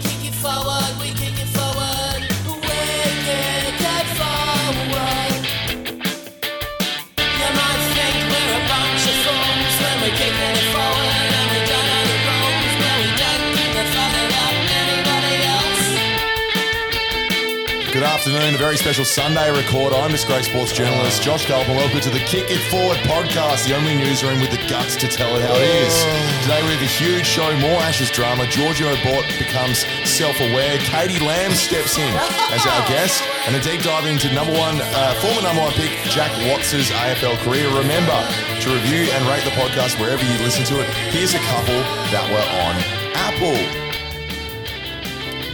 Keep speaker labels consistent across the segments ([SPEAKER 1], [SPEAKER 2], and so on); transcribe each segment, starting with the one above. [SPEAKER 1] forward, we kick it forward, we kick it forward. You might think we're a bunch of fools when we're kicking it forward and we don't know the rules, but we don't. We're fucking up everybody else.
[SPEAKER 2] Good afternoon, a very special Sunday record. I'm disgraced sports journalist Josh Galpin. Welcome to the Kick It Forward podcast, the only newsroom with the guts to tell it how it is. Today we have a huge show, more Ashes drama. Giorgio Bort becomes self-aware. Katie Lamb steps in as our guest, and a deep dive into number one, uh, former number one pick Jack Watts' AFL career. Remember to review and rate the podcast wherever you listen to it. Here's a couple that were on Apple.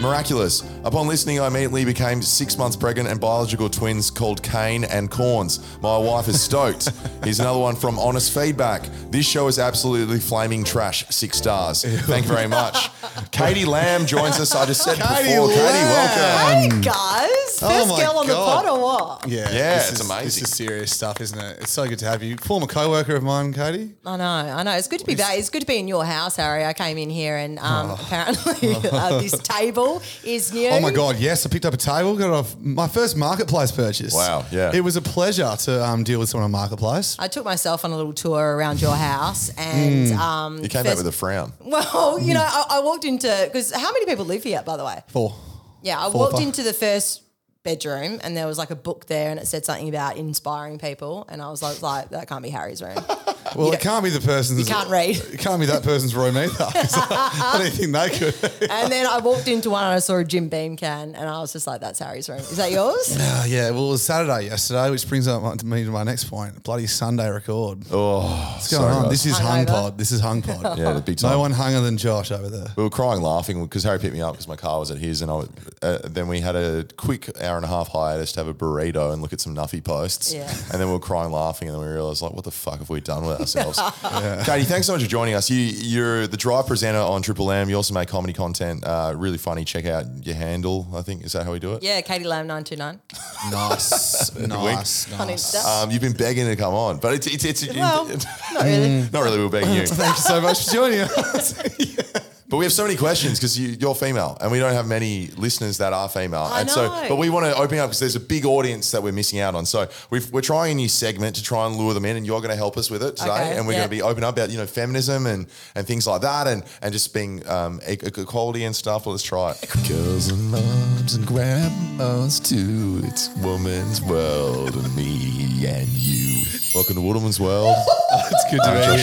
[SPEAKER 2] Miraculous. Upon listening, I immediately became six months pregnant and biological twins called Kane and Corns. My wife is stoked. Here's another one from Honest Feedback. This show is absolutely flaming trash. Six stars. Thank you very much. Katie Lamb joins us. I just said
[SPEAKER 3] Katie
[SPEAKER 2] before. Katie,
[SPEAKER 3] Lamb.
[SPEAKER 2] welcome.
[SPEAKER 4] Hey guys, first
[SPEAKER 3] Um, oh my
[SPEAKER 4] girl on the
[SPEAKER 3] God.
[SPEAKER 4] pod or what?
[SPEAKER 3] Yeah,
[SPEAKER 2] Yeah,
[SPEAKER 3] this
[SPEAKER 2] it's
[SPEAKER 3] is-
[SPEAKER 2] amazing.
[SPEAKER 3] This is serious stuff, isn't it? It's so good to have you, former co-worker of mine, Katie.
[SPEAKER 4] I know, I know. It's good to be back. It's good to be in your house, Harry. I came in here and um, apparently uh, this table is new.
[SPEAKER 3] Oh my god, yes! I picked up a table, got it off my first marketplace purchase.
[SPEAKER 2] Wow, yeah.
[SPEAKER 3] it was a pleasure to um, deal with someone on marketplace.
[SPEAKER 4] I took myself on a little tour around your house and
[SPEAKER 3] Hmm.
[SPEAKER 4] um,
[SPEAKER 2] You came back
[SPEAKER 4] first-
[SPEAKER 2] with a frown.
[SPEAKER 4] well, you know, I, I walked into because how many people live here, by the way?
[SPEAKER 3] Four.
[SPEAKER 4] Yeah, I
[SPEAKER 3] Four or
[SPEAKER 4] walked
[SPEAKER 3] five.
[SPEAKER 4] into the first bedroom and there was like a book there and it said something about inspiring people and I was like, like that can't be Harry's room.
[SPEAKER 3] Well, it can't be the person's.
[SPEAKER 4] You can't read.
[SPEAKER 3] It can't be that person's room either. I don't think they could.
[SPEAKER 4] And then I walked into one and I saw a Jim Beam can, and I was just like, "That's Harry's room. Is that yours?"
[SPEAKER 3] Uh, yeah, well, it was Saturday yesterday, which brings up my- me to my next point. Bloody Sunday record. Oh, what's going
[SPEAKER 2] sorry,
[SPEAKER 3] on?
[SPEAKER 2] guys.
[SPEAKER 3] This is hung
[SPEAKER 4] Hungover.
[SPEAKER 3] pod. This is hung pod.
[SPEAKER 2] Yeah, the big time.
[SPEAKER 3] no one hunger than Josh over there.
[SPEAKER 2] We were crying laughing because Harry picked me up because my car was at his, and I was, uh, then we had a quick hour and a half hiatus to have a burrito and look at some Nuffy posts.
[SPEAKER 4] Yeah.
[SPEAKER 2] And then we were crying laughing, and then we realized like, what the fuck have we done with ourselves? Katie, thanks so much for joining us. You, you're the drive presenter on Triple M. You also make comedy content, uh, really funny. Check out your handle. I think is that how we do it.
[SPEAKER 4] Yeah, Katie Lamb nine two nine
[SPEAKER 3] Nice, nice,
[SPEAKER 4] on
[SPEAKER 3] nice.
[SPEAKER 4] Insta.
[SPEAKER 2] Um, you've been begging to come on, but it's it's it's,
[SPEAKER 4] well, not
[SPEAKER 3] Mm.
[SPEAKER 4] really.
[SPEAKER 2] not really. We were begging you,
[SPEAKER 3] Thank you so much for joining us.
[SPEAKER 2] but we have so many questions because you, you're female, and we don't have many listeners that are female.
[SPEAKER 4] I
[SPEAKER 2] and so,
[SPEAKER 4] know.
[SPEAKER 2] but we want to open up because there's a big audience that we're missing out on. So we've, we're trying a new segment to try and lure them in, and you're going to help us with it today.
[SPEAKER 4] Okay,
[SPEAKER 2] and we're
[SPEAKER 4] yeah.
[SPEAKER 2] going to be open up about you know feminism and and things like that, and and just being um, e- e- equality and stuff. Let's try it. Girls and moms and grandmas too. It's woman's world and me and you. Welcome to Waterman's World.
[SPEAKER 3] it's good to
[SPEAKER 2] Josh
[SPEAKER 3] be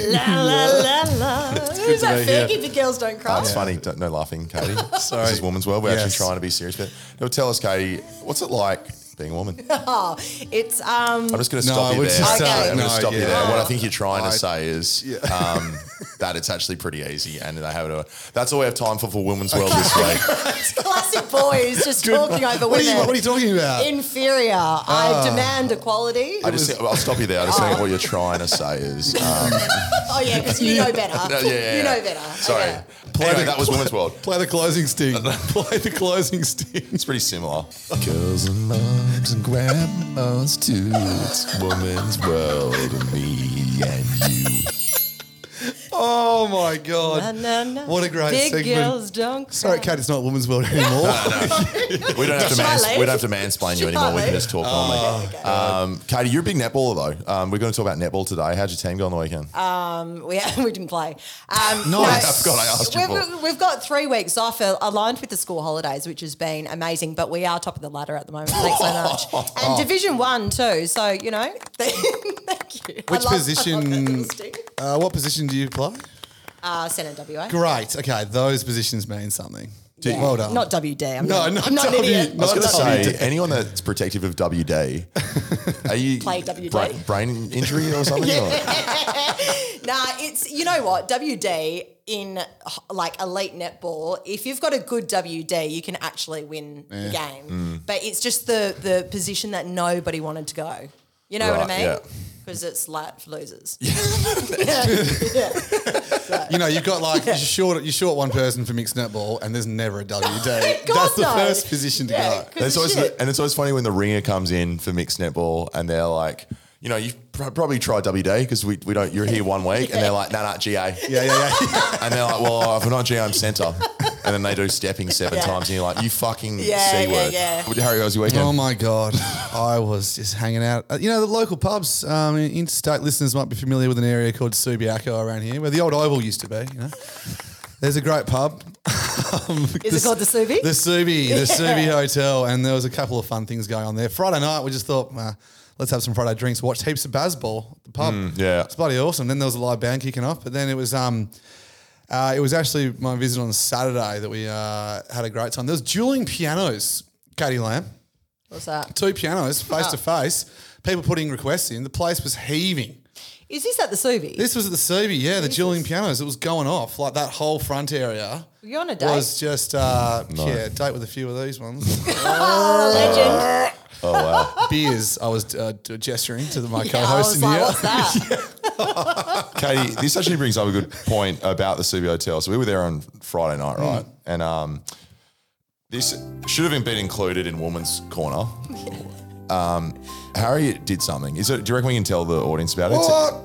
[SPEAKER 3] here.
[SPEAKER 2] Garland.
[SPEAKER 4] la la la la. Who's that
[SPEAKER 3] be here.
[SPEAKER 4] Fergie for Girls Don't Cry?
[SPEAKER 3] Oh,
[SPEAKER 2] That's funny. Don't, no laughing, Katie.
[SPEAKER 3] Sorry.
[SPEAKER 2] This is woman's world. We're actually
[SPEAKER 3] Yes.
[SPEAKER 2] trying to be serious. But no, tell us, Katie, what's it like being a woman? I'm
[SPEAKER 4] It's um.
[SPEAKER 2] just going to
[SPEAKER 3] No,
[SPEAKER 2] stop you
[SPEAKER 3] we're
[SPEAKER 2] there.
[SPEAKER 3] just uh,
[SPEAKER 2] Sorry,
[SPEAKER 4] saying-
[SPEAKER 2] I'm going to
[SPEAKER 3] no,
[SPEAKER 2] stop you
[SPEAKER 3] yeah.
[SPEAKER 2] there. What I think you're trying to
[SPEAKER 3] I-
[SPEAKER 2] say is um, that it's actually pretty easy, and they have it. That's all we have time for for women's world this week.
[SPEAKER 4] Classic boys just talking over
[SPEAKER 3] What are, you,
[SPEAKER 4] women.
[SPEAKER 3] what are you Ah. talking about?
[SPEAKER 4] Inferior. I demand equality.
[SPEAKER 2] I just, I'll stop you there. I just think what you're trying to say is, um,
[SPEAKER 4] oh yeah, because you know better.
[SPEAKER 2] no, yeah, yeah,
[SPEAKER 4] You
[SPEAKER 2] yeah.
[SPEAKER 4] know better.
[SPEAKER 2] Sorry,
[SPEAKER 4] Okay.
[SPEAKER 2] Anyway, that was women's world.
[SPEAKER 3] Play the closing sting. Play the closing sting.
[SPEAKER 2] It's pretty similar. Girls and moms and grandmas too. It's women's world and me and you.
[SPEAKER 3] Oh my god!
[SPEAKER 4] Na, na, na.
[SPEAKER 3] What a great
[SPEAKER 4] Big
[SPEAKER 3] segment.
[SPEAKER 4] girls don't cry.
[SPEAKER 3] Sorry, Kate, it's not women's world anymore.
[SPEAKER 2] We don't have to
[SPEAKER 4] Charlie.
[SPEAKER 2] mans- we don't have to mansplain you anymore. We can just talk normally. Um, Katie, you're a big netballer though. Um, we're going to talk about netball today. How'd your team go on the weekend?
[SPEAKER 4] We, we didn't play. Um,
[SPEAKER 3] No, I
[SPEAKER 2] forgot I asked you
[SPEAKER 4] We've,
[SPEAKER 2] for-
[SPEAKER 4] we've- we've got three weeks off uh, aligned with the school holidays, which has been amazing. But we are top of the ladder at the moment. Thanks so much. And Division One too. So you know, thank you. I
[SPEAKER 3] Which
[SPEAKER 4] love- I love
[SPEAKER 3] position-
[SPEAKER 4] that little sting.
[SPEAKER 3] uh, what position do you play?
[SPEAKER 4] Uh, Senate WA.
[SPEAKER 3] Great. Okay, those positions mean something.
[SPEAKER 4] Yeah.
[SPEAKER 3] Well done.
[SPEAKER 4] Not WD. I'm
[SPEAKER 3] No,
[SPEAKER 4] not,
[SPEAKER 3] not
[SPEAKER 4] I'm not an
[SPEAKER 3] W.
[SPEAKER 4] idiot.
[SPEAKER 2] I was
[SPEAKER 3] not
[SPEAKER 2] going to
[SPEAKER 3] WD.
[SPEAKER 2] say anyone that's protective of WD, are you
[SPEAKER 4] Play WD.
[SPEAKER 2] bra- brain injury or something? or-
[SPEAKER 4] Nah, it's you know what WD in h- like elite netball. If you've got a good WD, you can actually win the game.
[SPEAKER 3] Hmm.
[SPEAKER 4] But it's just the the position that nobody wanted to go. You know what
[SPEAKER 2] Right,
[SPEAKER 4] I
[SPEAKER 2] yeah.
[SPEAKER 4] mean? Because it's like for losers. Yeah.
[SPEAKER 3] You know, you've got like you're short. You're short one person for mixed netball, and there's never a WD.
[SPEAKER 4] God,
[SPEAKER 3] That's the
[SPEAKER 4] no.
[SPEAKER 3] first position to
[SPEAKER 4] Yeah,
[SPEAKER 3] go.
[SPEAKER 4] 'cause
[SPEAKER 2] It's
[SPEAKER 4] it's
[SPEAKER 2] always,
[SPEAKER 4] shit.
[SPEAKER 2] and it's always funny when the ringer comes in for mixed netball and they're like, you know, you pr- probably try WD because we, we don't. You're here one week and they're like, no, nah, no, nah, GA.
[SPEAKER 3] Yeah, yeah, yeah.
[SPEAKER 2] And they're like, well, if I'm not GA, I'm centre. and then they do stepping seven
[SPEAKER 4] Yeah.
[SPEAKER 2] times, and you're like, you fucking
[SPEAKER 4] Yeah,
[SPEAKER 2] c
[SPEAKER 4] yeah,
[SPEAKER 2] word.
[SPEAKER 4] yeah.
[SPEAKER 2] Harry, how was your weekend?
[SPEAKER 3] Oh my god, I was just hanging out. Uh, You know the local pubs. Um, interstate listeners might be familiar with an area called Subiaco around here, where the old Oval used to be. You know, there's a great pub.
[SPEAKER 4] Is it called the Subi?
[SPEAKER 3] The Subi, the Subi
[SPEAKER 4] Yeah.
[SPEAKER 3] Hotel, and there was a couple of fun things going on there. Friday night, we just thought, uh, let's have some Friday drinks. Watched heaps of baseball at the pub.
[SPEAKER 4] Mm,
[SPEAKER 2] yeah.
[SPEAKER 3] it's bloody awesome. Then there was a live band kicking off, but then it was um. Uh, it was actually my visit on Saturday that we uh, had a great time. There was dueling pianos, Katie Lamb
[SPEAKER 4] What's that?
[SPEAKER 3] two pianos face to face. People putting requests in. The place was heaving.
[SPEAKER 4] Is this at the Subi?
[SPEAKER 3] This was at the Subi, yeah, the dueling pianos. It was going off like that whole front area.
[SPEAKER 4] Were you on a date?
[SPEAKER 3] Was just uh, yeah, date with a few of these ones.
[SPEAKER 4] oh, legend.
[SPEAKER 2] Oh,
[SPEAKER 3] Beers. I was uh, d- gesturing to the, my
[SPEAKER 4] Yeah, I
[SPEAKER 3] co-host
[SPEAKER 4] was
[SPEAKER 3] in
[SPEAKER 4] like,
[SPEAKER 3] here.
[SPEAKER 4] what's that?
[SPEAKER 2] Katie, this actually brings up a good point about the Subi Hotel. So we were there on Friday night, right?
[SPEAKER 3] Hmm.
[SPEAKER 2] And um, this should have been included in Woman's Corner. Um, Harry did something. Is it? Do you reckon we can tell the audience about it? It's-
[SPEAKER 3] What?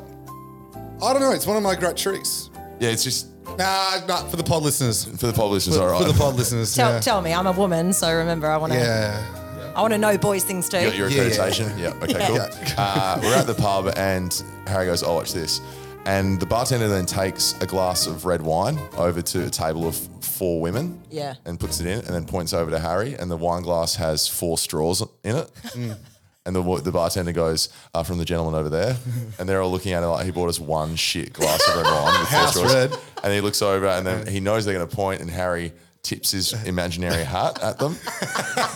[SPEAKER 3] I don't know. It's one of my great tricks.
[SPEAKER 2] yeah, it's just
[SPEAKER 3] Nah, nah, for the pod listeners. For,
[SPEAKER 2] for the pod listeners. all right,
[SPEAKER 3] for the pod listeners.
[SPEAKER 4] Tell,
[SPEAKER 3] yeah.
[SPEAKER 4] tell me, I'm a woman, so remember, I want to.
[SPEAKER 3] yeah.
[SPEAKER 4] I want to know boys things too.
[SPEAKER 2] You got your
[SPEAKER 3] Yeah, yeah, yeah.
[SPEAKER 2] accreditation. Yeah. Okay. Cool.
[SPEAKER 3] Yeah.
[SPEAKER 2] Uh, we're at the pub, and Harry goes, "Oh, watch this." And the bartender then takes a glass of red wine over to a table of four women.
[SPEAKER 4] Yeah.
[SPEAKER 2] And puts it in, and then points over to Harry, and the wine glass has four straws in it. And the, wa- the bartender goes uh, from the gentleman over there, and they're all looking at it like he bought us one shit glass of red wine with four
[SPEAKER 3] House
[SPEAKER 2] straws.
[SPEAKER 3] red.
[SPEAKER 2] And he looks over, and then he knows they're going to point, and Harry tips his imaginary hat at them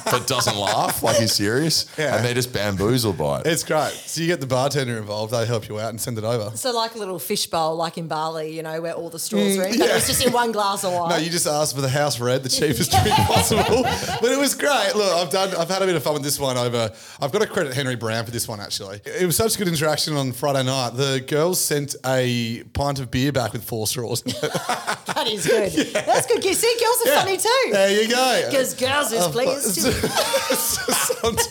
[SPEAKER 2] but doesn't laugh like he's serious,
[SPEAKER 3] Yeah.
[SPEAKER 2] and they're just bamboozled by it.
[SPEAKER 3] It's great. So you get the bartender involved. They help you out and send it over.
[SPEAKER 4] So like a little fishbowl, like in Bali, you know, where all the straws are in, but it was just in one glass of wine.
[SPEAKER 3] Mm, No, you just asked for the house red, the cheapest drink possible. But it was great. Look, I've done. I've had a bit of fun with this one. Over, I've got to credit Henry Brown for this one. Actually, it was such good interaction on Friday night. The girls sent a pint of beer back with four straws.
[SPEAKER 4] that is good. That's good. You see, girls are funny too.
[SPEAKER 3] There you go.
[SPEAKER 4] Because girls
[SPEAKER 3] Oh,
[SPEAKER 4] is pleased.
[SPEAKER 3] Sometimes,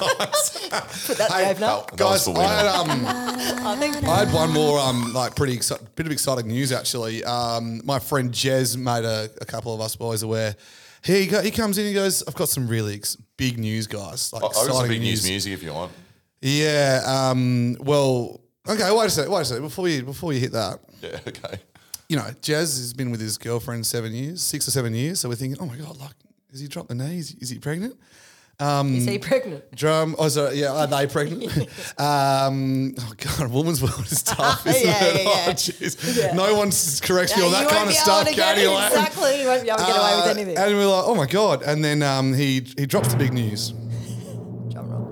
[SPEAKER 4] Put that
[SPEAKER 3] Hey,
[SPEAKER 4] in the opener.
[SPEAKER 2] That was
[SPEAKER 3] guys,
[SPEAKER 2] for
[SPEAKER 3] I
[SPEAKER 2] women.
[SPEAKER 3] had um.
[SPEAKER 4] I think
[SPEAKER 3] I had one more, um, like pretty exci- bit of exciting news actually. Um, my friend Jez made a, a couple of us boys aware. He go, he comes in, he goes, "I've got some really ex- big news, guys. Like
[SPEAKER 2] I- I've got some
[SPEAKER 3] exciting
[SPEAKER 2] oh, big news
[SPEAKER 3] news.
[SPEAKER 2] music if you want.
[SPEAKER 3] Yeah. Um, well, okay. Wait a sec. Wait a sec. Before you before you hit that,
[SPEAKER 2] Yeah. Okay.
[SPEAKER 3] you know, Jazz has been with his girlfriend seven years, six or seven years. So we're thinking, oh my god, like, has he dropped the knee? Is, is he pregnant?
[SPEAKER 4] is he pregnant?
[SPEAKER 3] Drum. Oh, sorry. Yeah, are they pregnant? um, oh god, woman's world is tough, isn't
[SPEAKER 4] Yeah,
[SPEAKER 3] it?
[SPEAKER 4] yeah, yeah.
[SPEAKER 3] Oh, jeez. No one s- corrects me on that
[SPEAKER 4] you
[SPEAKER 3] kind
[SPEAKER 4] won't
[SPEAKER 3] of
[SPEAKER 4] be
[SPEAKER 3] stuff,
[SPEAKER 4] able to get
[SPEAKER 3] Katie. Lamb.
[SPEAKER 4] Exactly. You won't be able to get away
[SPEAKER 3] Uh,
[SPEAKER 4] with anything.
[SPEAKER 3] and we we're like, oh my god! And then um, he he drops the big news.
[SPEAKER 4] Drum roll.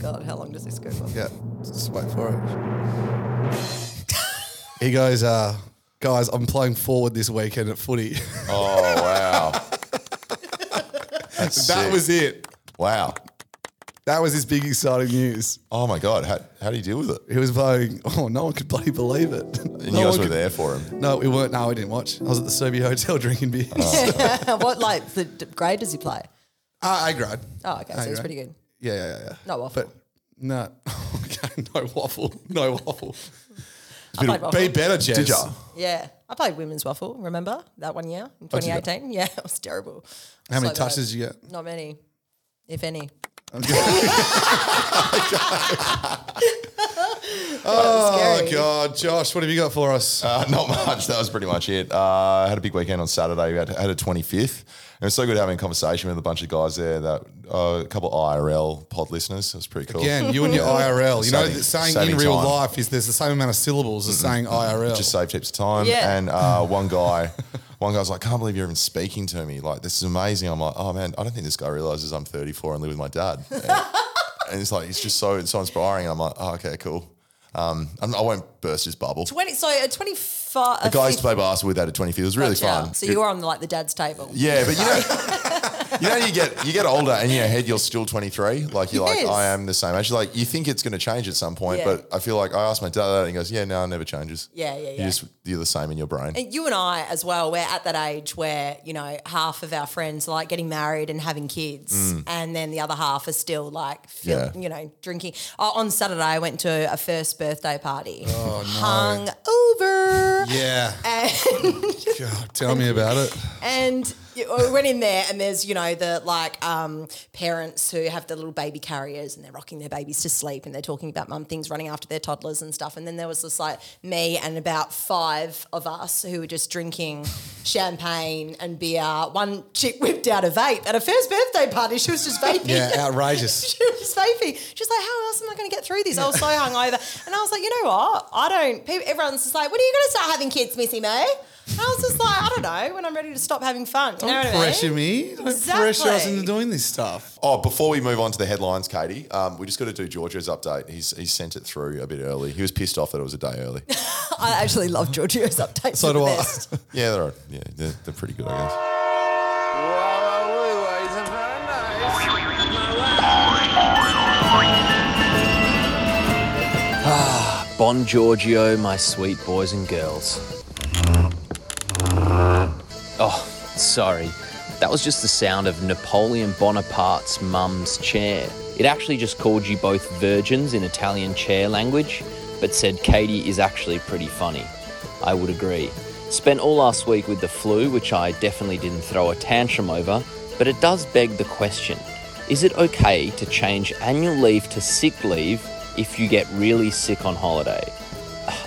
[SPEAKER 4] God, how long does this go for?
[SPEAKER 3] Yeah, just wait for it. he goes, uh, guys, I'm playing forward this weekend at footy.
[SPEAKER 2] Oh wow. That's
[SPEAKER 3] that
[SPEAKER 2] sick.
[SPEAKER 3] was it.
[SPEAKER 2] wow.
[SPEAKER 3] That was his big exciting news.
[SPEAKER 2] Oh my god. How, how do you deal with it?
[SPEAKER 3] He was playing. Oh, no one could bloody believe it.
[SPEAKER 2] And
[SPEAKER 3] no
[SPEAKER 2] you guys
[SPEAKER 3] one
[SPEAKER 2] were
[SPEAKER 3] could-
[SPEAKER 2] there for him.
[SPEAKER 3] No, we weren't. No, we didn't watch. I was at the Serbi Hotel drinking beers.
[SPEAKER 4] Oh. what like the d- grade does he play?
[SPEAKER 3] Ah, I grad.
[SPEAKER 4] Oh, okay, so he's
[SPEAKER 3] right.
[SPEAKER 4] pretty good.
[SPEAKER 3] Yeah, yeah, yeah, yeah.
[SPEAKER 4] No waffle.
[SPEAKER 3] But no, okay, no waffle, no waffle.
[SPEAKER 4] I played waffle.
[SPEAKER 3] Be better, Jess.
[SPEAKER 2] Did ya?
[SPEAKER 4] Yeah, I played women's waffle. Remember that one year in 2018? Yeah, it was terrible.
[SPEAKER 3] How many
[SPEAKER 4] So bad.
[SPEAKER 3] touches did you get?
[SPEAKER 4] Not many, if any.
[SPEAKER 3] Oh
[SPEAKER 4] scary.
[SPEAKER 3] God, Josh, what have you got for us?
[SPEAKER 2] Uh, not much. That was pretty much it. Uh, I had a big weekend on Saturday. We had, had a 25th. And it was so good having a conversation with a bunch of guys there. That uh, A couple of IRL pod listeners. It was pretty cool.
[SPEAKER 3] Again, you and your IRL. You know,
[SPEAKER 2] Saving-
[SPEAKER 3] that saying
[SPEAKER 2] saving
[SPEAKER 3] in real
[SPEAKER 2] time.
[SPEAKER 3] life is there's the same amount of syllables as saying IRL.
[SPEAKER 2] just saved heaps of time.
[SPEAKER 4] Yeah.
[SPEAKER 2] And uh, one guy, one guy's like, I can't believe you're even speaking to me. Like, this is amazing. I'm like, oh man, I don't think this guy realizes I'm 34 and live with my dad. And, and it's like, it's just so, it's so inspiring. I'm like, oh, okay, cool. Um, I'm, I won't burst his bubble.
[SPEAKER 4] Twenty. So a 25.
[SPEAKER 2] The guy used to play basketball with that at 25. It was really fun.
[SPEAKER 4] So
[SPEAKER 2] It-
[SPEAKER 4] you were on like the dad's table.
[SPEAKER 2] yeah, but you know, you know, you get you get older, and in your head you're still 23. Like you're
[SPEAKER 4] Yes.
[SPEAKER 2] like, I am the same. Actually, like you think it's going to change at some point,
[SPEAKER 4] Yeah.
[SPEAKER 2] but I feel like I asked my dad that, and he goes, Yeah, no, it never changes.
[SPEAKER 4] Yeah, yeah,
[SPEAKER 2] You
[SPEAKER 4] yeah.
[SPEAKER 2] just you're the same in your brain.
[SPEAKER 4] And you and I as well, we're at that age where, you know, half of our friends are like getting married and having kids. And then the other half are still like, feel,
[SPEAKER 2] Mm. Yeah.
[SPEAKER 4] you know, drinking. Oh, on Saturday, I went to a first birthday party.
[SPEAKER 3] Oh, no.
[SPEAKER 4] Hung over.
[SPEAKER 3] Yeah. God, tell me about it.
[SPEAKER 4] And you- we went in there, and there's you know the like um, parents who have the little baby carriers, and they're rocking their babies to sleep, and they're talking about mum things, running after their toddlers and stuff. And then there was this like me and about five of us who were just drinking champagne and beer. One chick whipped out a vape at her first birthday party. She was just vaping.
[SPEAKER 3] Yeah, outrageous.
[SPEAKER 4] She was vaping. She's like, "How else am I going to get through this?" I was so hungover, and I was like, "You know what? I don't." People, everyone's just like, "When are you going to start having kids, Missy May?" And I was just like, "I don't know. When I'm ready to stop having fun." You know
[SPEAKER 3] Don't
[SPEAKER 4] what I
[SPEAKER 3] pressure
[SPEAKER 4] mean?
[SPEAKER 3] me. Don't
[SPEAKER 4] Exactly.
[SPEAKER 3] pressure us into doing this stuff.
[SPEAKER 2] Oh, before we move on to the headlines, Katie, um, we just got to do Giorgio's update. He's he sent it through a bit early. He was pissed off that it was a day early.
[SPEAKER 4] I actually love Giorgio's updates.
[SPEAKER 3] So
[SPEAKER 4] are the
[SPEAKER 3] do I.
[SPEAKER 4] best.
[SPEAKER 2] yeah, they're all right. yeah, they're, they're pretty good, I guess.
[SPEAKER 5] Bon Giorgio, my sweet boys and girls. Oh, sorry. That was just the sound of Napoleon Bonaparte's mum's chair. It actually just called you both virgins in Italian chair language, but said Katie is actually pretty funny. I would agree. Spent all last week with the flu, which I definitely didn't throw a tantrum over, but it does beg the question is it okay to change annual leave to sick leave if you get really sick on holiday?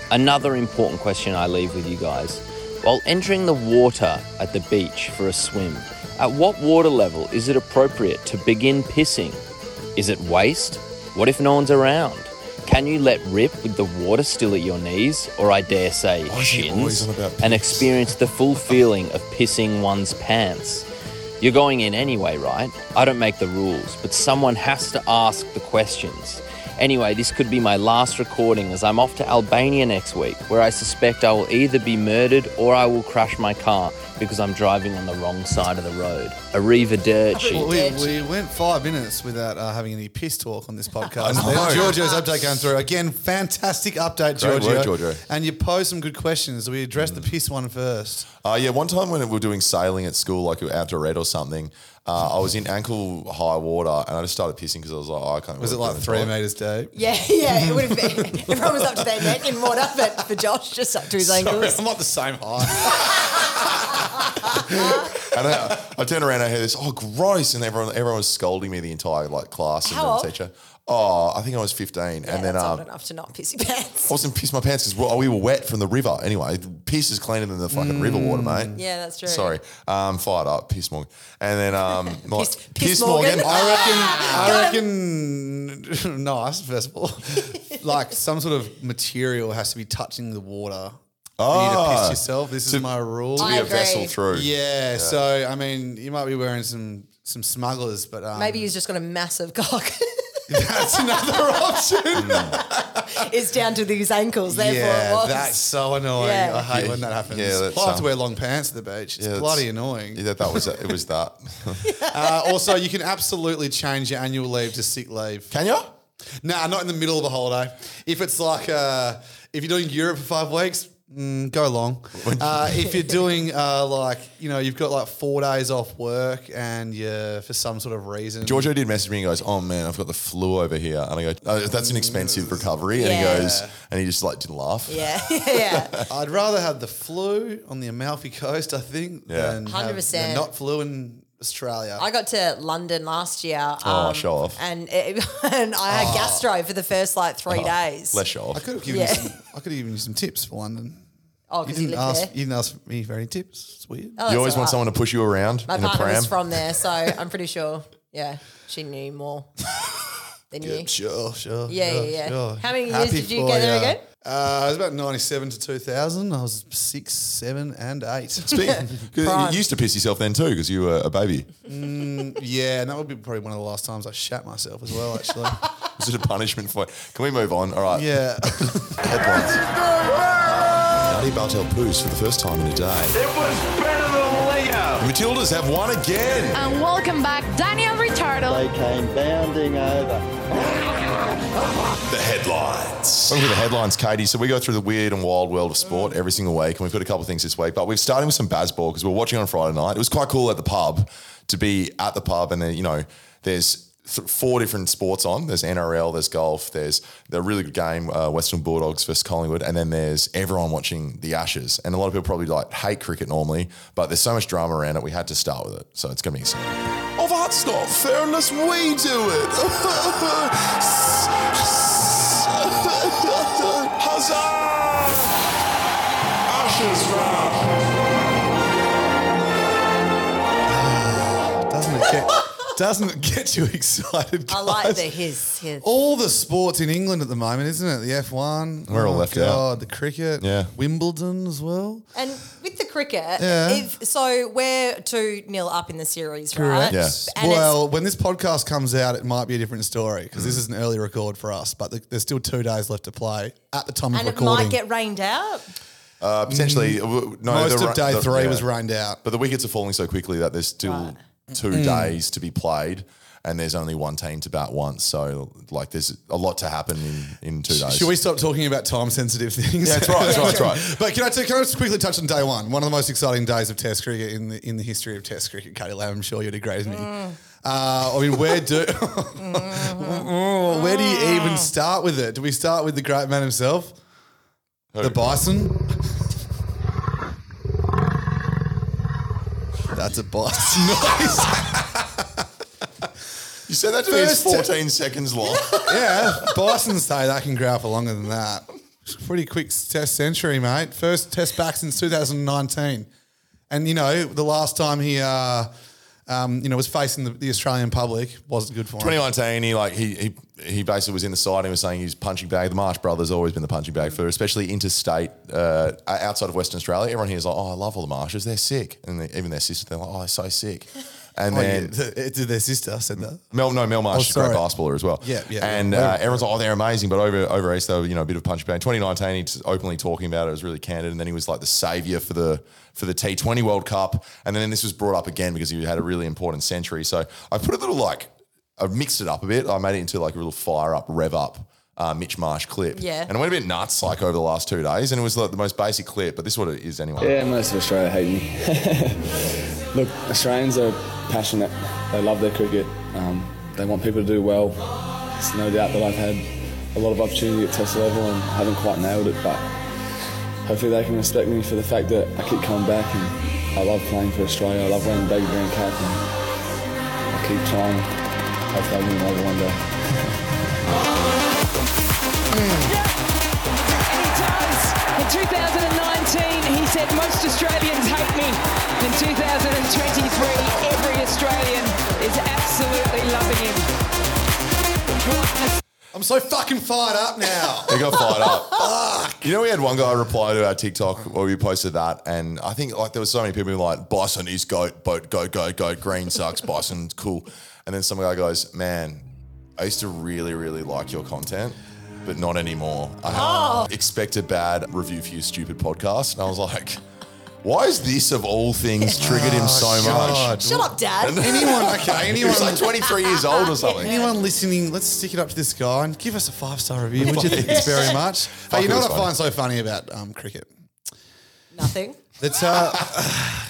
[SPEAKER 5] Another important question I leave with you guys. While entering the water at the beach for a swim, at what water level is it appropriate to begin pissing? Is it waste? What if no one's around? Can you let rip with the water still at your knees, or I dare say,
[SPEAKER 2] is he always
[SPEAKER 5] shins,
[SPEAKER 2] on about
[SPEAKER 5] and
[SPEAKER 2] piss?
[SPEAKER 5] experience the full feeling of pissing one's pants? You're going in anyway, right? I don't make the rules, but someone has to ask the questions. Anyway, this could be my last recording as I'm off to Albania next week, where I suspect I will either be murdered or I will crash my car because I'm driving on the wrong side of the road. Arrivederci.
[SPEAKER 3] Well, we, we went five minutes without uh, having any piss talk on this podcast.
[SPEAKER 2] I know.
[SPEAKER 3] Giorgio's update going through. Again, fantastic update,
[SPEAKER 2] Great
[SPEAKER 3] Giorgio.
[SPEAKER 2] work, Giorgio.
[SPEAKER 3] And you posed some good questions. We addressed the piss one first.
[SPEAKER 2] Uh, yeah, one time when we were doing sailing at school, like we were out to red or something, uh, I was in ankle high water and I just started pissing because I was like, oh, I can't.
[SPEAKER 3] Was it
[SPEAKER 2] work
[SPEAKER 3] like
[SPEAKER 2] on
[SPEAKER 3] three
[SPEAKER 2] this bike.
[SPEAKER 3] metres deep?
[SPEAKER 4] Yeah, yeah. It would have been. Everyone was up to their neck in water, but for Josh, just up to his
[SPEAKER 3] Sorry,
[SPEAKER 4] ankles.
[SPEAKER 3] I'm not the same height.
[SPEAKER 2] And I, I turned around and I heard this, oh, gross. And everyone, everyone was scolding me the entire like class and
[SPEAKER 4] How
[SPEAKER 2] then
[SPEAKER 4] old?
[SPEAKER 2] the teacher. Oh, I think I was 15.
[SPEAKER 4] Yeah,
[SPEAKER 2] and then
[SPEAKER 4] that's
[SPEAKER 2] um,
[SPEAKER 4] old
[SPEAKER 2] I
[SPEAKER 4] enough to not piss your pants.
[SPEAKER 2] wasn't pissed my pants because we were wet from the river. Anyway, piss is cleaner than the fucking river water, mate.
[SPEAKER 4] Mm, Yeah, that's true.
[SPEAKER 2] Sorry. Um, fired up, piss Morgan. And then um, my-
[SPEAKER 4] Piss- piss Morgan.
[SPEAKER 2] I reckon.
[SPEAKER 3] I reckon nice, first of all. like some sort of material has to be touching the water. for you to
[SPEAKER 2] Ah.
[SPEAKER 3] piss yourself. This
[SPEAKER 2] To-
[SPEAKER 3] is my rule.
[SPEAKER 2] To be
[SPEAKER 4] I
[SPEAKER 2] a
[SPEAKER 4] agree.
[SPEAKER 2] vessel through.
[SPEAKER 3] Yeah, so I mean, you might be wearing some some smugglers, but um,
[SPEAKER 4] Maybe he's just got a massive cock.
[SPEAKER 3] that's another option.
[SPEAKER 4] it's down to these ankles. Therefore, it
[SPEAKER 3] yeah,
[SPEAKER 4] was.
[SPEAKER 3] that's so annoying.
[SPEAKER 4] Yeah.
[SPEAKER 3] I hate
[SPEAKER 2] Yeah,
[SPEAKER 3] when that happens.
[SPEAKER 2] yeah, that's,
[SPEAKER 3] I have
[SPEAKER 2] um,
[SPEAKER 3] to wear long pants at the beach. It's
[SPEAKER 2] Yeah,
[SPEAKER 3] bloody
[SPEAKER 2] that's-
[SPEAKER 3] annoying.
[SPEAKER 2] Yeah, that was it. It was that.
[SPEAKER 3] Uh, also, you can absolutely change your annual leave to sick leave.
[SPEAKER 2] Can you?
[SPEAKER 3] Nah, not in the middle of a holiday. If it's like uh, if you're doing Europe for five weeks, mm, go long. Uh, if you're doing uh, like you know you've got like four days off work and you're for some sort of reason.
[SPEAKER 2] Giorgio did message me and goes, "Oh man, I've got the flu over here," and I go, oh, "That's an
[SPEAKER 3] Mm.
[SPEAKER 2] expensive recovery." And
[SPEAKER 4] Yeah.
[SPEAKER 2] he goes, and he just like didn't laugh.
[SPEAKER 4] yeah, yeah.
[SPEAKER 3] I'd rather have the flu on the Amalfi Coast, I think,
[SPEAKER 2] Yeah.
[SPEAKER 3] than have
[SPEAKER 4] 100%.
[SPEAKER 3] the not flu in Australia.
[SPEAKER 4] I got to London last year. um,
[SPEAKER 2] Oh, show off.
[SPEAKER 4] And, it, and I had gastro for the first like three days.
[SPEAKER 2] Less show off.
[SPEAKER 3] I could have given
[SPEAKER 4] Yeah.
[SPEAKER 3] you some, I could have given you some tips for London.
[SPEAKER 4] oh,
[SPEAKER 3] You
[SPEAKER 4] because you,
[SPEAKER 3] didn't
[SPEAKER 4] lived
[SPEAKER 3] ask.
[SPEAKER 4] there.
[SPEAKER 3] You didn't ask me for any tips. It's weird.
[SPEAKER 4] Oh,
[SPEAKER 2] you
[SPEAKER 4] that's
[SPEAKER 2] always
[SPEAKER 4] all
[SPEAKER 2] want
[SPEAKER 4] right.
[SPEAKER 2] someone to push you around
[SPEAKER 4] My
[SPEAKER 2] in a
[SPEAKER 4] partner
[SPEAKER 2] pram.
[SPEAKER 4] was from there, so I'm pretty sure. Yeah, she knew more than you.
[SPEAKER 3] Sure, sure.
[SPEAKER 4] Yeah,
[SPEAKER 3] sure,
[SPEAKER 4] yeah, yeah.
[SPEAKER 3] sure.
[SPEAKER 4] How many years did you
[SPEAKER 3] for
[SPEAKER 4] go there
[SPEAKER 3] ya.
[SPEAKER 4] again?
[SPEAKER 3] Uh, it was about 97 to 2000. I was six, seven, and eight.
[SPEAKER 2] Speak- 'cause
[SPEAKER 4] Prime.
[SPEAKER 2] you used to piss yourself then too because you were a baby.
[SPEAKER 3] yeah, and that would be probably one of the last times I shat myself as well, actually.
[SPEAKER 2] Is it a punishment for? Can we move on? All right.
[SPEAKER 3] yeah.
[SPEAKER 2] Headlines. Nutty Bartel poos for the first time in a day.
[SPEAKER 6] It was better than Leo.
[SPEAKER 2] Matildas have won again.
[SPEAKER 7] And welcome back, Daniel Ritardo.
[SPEAKER 2] The headlines. Welcome to the headlines, Katie. So we go through the weird and wild world of sport every single week, and we've got a couple of things this week. But we're starting with some baseball because we're watching on Friday night. It was quite cool at the pub to be at the pub, and then you know, there's th- four different sports on. There's NRL, there's golf, there's the really good game, uh, Western Bulldogs versus Collingwood, and then there's everyone watching the Ashes. And a lot of people probably like hate cricket normally, but there's so much drama around it. We had to start with it, so it's gonna be exciting. Oh, that's not fair unless we do it. Huzzah! Ashes round.
[SPEAKER 3] Doesn't it get doesn't it get you excited?
[SPEAKER 4] I like
[SPEAKER 3] guys?
[SPEAKER 4] the his. his.
[SPEAKER 3] All the sports in England at the moment, isn't it? The F1.
[SPEAKER 2] We're all
[SPEAKER 3] Oh,
[SPEAKER 2] left out.
[SPEAKER 3] God, The cricket.
[SPEAKER 2] Yeah.
[SPEAKER 3] Wimbledon as well.
[SPEAKER 4] And with the cricket,
[SPEAKER 3] Yeah.
[SPEAKER 4] if, so we're 2 nil up in the series, right?
[SPEAKER 3] Correct.
[SPEAKER 2] Yes.
[SPEAKER 4] And it's-
[SPEAKER 3] well, when this podcast comes out, it might be a different story because
[SPEAKER 4] Mm.
[SPEAKER 3] this is an early record for us, but th- there's still two days left to play at the time
[SPEAKER 4] and
[SPEAKER 3] of
[SPEAKER 4] it
[SPEAKER 3] recording.
[SPEAKER 4] might get rained out.
[SPEAKER 2] Uh, potentially, w- no.
[SPEAKER 3] Most
[SPEAKER 2] the,
[SPEAKER 3] of
[SPEAKER 2] ru-
[SPEAKER 3] day
[SPEAKER 2] the-
[SPEAKER 3] three
[SPEAKER 2] yeah.
[SPEAKER 3] was rained out.
[SPEAKER 2] But the wickets are falling so quickly that there's still two
[SPEAKER 3] Mm.
[SPEAKER 2] days to be played, and there's only one team to bat once. So, like, there's a lot to happen in, in two days.
[SPEAKER 3] Should we stop talking about time sensitive things?
[SPEAKER 2] Yeah, that's right, that's right, that's right.
[SPEAKER 3] but can I, t- can I just quickly touch on day one? One of the most exciting days of Test cricket in the in the history of Test cricket, Katie Lamb. I'm sure you'd agree with me. Uh, I mean, where do where do you even start with it? Do we start with the great man himself, the Bison? That's a boss. nice.
[SPEAKER 2] You said that to me. It's
[SPEAKER 3] First-
[SPEAKER 2] 14 seconds long.
[SPEAKER 3] yeah, Bison's say that can grow for longer than that. It's a pretty quick test century, mate. First test back since 2019. And, you know, the last time he, uh, um, you know, was facing the, the Australian public wasn't good for him.
[SPEAKER 2] 2019, he like he he he basically was in the side and he was saying he's punching bag. The Marsh Brothers always been the punching bag for, especially interstate uh, outside of Western Australia. Everyone here's like, oh, I love all the Marshes. They're sick, and they, even their sister, they're like, oh, they're so sick. And
[SPEAKER 3] Oh, yeah,
[SPEAKER 2] then
[SPEAKER 3] th- it did their sister said that.
[SPEAKER 2] Mel, no, Mel Marsh
[SPEAKER 3] Oh,
[SPEAKER 2] is a great
[SPEAKER 3] sorry.
[SPEAKER 2] basketballer as well.
[SPEAKER 3] Yeah, yeah,
[SPEAKER 2] And
[SPEAKER 3] yeah.
[SPEAKER 2] Uh, everyone's like, oh, they're amazing. But over over East, they were, you know, a bit of punch bag. 2019, he's openly talking about it. It was really candid. And then he was like the savior for the for the T20 World Cup. And then this was brought up again because he had a really important century. So I put a little like, I mixed it up a bit. I made it into like a little fire up, rev up. Uh, Mitch Marsh clip.
[SPEAKER 4] Yeah.
[SPEAKER 2] And it went a bit nuts like over the last two days. And it was like the most basic clip, but this is what it is anyway.
[SPEAKER 8] Yeah, most of Australia hate me. Look, Australians are passionate. They love their cricket. Um, they want people to do well. It's no doubt that I've had a lot of opportunity at test level and haven't quite nailed it, but hopefully they can respect me for the fact that I keep coming back and I love playing for Australia. I love wearing the baby green cap and I keep trying. Hopefully I'll win another one day.
[SPEAKER 9] And he does. In 2019, he said, Most Australians hate me. In 2023, every Australian is absolutely loving him.
[SPEAKER 3] I'm so fucking fired up now.
[SPEAKER 2] They got fired up. You know, we had one guy reply to our TikTok where we posted that, and I think like there was so many people who were like Bison is goat, boat, go, go, go, green sucks, Bison's cool, and then some guy goes, man, I used to really, really like your content. But not anymore.
[SPEAKER 3] Oh.
[SPEAKER 2] I expect a bad review for your stupid podcast. And I was like, why is this of all things triggered him so
[SPEAKER 3] Oh, God.
[SPEAKER 2] much?
[SPEAKER 4] Shut up, Dad.
[SPEAKER 3] anyone, okay,
[SPEAKER 2] He
[SPEAKER 3] anyone,
[SPEAKER 2] was like 23 years old or something.
[SPEAKER 3] anyone listening, let's stick it up to this guy and give us a five star review. Would you think it's very much? Hey,
[SPEAKER 2] it
[SPEAKER 3] you know
[SPEAKER 2] was
[SPEAKER 3] what I
[SPEAKER 2] funny.
[SPEAKER 3] find so funny about um, cricket?
[SPEAKER 4] Nothing.
[SPEAKER 3] That's uh,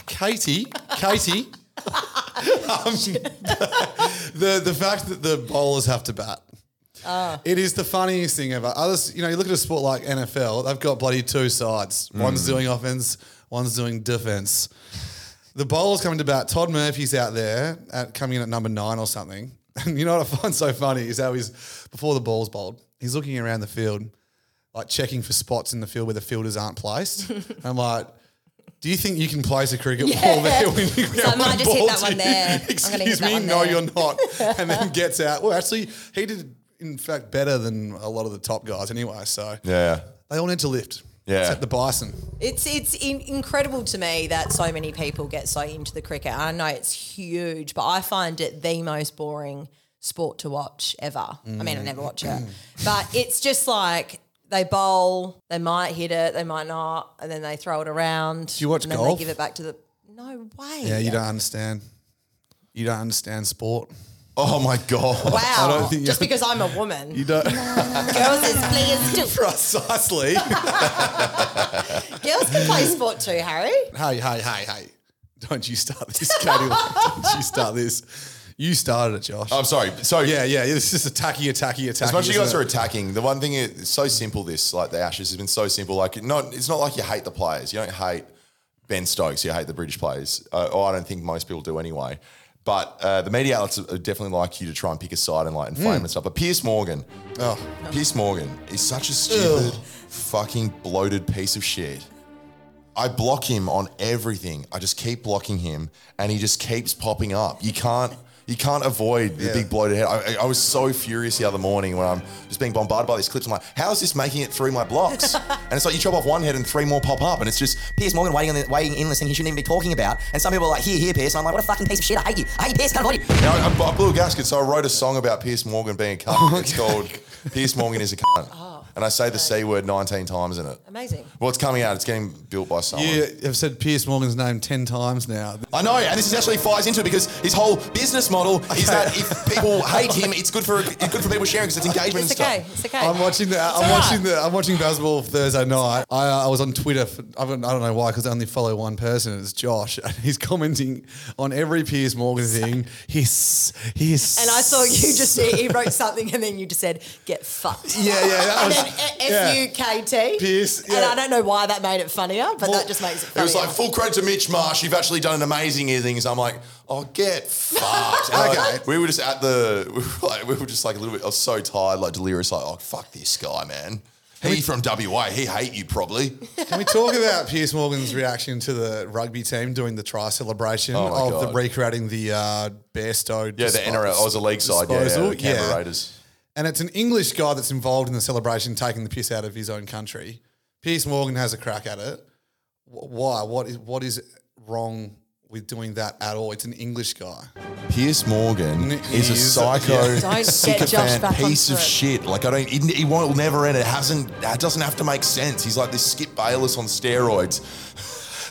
[SPEAKER 3] Katie. Katie. um, the the fact that the bowlers have to bat.
[SPEAKER 4] Ah.
[SPEAKER 3] It is the funniest thing ever. Others, you know, you look at a sport like NFL, they've got bloody two sides. One's doing offense, one's doing defense. The bowlers coming to bat. Todd Murphy's out there at coming in at number nine or something. And you know what I find so funny is how he's before the ball's bowled, he's looking around the field, like checking for spots in the field where the fielders aren't placed. And I'm like, do you think you can place a cricket ball there when you so
[SPEAKER 4] I might just hit that one there. I'm gonna
[SPEAKER 3] Excuse
[SPEAKER 4] hit that
[SPEAKER 3] me,
[SPEAKER 4] one
[SPEAKER 3] no,
[SPEAKER 4] there.
[SPEAKER 3] you're not. And then gets out. Well, actually, he did, in fact, better than a lot of the top guys anyway. So
[SPEAKER 2] Yeah.
[SPEAKER 3] they all need to lift.
[SPEAKER 2] Yeah.
[SPEAKER 3] Except the bison.
[SPEAKER 4] It's it's in, incredible to me that so many people get so into the cricket. I know it's huge, but I find it the most boring sport to watch ever. I mean, I never watch
[SPEAKER 3] Mm.
[SPEAKER 4] it, but it's just like they bowl, they might hit it, they might not, and then they throw it around. Do
[SPEAKER 3] you watch
[SPEAKER 4] and then
[SPEAKER 3] golf?
[SPEAKER 4] They give it back to the. No way.
[SPEAKER 3] Yeah, you don't understand. You don't understand sport.
[SPEAKER 2] Oh my God.
[SPEAKER 4] Wow.
[SPEAKER 3] don't think you-
[SPEAKER 4] just because I'm a woman,
[SPEAKER 3] You don't.
[SPEAKER 4] girls is players too.
[SPEAKER 3] Precisely.
[SPEAKER 4] girls can play sport too, Harry.
[SPEAKER 3] hey, hey, hey, hey. Don't you start this, Katie. Don't you start this. You started it, Josh.
[SPEAKER 2] I'm sorry. So
[SPEAKER 3] yeah, yeah. This is attacky, attacky, attacky.
[SPEAKER 2] As much as you
[SPEAKER 3] isn't
[SPEAKER 2] guys
[SPEAKER 3] it?
[SPEAKER 2] are attacking, the one thing is it's so simple. This like the Ashes has been so simple. Like not, it's not like you hate the players. You don't hate Ben Stokes. You hate the British players. Uh, or I don't think most people do anyway. But uh, the media outlets are- are definitely like you to try and pick a side and like and
[SPEAKER 3] Hmm.
[SPEAKER 2] flame and stuff. But Pierce Morgan, oh, Pierce Morgan is such a stupid, fucking bloated piece of shit. I block him on everything. I just keep blocking him, and he just keeps popping up. You can't. You can't avoid the
[SPEAKER 3] Yeah.
[SPEAKER 2] big bloated head. I, I was so furious the other morning when I'm just being bombarded by these clips. I'm like, how is this making it through my blocks? and it's like you chop off one head and three more pop up, and it's just
[SPEAKER 10] Piers Morgan waiting, on the, waiting in this thing he shouldn't even be talking about. And some people are like, here, here, Piers. And I'm like, what a fucking piece of shit. I hate you. I hate you, Piers. Can't avoid you.
[SPEAKER 2] You know, I, I blew a gasket, so I wrote a song about Pierce Morgan being a cunt.
[SPEAKER 4] Oh,
[SPEAKER 2] It's called Pierce Morgan is a cunt. and I say the C word 19 times in it.
[SPEAKER 4] Amazing.
[SPEAKER 2] Well, it's coming out. It's getting built by someone.
[SPEAKER 3] You have said Pierce Morgan's name ten times now.
[SPEAKER 2] I know, and this is actually flies into it because his whole business model is that if people hate him, it's good for it's good for people sharing because it's engagement
[SPEAKER 4] It's
[SPEAKER 2] and
[SPEAKER 4] okay.
[SPEAKER 2] stuff.
[SPEAKER 4] It's okay.
[SPEAKER 3] I'm watching the
[SPEAKER 4] It's
[SPEAKER 3] I'm
[SPEAKER 4] all right.
[SPEAKER 3] watching the I'm watching basketball Thursday night. I, uh, I was on Twitter. For, I, don't, I don't know why because I only follow one person. and It's Josh, and he's commenting on every Piers Morgan thing. He's he's
[SPEAKER 4] And I saw you just he wrote something and then you just said get fucked.
[SPEAKER 3] Yeah, yeah, that
[SPEAKER 4] and
[SPEAKER 3] was- yeah.
[SPEAKER 4] then E, F U K T.
[SPEAKER 3] Pierce,
[SPEAKER 4] And
[SPEAKER 3] yeah.
[SPEAKER 4] I don't know why that made it funnier, but
[SPEAKER 2] Well,
[SPEAKER 4] that just makes it
[SPEAKER 2] It
[SPEAKER 4] funnier.
[SPEAKER 2] was like full credit to Mitch Marsh. You've actually done an amazing things. I'm like, oh, get fucked. And
[SPEAKER 3] Okay.
[SPEAKER 2] like, we were just at the, we were, like, we were just like a little bit. I was so tired, like delirious. Like, oh, fuck this guy, man. He from WA. He hate you probably.
[SPEAKER 3] Can we talk about Pierce Morgan's reaction to the rugby team doing the try celebration
[SPEAKER 2] Oh my
[SPEAKER 3] of the
[SPEAKER 2] God.
[SPEAKER 3] recreating the uh, Bairstow?
[SPEAKER 2] Yeah, the
[SPEAKER 3] dispo-
[SPEAKER 2] NRL. I was a league side. Yeah, yeah,
[SPEAKER 3] disposal?
[SPEAKER 2] the Canberra Raiders.
[SPEAKER 3] And it's an English guy that's involved in the celebration, taking the piss out of his own country. Pierce Morgan has a crack at it. Wh- Why? What is what is wrong with doing that at all? It's an English guy.
[SPEAKER 2] Pierce Morgan
[SPEAKER 3] N-
[SPEAKER 2] is a
[SPEAKER 3] is-
[SPEAKER 2] psycho,
[SPEAKER 3] yeah.
[SPEAKER 4] Don't get Josh
[SPEAKER 2] sycophant
[SPEAKER 4] back
[SPEAKER 2] piece
[SPEAKER 4] onto
[SPEAKER 2] of
[SPEAKER 4] it.
[SPEAKER 2] shit. Like I don't, he, he won't, never end. It hasn't, that doesn't have to make sense. He's like this Skip Bayless on steroids.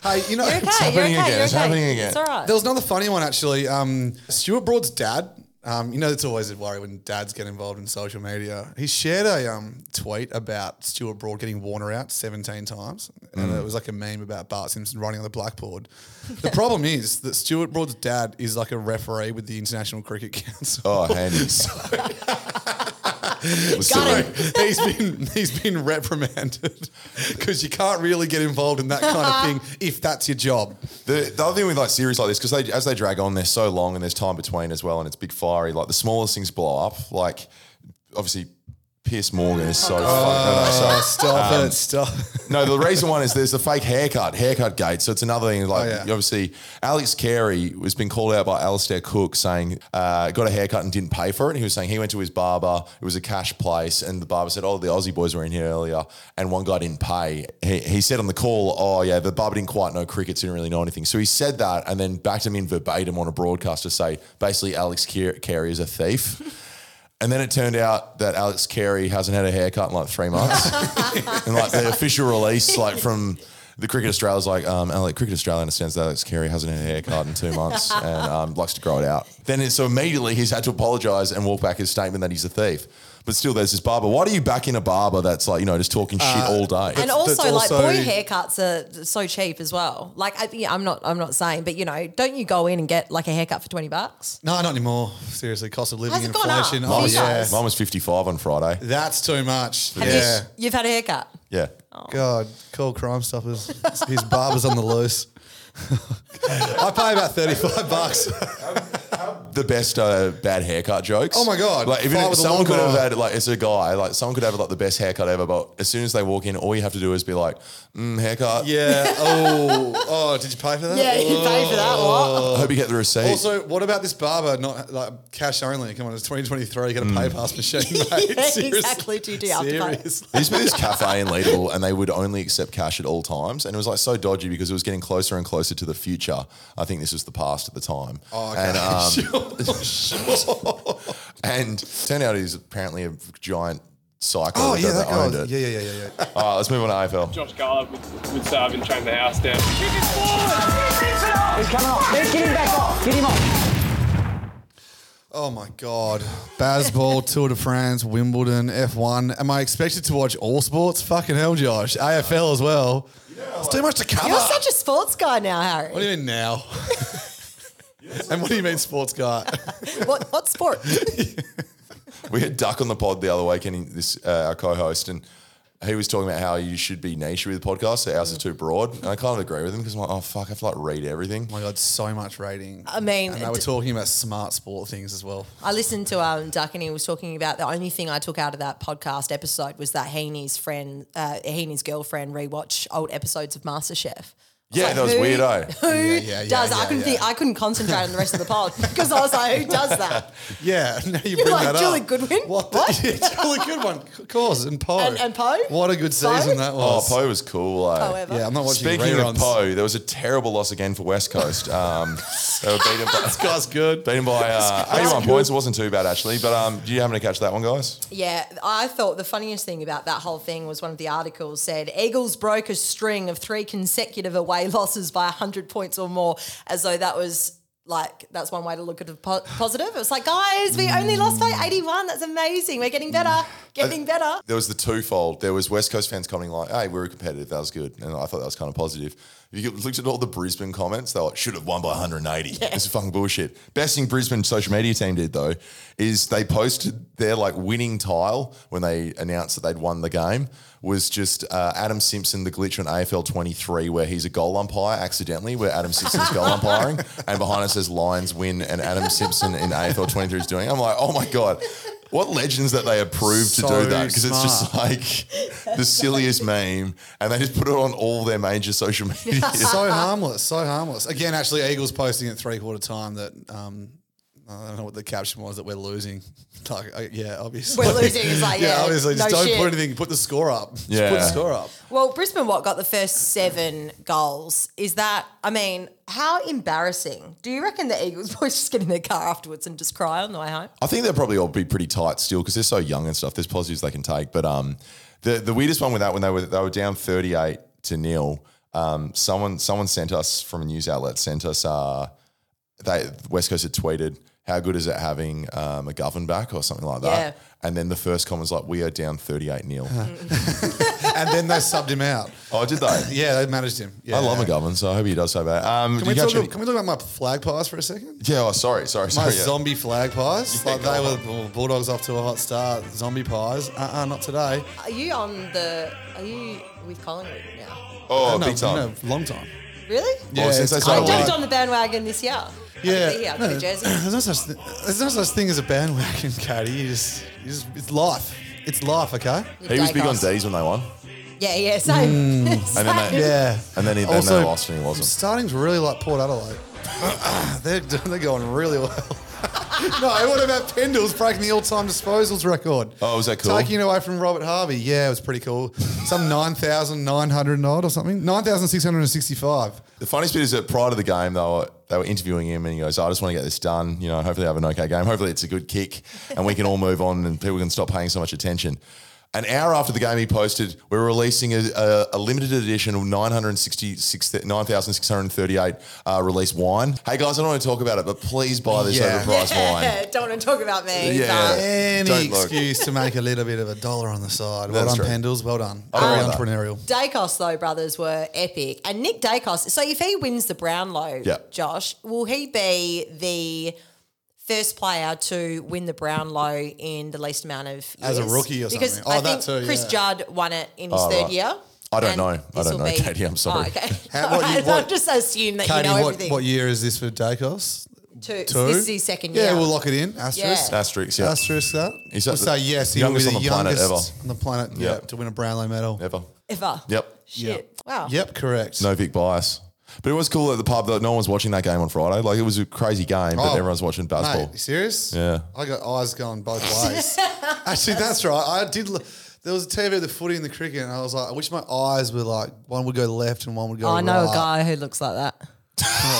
[SPEAKER 3] Hey, you know,
[SPEAKER 4] You're okay,
[SPEAKER 2] It's happening
[SPEAKER 4] you're okay,
[SPEAKER 2] again,
[SPEAKER 4] You're
[SPEAKER 2] it's
[SPEAKER 4] okay.
[SPEAKER 2] happening again.
[SPEAKER 4] It's all right.
[SPEAKER 3] There was another funny one actually. Um, Stuart Broad's dad. Um, you know, it's always a worry when dads get involved in social media. He shared a um, tweet about Stuart Broad getting Warner out 17 times. And
[SPEAKER 4] Mm.
[SPEAKER 3] it was like a meme about Bart Simpson writing on the blackboard. The problem is that Stuart Broad's dad is like a referee with the International Cricket Council.
[SPEAKER 2] Oh, handy.
[SPEAKER 4] Got him.
[SPEAKER 3] he's been he's been reprimanded because you can't really get involved in that kind of thing if that's your job.
[SPEAKER 2] The, the other thing with like series like this, because they as they drag on, they're so long and there's time between as well, and it's big fiery. Like the smallest things blow up. Like obviously, Pierce Morgan is
[SPEAKER 4] Oh,
[SPEAKER 2] so. fucking, no, no, so-
[SPEAKER 3] Stop
[SPEAKER 4] Um,
[SPEAKER 3] it! Stop.
[SPEAKER 2] No, the reason one is there's the fake haircut, haircut gate. So it's another thing. Like,
[SPEAKER 3] Oh, yeah.
[SPEAKER 2] obviously, Alex Carey has been called out by Alistair Cook saying, uh, got a haircut and didn't pay for it. He was saying he went to his barber, it was a cash place, and the barber said, Oh, the Aussie boys were in here earlier, and one guy didn't pay. He, he said on the call, Oh, yeah, the barber didn't quite know cricket, so he didn't really know anything. So he said that and then backed him in verbatim on a broadcast to say, basically, Alex Car- Carey is a thief. And then it turned out that Alex Carey hasn't had a haircut in like three months. and like the official release, like from the Cricket Australia, is like, um, Ale- Cricket Australia understands that Alex Carey hasn't had a haircut in two months and um, likes to grow it out. Then it, so immediately he's had to apologise and walk back his statement that he's a thief. But still, there's this barber. Why do you back in a barber that's like, you know, just talking shit all day?
[SPEAKER 4] and also,
[SPEAKER 3] that's
[SPEAKER 4] like
[SPEAKER 3] also-
[SPEAKER 4] boy haircuts are so cheap as well. Like I, yeah, I'm not, I'm not saying, but you know, don't you go in and get like a haircut for twenty bucks?
[SPEAKER 3] No, not anymore. Seriously, cost of living,
[SPEAKER 4] Has it gone up?
[SPEAKER 3] inflation.
[SPEAKER 4] Mine
[SPEAKER 3] Oh
[SPEAKER 4] was-
[SPEAKER 3] yeah,
[SPEAKER 2] Mine was 55 on Friday.
[SPEAKER 3] that's too much.
[SPEAKER 4] Have
[SPEAKER 3] yeah,
[SPEAKER 4] you, you've had a haircut.
[SPEAKER 2] Yeah.
[SPEAKER 4] Oh.
[SPEAKER 3] God, call Crime Stoppers. His barber's on the loose. I pay about thirty-five bucks.
[SPEAKER 2] the best uh, bad haircut jokes.
[SPEAKER 3] Oh my God.
[SPEAKER 2] Like even
[SPEAKER 3] Fight
[SPEAKER 2] if
[SPEAKER 3] with a
[SPEAKER 2] someone
[SPEAKER 3] long
[SPEAKER 2] could have
[SPEAKER 3] guy.
[SPEAKER 2] had like it's a guy like someone could have like the best haircut ever, but as soon as they walk in, all you have to do is be like, mm, haircut.
[SPEAKER 3] Yeah. Oh, oh, did you pay for that?
[SPEAKER 4] Yeah, you pay for that. What?
[SPEAKER 2] I hope you get the receipt.
[SPEAKER 3] Also, what about this barber? Not like cash only. Come on, it's twenty twenty-three. Get a pay pass machine, mate.
[SPEAKER 4] Yeah,
[SPEAKER 3] Seriously.
[SPEAKER 4] exactly, do you do have to pay?
[SPEAKER 3] Seriously.
[SPEAKER 2] There used to be this cafe in Leadville, and they would only accept cash at all times. And it was like so dodgy because it was getting closer and closer to the future. I think this was the past at the time.
[SPEAKER 3] Oh, okay.
[SPEAKER 2] And, um,
[SPEAKER 3] Sure, sure.
[SPEAKER 2] and turned out he's apparently a giant psycho
[SPEAKER 3] Oh yeah,
[SPEAKER 2] that,
[SPEAKER 3] that guy.
[SPEAKER 2] owned
[SPEAKER 3] was-
[SPEAKER 2] it.
[SPEAKER 3] Yeah, yeah, yeah, yeah, yeah.
[SPEAKER 2] All right, let's move on to AFL.
[SPEAKER 6] Josh Garland would, would serve and train the house down. Kick it forward! He's coming off.
[SPEAKER 3] Oh my God. Baseball, Tour de France, Wimbledon, F1. Am I expected to watch all sports? Fucking hell, Josh. AFL as well. It's too much to cover.
[SPEAKER 4] You're such a sports guy now, Harry.
[SPEAKER 3] what do you mean now? And what do you mean, sports guy?
[SPEAKER 4] what, what sport?
[SPEAKER 2] we had Duck on the pod the other week, and he, this uh, our co-host, and he was talking about how you should be niche with podcasts. So ours is too broad, and I kind of agree with him because I'm like, oh fuck, I have to like read everything.
[SPEAKER 3] Oh my god, so much rating.
[SPEAKER 4] I mean,
[SPEAKER 3] and they were
[SPEAKER 4] d-
[SPEAKER 3] talking about smart sport things as well.
[SPEAKER 4] I listened to um, Duck and he was talking about the only thing I took out of that podcast episode was that he and his friend, uh, he and his girlfriend rewatch old episodes of MasterChef.
[SPEAKER 2] Yeah,
[SPEAKER 4] like,
[SPEAKER 2] that was
[SPEAKER 4] who-
[SPEAKER 2] weird, eh?
[SPEAKER 4] Who
[SPEAKER 3] yeah, yeah,
[SPEAKER 4] does? I
[SPEAKER 3] yeah,
[SPEAKER 4] couldn't
[SPEAKER 3] yeah.
[SPEAKER 4] think, I couldn't concentrate on the rest of the pod because I was like, who does that?
[SPEAKER 3] Yeah, now you
[SPEAKER 4] You're
[SPEAKER 3] bring
[SPEAKER 4] like
[SPEAKER 3] that
[SPEAKER 4] Julie
[SPEAKER 3] up.
[SPEAKER 4] Goodwin.
[SPEAKER 3] What? the- yeah, Julie Goodwin, of course, and Poe.
[SPEAKER 4] And- and Poe?
[SPEAKER 3] What a good
[SPEAKER 4] Poe?
[SPEAKER 3] season that
[SPEAKER 2] Oh,
[SPEAKER 3] was.
[SPEAKER 2] Poe was cool. eh?
[SPEAKER 4] However,
[SPEAKER 3] Yeah, I'm not watching
[SPEAKER 2] Speaking
[SPEAKER 3] reruns.
[SPEAKER 2] of Poe, there was a terrible loss again for West Coast. Um, they were beaten by,
[SPEAKER 3] This guy's good.
[SPEAKER 2] beaten by uh, 81 points. It wasn't too bad actually. But um, do you happen to catch that one, guys?
[SPEAKER 4] Yeah, I thought the funniest thing about that whole thing was one of the articles said Eagles broke a string of three consecutive away losses by 100 points or more, as though that was like, that's one way to look at it po- positive. It was like, guys, we only lost by 81. That's amazing. We're getting better, getting better.
[SPEAKER 2] There was the twofold. There was West Coast fans commenting like, "Hey, we were competitive. That was good," and I thought that was kind of positive. If you looked at all the Brisbane comments, they were like, "Should have won by 180." This is fucking bullshit. Best thing Brisbane social media team did though is they posted their like winning tile when they announced that they'd won the game was just uh, Adam Simpson the glitch on AFL 23 where he's a goal umpire accidentally where Adam Simpson's goal umpiring and behind it says Lions win and Adam Simpson in AFL 23 is doing. it. I'm like, oh my god. What legends that they approved to
[SPEAKER 3] So
[SPEAKER 2] do that because it's just
[SPEAKER 3] smart.
[SPEAKER 2] like the silliest meme, and they just put it on all their major social media.
[SPEAKER 3] so harmless, so harmless. Again, actually, Eagles posting at three quarter time that um, I don't know what the caption was that we're losing. Like, uh, yeah, obviously
[SPEAKER 4] We're losing. It's like, yeah,
[SPEAKER 3] obviously, just
[SPEAKER 4] no
[SPEAKER 3] don't
[SPEAKER 4] shit.
[SPEAKER 3] put anything. Put the score up. Just put
[SPEAKER 2] Yeah.
[SPEAKER 3] the score up.
[SPEAKER 4] Well, Brisbane Watt got the first seven goals. Is that, I mean, how embarrassing? Do you reckon the Eagles boys just get in their car afterwards and just cry on the way home?
[SPEAKER 2] I think they'll probably all be pretty tight still because they're so young and stuff. There's positives they can take, but um, the the weirdest one with that when they were they were down 38 to nil. Um, someone someone sent us from a news outlet sent us uh, they West Coast had tweeted how good is it having um, McGovern back or something like that,
[SPEAKER 4] Yeah.
[SPEAKER 2] and then the first comment was like we are down 38 nil.
[SPEAKER 3] And then they subbed him out.
[SPEAKER 2] oh, did they?
[SPEAKER 3] Yeah, they managed him. Yeah.
[SPEAKER 2] I love McGovern, so I hope he does so bad. Um,
[SPEAKER 3] Can
[SPEAKER 2] did
[SPEAKER 3] we,
[SPEAKER 2] you catch
[SPEAKER 3] talk,
[SPEAKER 2] any-
[SPEAKER 3] can we talk about my flag pass for a second?
[SPEAKER 2] Yeah, oh, sorry, sorry,
[SPEAKER 3] My
[SPEAKER 2] sorry. yeah.
[SPEAKER 3] zombie flag pies.
[SPEAKER 2] Yeah,
[SPEAKER 3] like
[SPEAKER 2] go
[SPEAKER 3] they
[SPEAKER 2] on.
[SPEAKER 3] were well, Bulldogs off to a hot start. Zombie pies. Uh uh not today.
[SPEAKER 4] Are you on the, are you with Collingwood now?
[SPEAKER 2] Oh,
[SPEAKER 3] Uh, no,
[SPEAKER 2] big time.
[SPEAKER 3] No, long time.
[SPEAKER 4] Really?
[SPEAKER 2] Well, since they
[SPEAKER 3] it's
[SPEAKER 2] started
[SPEAKER 4] I
[SPEAKER 3] kinda
[SPEAKER 2] winning-
[SPEAKER 4] jumped on the bandwagon this year.
[SPEAKER 3] uh, Yeah,
[SPEAKER 4] I could be here, I could
[SPEAKER 3] no,
[SPEAKER 4] be Jersey.
[SPEAKER 3] there's no such thi- there's no such thing as a bandwagon, Katie. You just, you just it's life. It's life, okay?
[SPEAKER 2] He was big on
[SPEAKER 4] Dacos.
[SPEAKER 2] D's when they won,
[SPEAKER 4] Yeah, yeah, same.
[SPEAKER 2] and then they,
[SPEAKER 3] Yeah.
[SPEAKER 2] and then he, then
[SPEAKER 3] Also-
[SPEAKER 2] they lost, and he
[SPEAKER 3] I'm
[SPEAKER 2] wasn't.
[SPEAKER 3] starting to really like Port Adelaide. they're they're going really well. no, what about Pendles breaking the all-time disposals record?
[SPEAKER 2] Oh, was that cool?
[SPEAKER 3] Taking it away from Robert Harvey. Yeah, it was pretty cool. Some 9,900 and odd or something. 9,665.
[SPEAKER 2] The funniest bit is that prior to the game, they were they were interviewing him, and he goes, "Oh, "I just want to get this done. You know, hopefully I have an okay game. Hopefully it's a good kick, and we can all move on, and people can stop paying so much attention." An hour after the game, he posted, "We're releasing a, a, a limited edition of 966 9,638 uh, release wine. Hey guys, I don't want to talk about it, but please buy this
[SPEAKER 3] Yeah.
[SPEAKER 2] overpriced wine."
[SPEAKER 4] Yeah, don't want to talk about me.
[SPEAKER 2] Yeah.
[SPEAKER 4] but-
[SPEAKER 3] Any
[SPEAKER 2] Don't look.
[SPEAKER 3] excuse to make a little bit of a dollar on the side. Well
[SPEAKER 2] That's
[SPEAKER 3] done,
[SPEAKER 2] true.
[SPEAKER 3] Pendles. Well done.
[SPEAKER 2] I don't
[SPEAKER 3] Very
[SPEAKER 2] like that.
[SPEAKER 3] entrepreneurial.
[SPEAKER 4] Dacos though brothers were epic, and Nick Dacos. So if he wins the Brownlow,
[SPEAKER 2] Yeah.
[SPEAKER 4] Josh, will he be the first player to win the Brownlow in the least amount of years?
[SPEAKER 3] As a rookie or
[SPEAKER 4] because
[SPEAKER 3] something.
[SPEAKER 4] I
[SPEAKER 3] Oh, that
[SPEAKER 4] think
[SPEAKER 3] too,
[SPEAKER 4] Chris
[SPEAKER 3] yeah. Oh,
[SPEAKER 4] Judd won it in his third
[SPEAKER 2] right.
[SPEAKER 4] year.
[SPEAKER 2] I don't
[SPEAKER 4] and
[SPEAKER 2] know. I
[SPEAKER 4] this
[SPEAKER 2] don't
[SPEAKER 4] will
[SPEAKER 2] know, Katie, I'm sorry.
[SPEAKER 4] Oh, okay.
[SPEAKER 3] How- what you-
[SPEAKER 4] Alright,
[SPEAKER 3] what-
[SPEAKER 4] I've just assumed that
[SPEAKER 3] Katie,
[SPEAKER 4] you know
[SPEAKER 3] what,
[SPEAKER 4] everything.
[SPEAKER 3] what year is this for Dacos?
[SPEAKER 4] Two.
[SPEAKER 3] Two?
[SPEAKER 4] This is his second
[SPEAKER 3] yeah,
[SPEAKER 4] year.
[SPEAKER 3] we'll lock it in. Asterisk.
[SPEAKER 4] Yeah.
[SPEAKER 2] Asterix, yeah.
[SPEAKER 3] Asterisk that.
[SPEAKER 2] He's
[SPEAKER 3] we'll
[SPEAKER 2] the
[SPEAKER 3] say yes. He will be
[SPEAKER 2] youngest
[SPEAKER 3] the
[SPEAKER 2] on the planet
[SPEAKER 3] youngest
[SPEAKER 2] ever.
[SPEAKER 3] on the planet
[SPEAKER 2] Yeah.
[SPEAKER 3] yeah, to win a Brownlow medal.
[SPEAKER 2] Ever.
[SPEAKER 4] Ever.
[SPEAKER 2] Yep.
[SPEAKER 4] Shit. Wow.
[SPEAKER 3] Yep, correct.
[SPEAKER 2] No big bias. But it was cool at the pub that no one was watching that game on Friday. Like it was a crazy game, but
[SPEAKER 3] Oh,
[SPEAKER 2] everyone was watching basketball.
[SPEAKER 3] Mate, you serious?
[SPEAKER 2] Yeah.
[SPEAKER 3] I got eyes going both ways. Actually, that's right. I did. Look, there was a TV at the footy and the cricket, and I was like, I wish my eyes were like one would go left and one would go.
[SPEAKER 4] Oh, I know
[SPEAKER 3] right.
[SPEAKER 4] a guy who looks like that.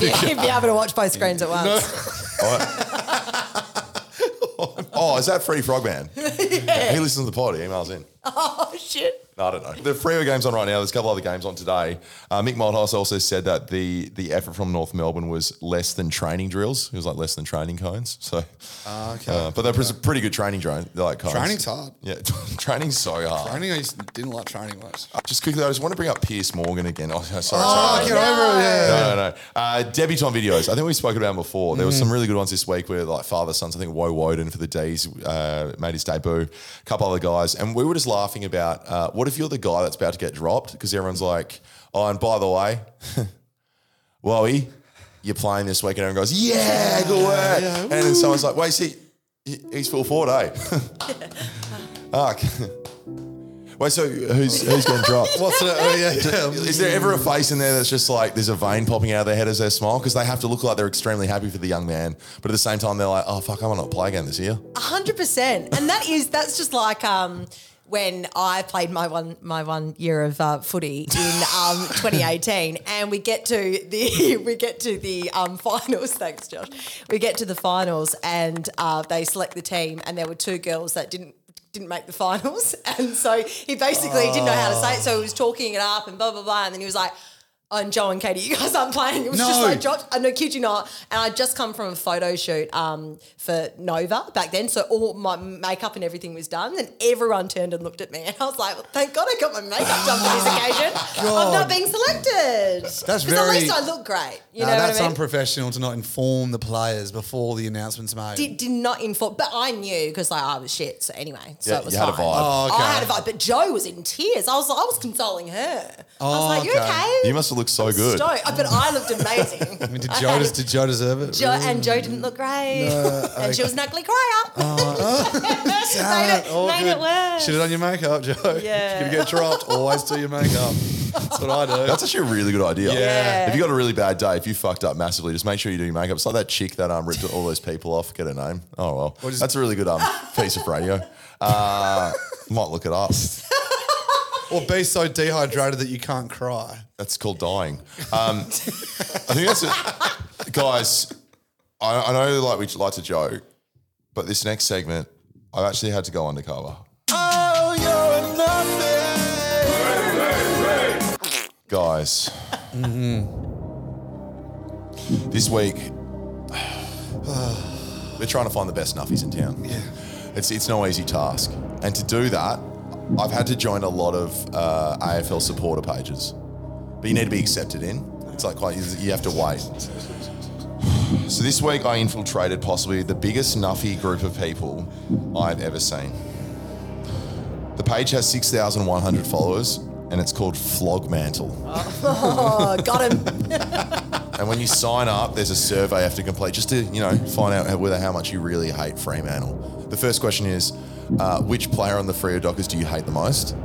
[SPEAKER 4] He'd be able to watch both screens at once.
[SPEAKER 2] oh, is that Free Frogman? He listens to the pod. He emails in.
[SPEAKER 4] Oh shit!
[SPEAKER 2] I don't know. The freeway game's on right now. There's a couple other games on today. Uh, Mick Malthouse also said that the the effort from North Melbourne was less than training drills. It was like less than training cones. So,
[SPEAKER 3] Ah, okay.
[SPEAKER 2] uh, but they're pres- pretty good training drone. They're like cones.
[SPEAKER 3] Training's hard.
[SPEAKER 2] Yeah, training's so hard.
[SPEAKER 3] Training, I just didn't like training much.
[SPEAKER 2] Just quickly, I just want to bring up Pierce Morgan again. Oh, sorry,
[SPEAKER 3] Oh,
[SPEAKER 2] sorry.
[SPEAKER 3] get over it. Yeah.
[SPEAKER 2] No, no, no. Uh, debutant videos. I think we've spoken about them before. There were some really good ones this week where like father sons. I think Woe Woden for the D's uh, made his debut. A couple other guys, and we were just laughing about uh, what if you're the guy that's about to get dropped because everyone's like, oh, and by the way, Woey, you're playing this week, and everyone goes, yeah, good work. And then someone's like, wait, see, he- he's full forward, eh? Ah, Wait, so who's who's gone dropped?
[SPEAKER 3] What's it? Oh, yeah, yeah.
[SPEAKER 2] Is there ever a face in there that's just like there's a vein popping out of their head as they smile because they have to look like they're extremely happy for the young man, but at the same time they're like, oh fuck, I might not play again this year.
[SPEAKER 4] hundred percent. And that is that's just like um when I played my one my one year of uh, footy in um, 2018, and we get to the we get to the um, finals. Thanks, Josh. We get to the finals, and uh, they select the team, and there were two girls that didn't didn't make the finals, and so he basically didn't know how to say it. So he was talking it up and blah blah blah, and then he was like. "Oh, And Joe and Katie, you guys aren't playing. It was just
[SPEAKER 3] No.
[SPEAKER 4] like dropped. I no kid you not. And I just come from a photo shoot um, for Nova back then, so all my makeup and everything was done. And everyone turned and looked at me, and I was like, well, "Thank God I got my makeup done for this occasion. I'm not being selected.
[SPEAKER 3] That's
[SPEAKER 4] 'Cause At
[SPEAKER 3] very-
[SPEAKER 4] least I look great. You
[SPEAKER 3] Nah,
[SPEAKER 4] know
[SPEAKER 3] that's
[SPEAKER 4] what I mean?
[SPEAKER 3] unprofessional to not inform the players before the announcement's made.
[SPEAKER 4] did, did not inform, but I knew because like I was shit. So anyway, so
[SPEAKER 2] Yeah,
[SPEAKER 4] it was
[SPEAKER 2] you had a
[SPEAKER 4] fine.
[SPEAKER 2] vibe.
[SPEAKER 3] Oh, okay.
[SPEAKER 4] I had a vibe, but Joe was in tears. I was I was consoling her. I
[SPEAKER 3] Oh,
[SPEAKER 4] was like, "You
[SPEAKER 3] okay.
[SPEAKER 4] okay?"
[SPEAKER 2] You must have looked so good.
[SPEAKER 4] Stoked. But I looked amazing.
[SPEAKER 3] I mean, did Joe, des- did Joe deserve it?
[SPEAKER 4] Jo- and Joe didn't look great. and she was an ugly crier. made Oh, it, made it worse.
[SPEAKER 3] Should have done your makeup, Joe.
[SPEAKER 4] Yeah.
[SPEAKER 3] If you get dropped, always do your makeup. That's what I do.
[SPEAKER 2] That's actually a really good idea.
[SPEAKER 3] Yeah.
[SPEAKER 2] If you got a really bad day, if you fucked up massively, just make sure you do your makeup. It's like that chick that um ripped all those people off. Get her name. Oh well,
[SPEAKER 3] is-
[SPEAKER 2] that's a really good um piece of radio. Uh, might look it up.
[SPEAKER 3] or be so dehydrated that you can't cry.
[SPEAKER 2] That's called dying. Um, I think that's it. Guys, I, I know like we like to joke, but this next segment, I've actually had to go undercover. Oh, you're nothing. Guys, this week, we're trying to find the best nuffies in town. Yeah. It's, it's no easy task. And to do that, I've had to join a lot of uh, AFL supporter pages but you need to be accepted in. It's like quite, you have to wait. So this week I infiltrated possibly the biggest nuffy group of people I've ever seen. The page has 6,100 followers and it's called Flog Mantle.
[SPEAKER 4] Oh, got him.
[SPEAKER 2] And when you sign up, there's a survey you have to complete just to, you know, find out how- whether how much you really hate Fremantle. The first question is, uh, which player on the Freo Dockers do you hate the most?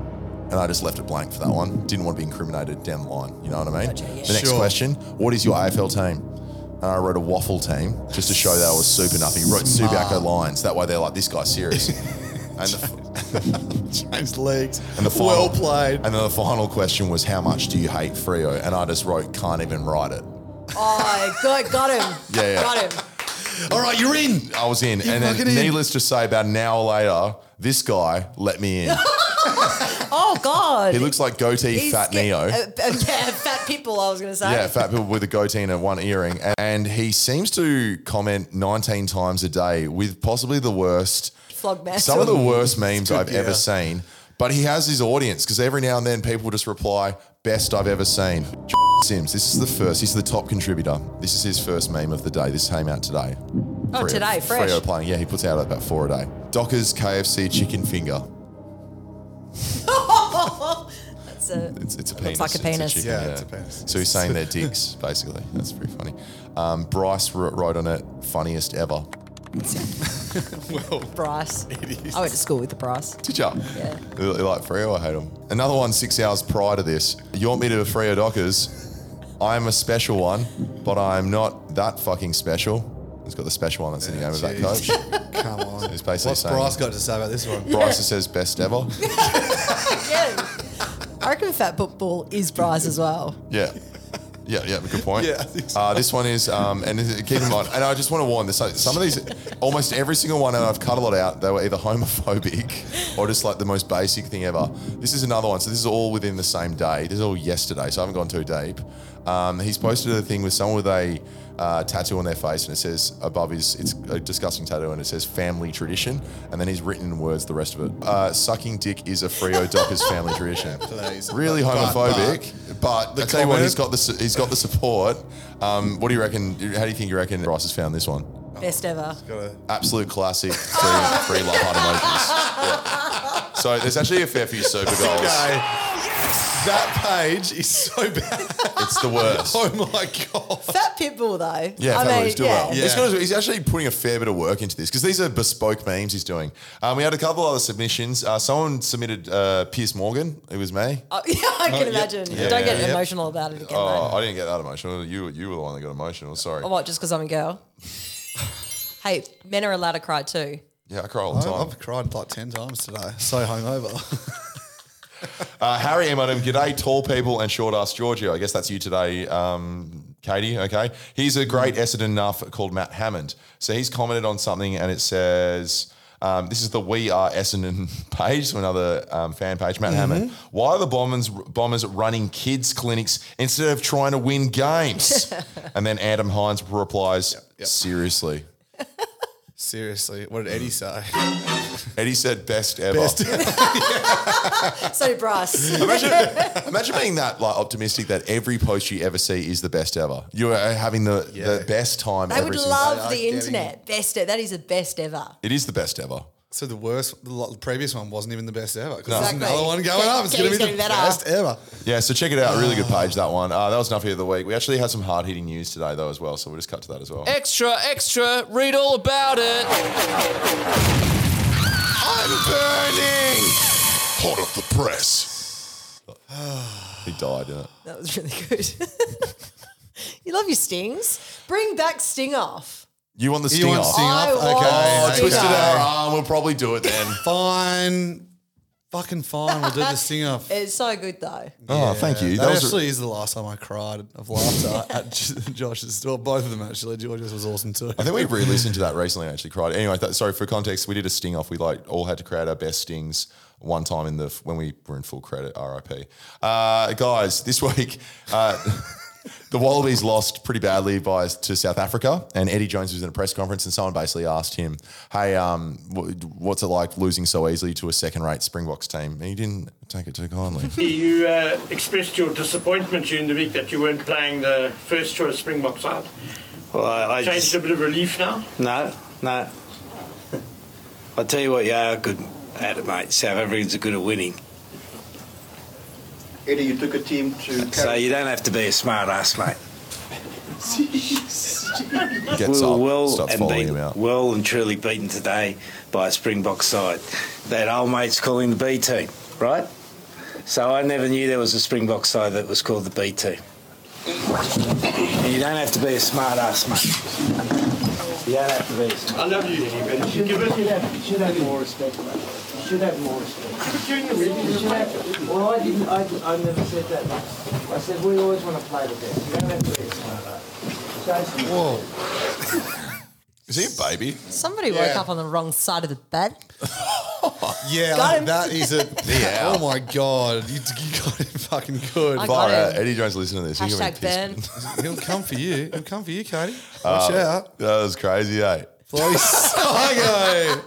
[SPEAKER 2] And I just left it blank for that one. Didn't want to be incriminated down the line. You know what I mean? The next
[SPEAKER 3] Sure.
[SPEAKER 2] question, what is your AFL team? And I wrote a waffle team just to show that I was super nothing. Wrote Subiaco Lions. That way they're like, this guy's serious. and the,
[SPEAKER 3] James legs.
[SPEAKER 2] and the final,
[SPEAKER 3] well played.
[SPEAKER 2] And then the final question was, how much do you hate Freo? And I just wrote, can't even write it.
[SPEAKER 4] Oh, good, got him.
[SPEAKER 2] Yeah, yeah.
[SPEAKER 4] Got him.
[SPEAKER 2] All right, you're in. I was in. and then,
[SPEAKER 3] fucking in.
[SPEAKER 2] needless to say, about an hour later, this guy let me in.
[SPEAKER 4] Oh, God.
[SPEAKER 2] he looks like goatee
[SPEAKER 4] He's
[SPEAKER 2] fat
[SPEAKER 4] get-
[SPEAKER 2] Neo.
[SPEAKER 4] uh, uh, yeah, fat people, I was going to say.
[SPEAKER 2] yeah, fat people with a goatee and a one earring. And, and he seems to comment 19 times a day with possibly the worst,
[SPEAKER 4] Flog man. Oh,
[SPEAKER 2] some of the worst memes
[SPEAKER 3] good,
[SPEAKER 2] I've ever
[SPEAKER 3] yeah.
[SPEAKER 2] seen. But he has his audience because every now and then people just reply, best I've ever seen. Sims, this is the first, he's the top contributor. This is his first meme of the day. This came out today.
[SPEAKER 4] Oh,
[SPEAKER 2] Freo-
[SPEAKER 4] today, fresh.
[SPEAKER 2] Freo playing. Yeah, he puts out about four a day. Dockers KFC chicken finger.
[SPEAKER 4] That's a-
[SPEAKER 2] It's, it's a
[SPEAKER 4] Looks
[SPEAKER 2] penis.
[SPEAKER 4] like a penis.
[SPEAKER 2] chicken,
[SPEAKER 3] Yeah, it's a penis.
[SPEAKER 2] So he's saying they're dicks, basically. That's pretty funny. Um, Bryce wr- wrote on it, funniest ever.
[SPEAKER 4] Bryce. I went to school with the Bryce.
[SPEAKER 2] Did ya?
[SPEAKER 4] Yeah.
[SPEAKER 2] You you like Freo? I hate him. Another one six hours prior to this. You want me to Freo Dockers? I'm a special one, but I'm not that fucking special. He's got the special one that's in the name of that coach.
[SPEAKER 3] Come on.
[SPEAKER 2] It's basically
[SPEAKER 3] What's
[SPEAKER 2] saying-
[SPEAKER 3] Bryce got to say about this one?
[SPEAKER 2] Bryce just says best ever.
[SPEAKER 4] Yeah. I reckon Fat Pitbull is Bryce as well.
[SPEAKER 2] Yeah. Yeah, yeah, good point.
[SPEAKER 3] Yeah, I think
[SPEAKER 2] uh, this one is, um, and is- keep in mind, and I just want to warn this. so- Some of these, almost every single one, and I've cut a lot out. They were either homophobic or just like the most basic thing ever. This is another one. So this is all within the same day. This is all yesterday. So I haven't gone too deep. Um, he's posted a thing with someone with a uh, tattoo on their face, and it says above his, it's a disgusting tattoo, and it says family tradition, and then he's written in words the rest of it. Uh, sucking dick is a Frio Dockers family tradition.
[SPEAKER 3] Please.
[SPEAKER 2] Really
[SPEAKER 3] But- but-
[SPEAKER 2] homophobic, but, I tell you what, he's got the su- he's got the support. Um, what do you reckon? How do you think you reckon Bryce has found this one?
[SPEAKER 4] Best ever.
[SPEAKER 2] Absolute classic, free, free love heart emojis. Yeah. So there's actually a fair few super goals.
[SPEAKER 3] Okay. That page is so bad.
[SPEAKER 2] It's the worst.
[SPEAKER 3] Oh my god.
[SPEAKER 4] Fat Pitbull, though.
[SPEAKER 2] Yeah,
[SPEAKER 4] I
[SPEAKER 2] Fat
[SPEAKER 4] mean,
[SPEAKER 2] Boy's doing
[SPEAKER 4] yeah.
[SPEAKER 2] well. This guy's- he's actually putting a fair bit of work into this because these are bespoke memes he's doing. Um, we had a couple other submissions. Uh, someone submitted uh, Pierce Morgan. It was me.
[SPEAKER 4] Oh, yeah, I
[SPEAKER 2] Oh,
[SPEAKER 4] can
[SPEAKER 2] yeah.
[SPEAKER 4] imagine.
[SPEAKER 2] Yeah,
[SPEAKER 4] Don't get
[SPEAKER 2] yeah.
[SPEAKER 4] emotional about it again,
[SPEAKER 2] Oh, I didn't get that emotional. You you were the one that got emotional. Sorry.
[SPEAKER 4] though. Or what, just because I'm a girl? hey, men are allowed to cry too.
[SPEAKER 2] Yeah, I cry all the time.
[SPEAKER 3] I've cried like 10 times today. So hungover.
[SPEAKER 2] Uh, Harry M. Adam, g'day, tall people and short ass Giorgio. I guess that's you today, um, Katie. Okay. He's a great Essendon nuff called Matt Hammond. So he's commented on something and it says, um, this is the We Are Essendon page, so another um, fan page, Matt Hammond. Why are the Bombers, Bombers running kids' clinics instead of trying to win games? and then Adam Hines replies, seriously.
[SPEAKER 3] Seriously, what did Eddie say?
[SPEAKER 2] Oh. Eddie said, best ever.
[SPEAKER 4] So, Bryce.
[SPEAKER 2] Imagine being that like optimistic that every post you ever see is the best ever. You are having the, the best time.
[SPEAKER 4] They
[SPEAKER 2] every
[SPEAKER 4] would
[SPEAKER 2] single-
[SPEAKER 4] love
[SPEAKER 3] They are
[SPEAKER 4] the
[SPEAKER 3] getting-
[SPEAKER 4] internet. Best e- that is the best ever.
[SPEAKER 2] It is the best ever.
[SPEAKER 3] So the worst, the lo- the previous one wasn't even the best ever. Because there's
[SPEAKER 4] Exactly.
[SPEAKER 3] another one going up. It's
[SPEAKER 4] Keeps
[SPEAKER 3] going to be the
[SPEAKER 4] getting better.
[SPEAKER 3] best ever.
[SPEAKER 2] Yeah, so check it out. Really good page that one. Uh, that was Nuffy of the week. We actually had some hard hitting news today though as well, so we'll just cut to that as well.
[SPEAKER 1] Extra, extra, Uh, read all about it.
[SPEAKER 2] I'm burning hot off the press. he died. didn't it?
[SPEAKER 4] That was really good. you love your stings. Bring back sting off.
[SPEAKER 2] You want the
[SPEAKER 3] You
[SPEAKER 2] sting
[SPEAKER 3] want
[SPEAKER 2] off?
[SPEAKER 3] sting
[SPEAKER 4] I
[SPEAKER 3] up?
[SPEAKER 4] want
[SPEAKER 2] Oh,
[SPEAKER 4] sting
[SPEAKER 2] twisted our
[SPEAKER 4] off.
[SPEAKER 2] arm. We'll probably do it then.
[SPEAKER 3] Fine. Fucking fine. We'll do the sting off.
[SPEAKER 4] It's so good though.
[SPEAKER 2] oh, thank you.
[SPEAKER 3] That,
[SPEAKER 2] That was
[SPEAKER 3] actually is the last time I cried of laughter at J- Josh's. Well, both of them actually. George's was awesome too.
[SPEAKER 2] I think we re-listened to that recently and actually cried. Anyway, th- sorry for context, we did a sting off. We like all had to create our best stings one time in the when we were in full credit. RIP, uh, guys. This week, uh, the Wallabies lost pretty badly by to South Africa, and Eddie Jones was in a press conference, and someone basically asked him, "Hey, um, wh- what's it like losing so easily to a second-rate Springboks team?" And he didn't take it too kindly.
[SPEAKER 11] You uh, expressed your disappointment during the week that you weren't playing the first choice Springbok side.
[SPEAKER 12] Well, I, I
[SPEAKER 11] Changed
[SPEAKER 12] just,
[SPEAKER 11] a bit of relief now.
[SPEAKER 12] no, no. I tell you what, you are good at it, mate. South Africans are good at winning,
[SPEAKER 13] Eddie, you took a team to.
[SPEAKER 12] so you don't have to be a smart ass, mate.
[SPEAKER 2] Gets
[SPEAKER 12] we were
[SPEAKER 2] up,
[SPEAKER 12] well
[SPEAKER 2] starts
[SPEAKER 12] and,
[SPEAKER 2] following
[SPEAKER 12] beaten-
[SPEAKER 2] him out.
[SPEAKER 12] well and truly beaten today by a Springbok side. That old mate's calling the B team, right? So I never knew there was a Springbok side that was called the B team. And you don't have to be a smart ass, mate. You don't have to be a smart
[SPEAKER 11] I love you, Eddie, but you give it.
[SPEAKER 12] should have more respect, mate. You should have more respect.
[SPEAKER 11] During the week,
[SPEAKER 12] You should have- Well, I didn't. I, I never said that. I said we always want to play the best. You don't have to be a smart ass. Jason,
[SPEAKER 2] Is he a baby?
[SPEAKER 4] Somebody woke
[SPEAKER 3] Yeah.
[SPEAKER 4] up on the wrong side of the bed.
[SPEAKER 3] Yeah,
[SPEAKER 4] Got
[SPEAKER 3] like,
[SPEAKER 4] him.
[SPEAKER 3] that is a.
[SPEAKER 2] Yeah.
[SPEAKER 3] Oh my god, you, you got him fucking good.
[SPEAKER 4] I got
[SPEAKER 2] Far out.
[SPEAKER 4] him.
[SPEAKER 2] uh, Eddie Jones, listen to this. He's gonna be
[SPEAKER 4] Hashtag
[SPEAKER 2] pissed.
[SPEAKER 4] burn.
[SPEAKER 3] He'll come for you. He'll come for you, Cody.
[SPEAKER 2] Uh,
[SPEAKER 3] Watch out.
[SPEAKER 2] That was crazy, eh?
[SPEAKER 3] Bloody psycho.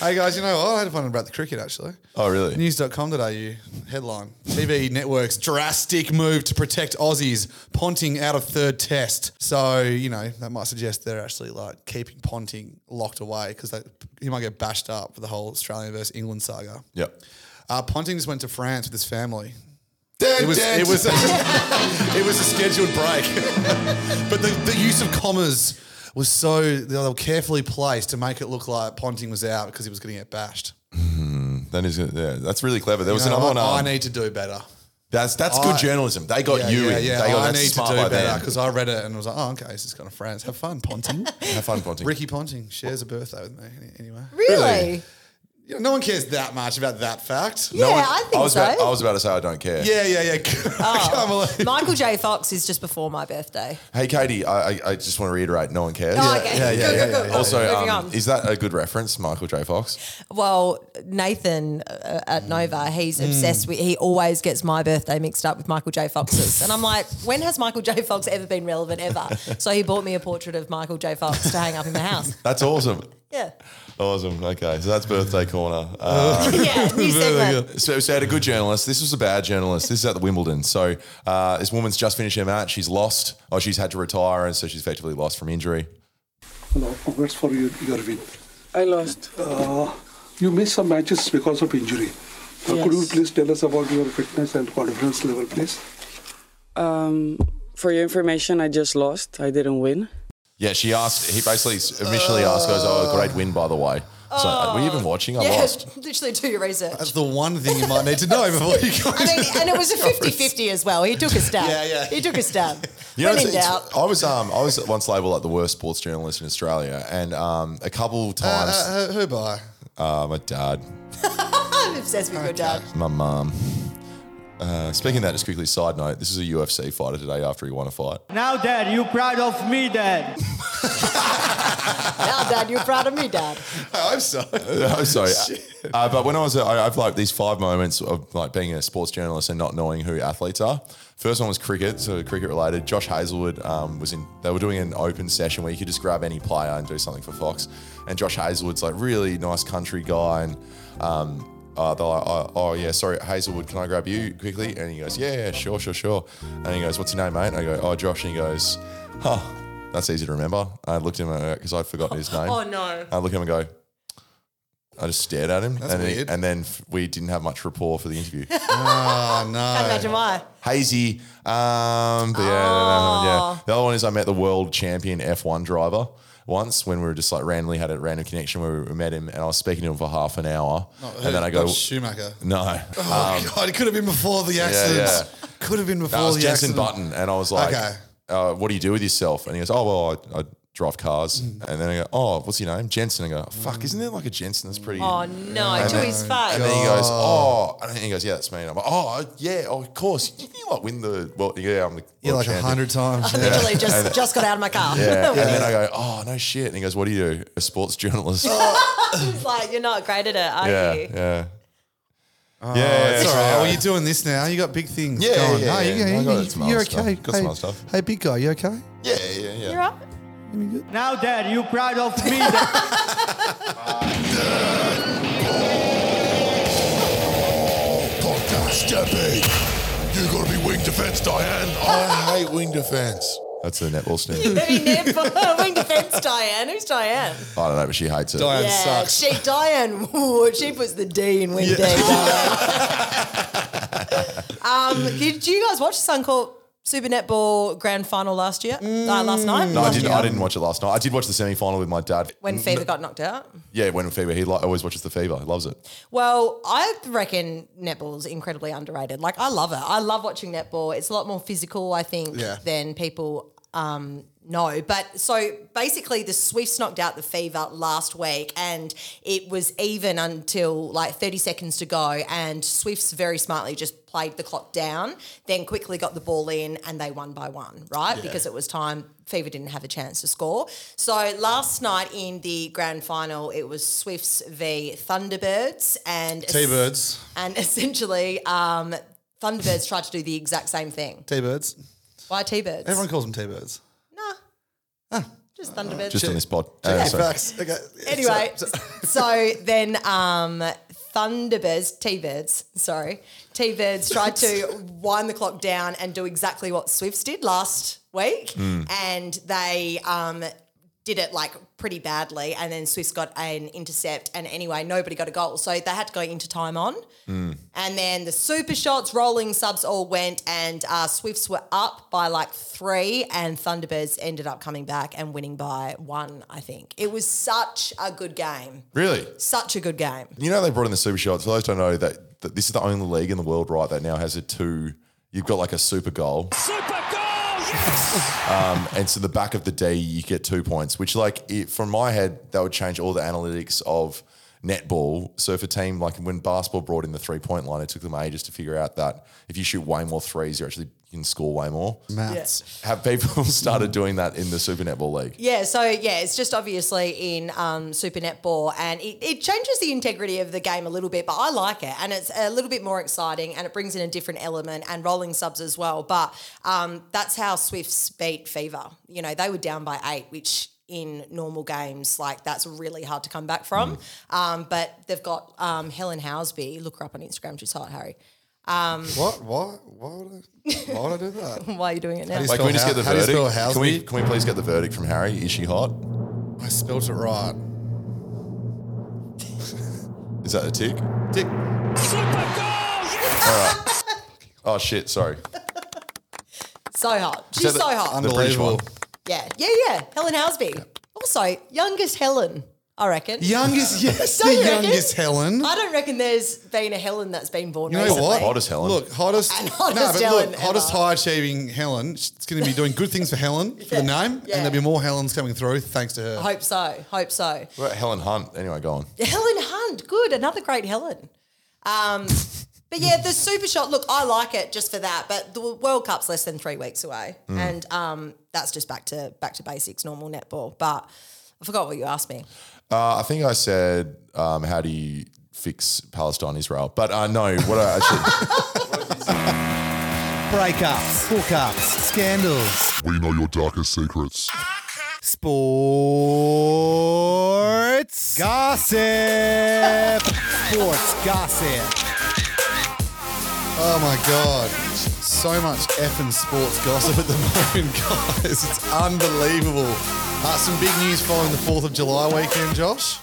[SPEAKER 3] hey guys, you know what? I had fun about the cricket actually.
[SPEAKER 2] Oh, really?
[SPEAKER 3] News.com.au headline TV networks drastic move to protect Aussies, Ponting out of third test. So, you know, that might suggest they're actually like keeping Ponting locked away because he might get bashed up for the whole Australia versus England saga.
[SPEAKER 2] Yep.
[SPEAKER 3] Uh, Ponting just went to France with his family. It was, it was, it was a scheduled break. but the, the use of commas was so, they were carefully placed to make it look like Ponting was out because he was going to get bashed.
[SPEAKER 2] That is, yeah, that's really clever. There was
[SPEAKER 3] You know,
[SPEAKER 2] another one.
[SPEAKER 3] I, I
[SPEAKER 2] um,
[SPEAKER 3] need to do better.
[SPEAKER 2] that's that's good
[SPEAKER 3] I-
[SPEAKER 2] journalism. They got you in. They got,
[SPEAKER 3] I
[SPEAKER 2] that's
[SPEAKER 3] need to
[SPEAKER 2] smart
[SPEAKER 3] do
[SPEAKER 2] by
[SPEAKER 3] better
[SPEAKER 2] them.
[SPEAKER 3] because I read it and was like, oh, okay, this is going to France. Have fun, Ponting.
[SPEAKER 2] Have fun, Ponting.
[SPEAKER 3] Ricky Ponting shares a birthday with me. Any- Anyway,
[SPEAKER 4] Really?
[SPEAKER 3] you know, no one cares that much about that fact.
[SPEAKER 4] Yeah, No one- I think
[SPEAKER 2] I was
[SPEAKER 4] so.
[SPEAKER 2] about, I was about to say I don't care.
[SPEAKER 3] Yeah, yeah, yeah.
[SPEAKER 4] Oh, Michael J. Fox is just before my birthday.
[SPEAKER 2] Hey, Katie, I, I- I just want to reiterate, no one cares.
[SPEAKER 4] Oh, okay. Yeah, yeah, Good, yeah, good, yeah, good. yeah.
[SPEAKER 2] Also,
[SPEAKER 4] Moving
[SPEAKER 2] um,
[SPEAKER 4] on.
[SPEAKER 2] is that a good reference, Michael J. Fox?
[SPEAKER 4] Well, Nathan uh, at Nova, he's
[SPEAKER 2] Mm.
[SPEAKER 4] obsessed with. He always gets my birthday mixed up with Michael J. Fox's, and I'm like, when has Michael J. Fox ever been relevant ever? so he bought me a portrait of Michael J. Fox to hang up in the house.
[SPEAKER 2] That's awesome.
[SPEAKER 4] Yeah.
[SPEAKER 2] Awesome. Okay, so that's birthday corner. Uh,
[SPEAKER 4] Yeah, new segment.
[SPEAKER 2] So, so I had a good journalist. This was a bad journalist. This is at the Wimbledon. So uh, this woman's just finished her match. She's lost. Oh, she's had to retire, and so she's effectively lost from injury.
[SPEAKER 13] No, congrats for you, your win. I lost. Uh, you missed some matches because of injury. Uh, Could you please tell us about your fitness and confidence level, please?
[SPEAKER 14] Um, for your information, I just lost. I didn't win.
[SPEAKER 2] Yeah, she asked. He basically s- initially asked, "Goes, oh, great win, by the way." So uh, were you even watching? I
[SPEAKER 4] yeah,
[SPEAKER 2] lost.
[SPEAKER 4] literally do your research.
[SPEAKER 3] That's the one thing you might need to know before you go.
[SPEAKER 4] I mean, and it was a 50-50 as well. He took a stab.
[SPEAKER 3] Yeah, yeah.
[SPEAKER 4] He took a stab.
[SPEAKER 2] You know,
[SPEAKER 4] when in
[SPEAKER 2] it's- it's-
[SPEAKER 4] doubt.
[SPEAKER 2] I was um, I was once labelled like the worst sports journalist in Australia, and um, a couple times,
[SPEAKER 3] Uh, uh, who by?
[SPEAKER 2] uh, my dad,
[SPEAKER 4] I'm obsessed with your dad.
[SPEAKER 2] my mum. Uh, speaking of that, just quickly, side note: this is a UFC fighter today after he won a fight.
[SPEAKER 15] Now, Dad, you proud of me, Dad?
[SPEAKER 4] now, Dad, you're proud of me, Dad.
[SPEAKER 3] I'm sorry.
[SPEAKER 2] I'm sorry, uh, but when I was, I, I've like these five moments of like being a sports journalist and not knowing who athletes are. First one was cricket, so cricket related. Josh Hazelwood um, was in. They were doing an open session where you could just grab any player and do something for Fox. And Josh Hazelwood's like really nice country guy, and um, uh, they're like, oh, oh, yeah, sorry, Hazelwood, can I grab you quickly? And he goes, yeah, yeah, sure, sure, sure. And he goes, what's your name, mate? And I go, oh, Josh. And he goes, huh, that's easy to remember. And I looked at him because I'd forgotten his name.
[SPEAKER 4] Oh, no.
[SPEAKER 2] I look at him and go. I just stared at him,
[SPEAKER 4] That's
[SPEAKER 2] and, he-
[SPEAKER 4] weird.
[SPEAKER 2] and then f- we didn't have much rapport for the interview.
[SPEAKER 3] Ah,
[SPEAKER 4] Oh,
[SPEAKER 2] no!
[SPEAKER 4] Can't imagine why.
[SPEAKER 2] Hazy. Um, but yeah, yeah, yeah, yeah. The other one is I met the world champion F1 driver once when we were just like randomly had a random connection where we met him and I was speaking to him for half an hour.
[SPEAKER 3] Not
[SPEAKER 2] and then I
[SPEAKER 3] who,
[SPEAKER 2] go,
[SPEAKER 3] not Schumacher.
[SPEAKER 2] No.
[SPEAKER 3] Oh,
[SPEAKER 2] Um,
[SPEAKER 3] God. It could have been before the accident.
[SPEAKER 2] yeah.
[SPEAKER 3] Could have been before
[SPEAKER 2] that was
[SPEAKER 3] the
[SPEAKER 2] Jensen
[SPEAKER 3] accident.
[SPEAKER 2] Button. And I was like,
[SPEAKER 3] Okay.
[SPEAKER 2] uh, What do you do with yourself? And he goes, Oh, well, I, I drive cars.
[SPEAKER 3] Mm.
[SPEAKER 2] And then I go, Oh, what's your name? Jensen. I go, "Oh, Fuck, isn't there like a Jensen that's pretty.
[SPEAKER 4] Oh, no,
[SPEAKER 2] And
[SPEAKER 4] to
[SPEAKER 2] then-
[SPEAKER 4] his face.
[SPEAKER 2] And then he goes, oh, and then he goes, yeah, that's me. And I'm like, oh, yeah, oh, of course. Didn't you like win the, well, yeah, I'm the
[SPEAKER 3] Yeah,
[SPEAKER 2] world
[SPEAKER 3] like a
[SPEAKER 2] champion."
[SPEAKER 3] hundred times.
[SPEAKER 4] I literally just, just got out of my car.
[SPEAKER 2] Yeah. And then I go, oh, no shit. And he goes, what do you do? A sports journalist.
[SPEAKER 4] He's like, you're not great at it, Oh, are
[SPEAKER 2] yeah,
[SPEAKER 4] you?
[SPEAKER 2] yeah.
[SPEAKER 3] Oh,
[SPEAKER 2] Yeah,
[SPEAKER 3] it's
[SPEAKER 2] yeah,
[SPEAKER 3] all right.
[SPEAKER 2] yeah.
[SPEAKER 3] Well, you're doing this now. You got big things.
[SPEAKER 2] Yeah,
[SPEAKER 3] going.
[SPEAKER 2] yeah,
[SPEAKER 3] No,
[SPEAKER 2] yeah.
[SPEAKER 3] you-
[SPEAKER 2] I got some
[SPEAKER 3] You,
[SPEAKER 2] other
[SPEAKER 3] you're
[SPEAKER 2] stuff.
[SPEAKER 3] okay.
[SPEAKER 2] Got
[SPEAKER 3] hey,
[SPEAKER 2] some other stuff.
[SPEAKER 3] Hey, big guy, you okay?
[SPEAKER 2] Yeah, yeah, yeah.
[SPEAKER 4] You're up.
[SPEAKER 15] Now, Dad, you proud of me? Dad?
[SPEAKER 16] Podcast Steppy. You're gonna be wing defense, Diane. I hate wing defense.
[SPEAKER 2] That's the netball snip.
[SPEAKER 4] You mean netball- wing defense, Diane? Who's Diane?
[SPEAKER 2] I don't know, but she hates it.
[SPEAKER 4] yeah, she Diane. ooh, She puts the D in wing D. Diane. um, did you guys watch Suncorp Super Netball Grand Final last year? Uh, last night.
[SPEAKER 2] Mm, No, I Mm,
[SPEAKER 4] Last
[SPEAKER 2] didn't.
[SPEAKER 4] year?
[SPEAKER 2] I didn't watch it last night. I did watch the semi final with my dad.
[SPEAKER 4] When Fever got knocked out.
[SPEAKER 2] Yeah, when Fever. He li- always watches the Fever. He loves it.
[SPEAKER 4] Well, I reckon netball's incredibly underrated. Like I love it. I love watching netball. It's a lot more physical, I think,
[SPEAKER 2] Yeah.
[SPEAKER 4] than people um, know. But so basically, the Swifts knocked out the Fever last week, and it was even until like thirty seconds to go, and Swifts very smartly just played the clock down, then quickly got the ball in, and they won by one, right?
[SPEAKER 17] Yeah.
[SPEAKER 4] Because it was time. Fever didn't have a chance to score. So last night in the grand final, it was Swifts v Thunderbirds, and
[SPEAKER 3] T-Birds.
[SPEAKER 4] and essentially, um, Thunderbirds tried to do the exact same thing.
[SPEAKER 3] T-Birds.
[SPEAKER 4] Why T-Birds?
[SPEAKER 3] Everyone calls them T-Birds.
[SPEAKER 4] Just Thunderbirds.
[SPEAKER 2] Just on this pod. Uh,
[SPEAKER 3] Yeah,
[SPEAKER 2] sorry.
[SPEAKER 3] facts. Okay.
[SPEAKER 4] Anyway, so then um, Thunderbirds, T-Birds, sorry, T-Birds tried to wind the clock down and do exactly what Swifts did last week,
[SPEAKER 17] Mm.
[SPEAKER 4] and they um, did it like pretty badly. And then Swifts got an intercept, and anyway, nobody got a goal, so they had to go into time on. And then the super shots, rolling subs all went, and uh, Swifts were up by like three, and Thunderbirds ended up coming back and winning by one, I think. It was such a good game.
[SPEAKER 2] Really?
[SPEAKER 4] Such a good game.
[SPEAKER 2] You know they brought in the super shots. For those who don't know, that, that this is the only league in the world right that now has a two. You've got like a super goal, um, and so the back of the D you get two points. Which, like, it, from my head, that would change all the analytics of netball. So if a team like when basketball brought in the three point line, it took them ages to figure out that if you shoot way more threes, you actually can score way more.
[SPEAKER 3] Maths.
[SPEAKER 2] Have people started doing that in the Super Netball League?
[SPEAKER 4] Yeah, so yeah, it's just obviously in um, Super Netball, and it, it changes the integrity of the game a little bit, but I like it, and it's a little bit more exciting, and it brings in a different element and rolling subs as well. But um, that's how Swifts beat Fever. You know, they were down by eight, which in normal games, like that's really hard to come back from. Um, but they've got um, Helen Housby. Look her up on Instagram; she's hot, Harry. Um,
[SPEAKER 3] What? What? Why would I, why would I do that?
[SPEAKER 4] Why are you doing it now?
[SPEAKER 2] Like, can we just get the
[SPEAKER 3] how do you
[SPEAKER 2] verdict?
[SPEAKER 3] spell
[SPEAKER 2] Can we, can we please get the verdict from Harry? Is she hot?
[SPEAKER 3] I spelled it right.
[SPEAKER 2] Is that a tick? Tick. All right. Oh shit! Sorry.
[SPEAKER 4] So hot.
[SPEAKER 2] Is
[SPEAKER 4] She's
[SPEAKER 2] that
[SPEAKER 4] so
[SPEAKER 2] the-
[SPEAKER 4] hot.
[SPEAKER 2] The British one.
[SPEAKER 4] Yeah, yeah, yeah. Helen Housby. Also, youngest Helen, I reckon.
[SPEAKER 3] Youngest, yes,
[SPEAKER 4] Don't
[SPEAKER 3] the
[SPEAKER 4] you reckon?
[SPEAKER 3] youngest Helen.
[SPEAKER 4] I don't reckon there's been a Helen that's been born.
[SPEAKER 3] You know
[SPEAKER 4] recently.
[SPEAKER 3] what?
[SPEAKER 2] Helen.
[SPEAKER 3] Look, hottest.
[SPEAKER 4] And hottest
[SPEAKER 3] no, but
[SPEAKER 4] Helen
[SPEAKER 3] look, hottest high achieving Helen. It's going to be doing good things for Helen for the name, and
[SPEAKER 4] yeah.
[SPEAKER 3] there'll be more Helens coming through thanks to her.
[SPEAKER 4] I hope so. Hope so.
[SPEAKER 2] What about Helen Hunt? Anyway, go on.
[SPEAKER 4] Helen Hunt, good, another great Helen. Um, but yeah, the super shot. Look, I like it just for that. But the World Cup's less than three weeks away,
[SPEAKER 2] Mm.
[SPEAKER 4] and um, that's just back to back to basics, normal netball. But I forgot what you asked me.
[SPEAKER 2] Uh, I think I said, um, "How do you fix Palestine, Israel?" But uh, no, what I actually
[SPEAKER 17] Breakups, hookups, scandals.
[SPEAKER 16] We know your darkest secrets.
[SPEAKER 17] Sports gossip. Sports gossip.
[SPEAKER 3] Oh my god, so much effing sports gossip at the moment, guys. It's unbelievable. Uh, some big news following the Fourth of July weekend, Josh.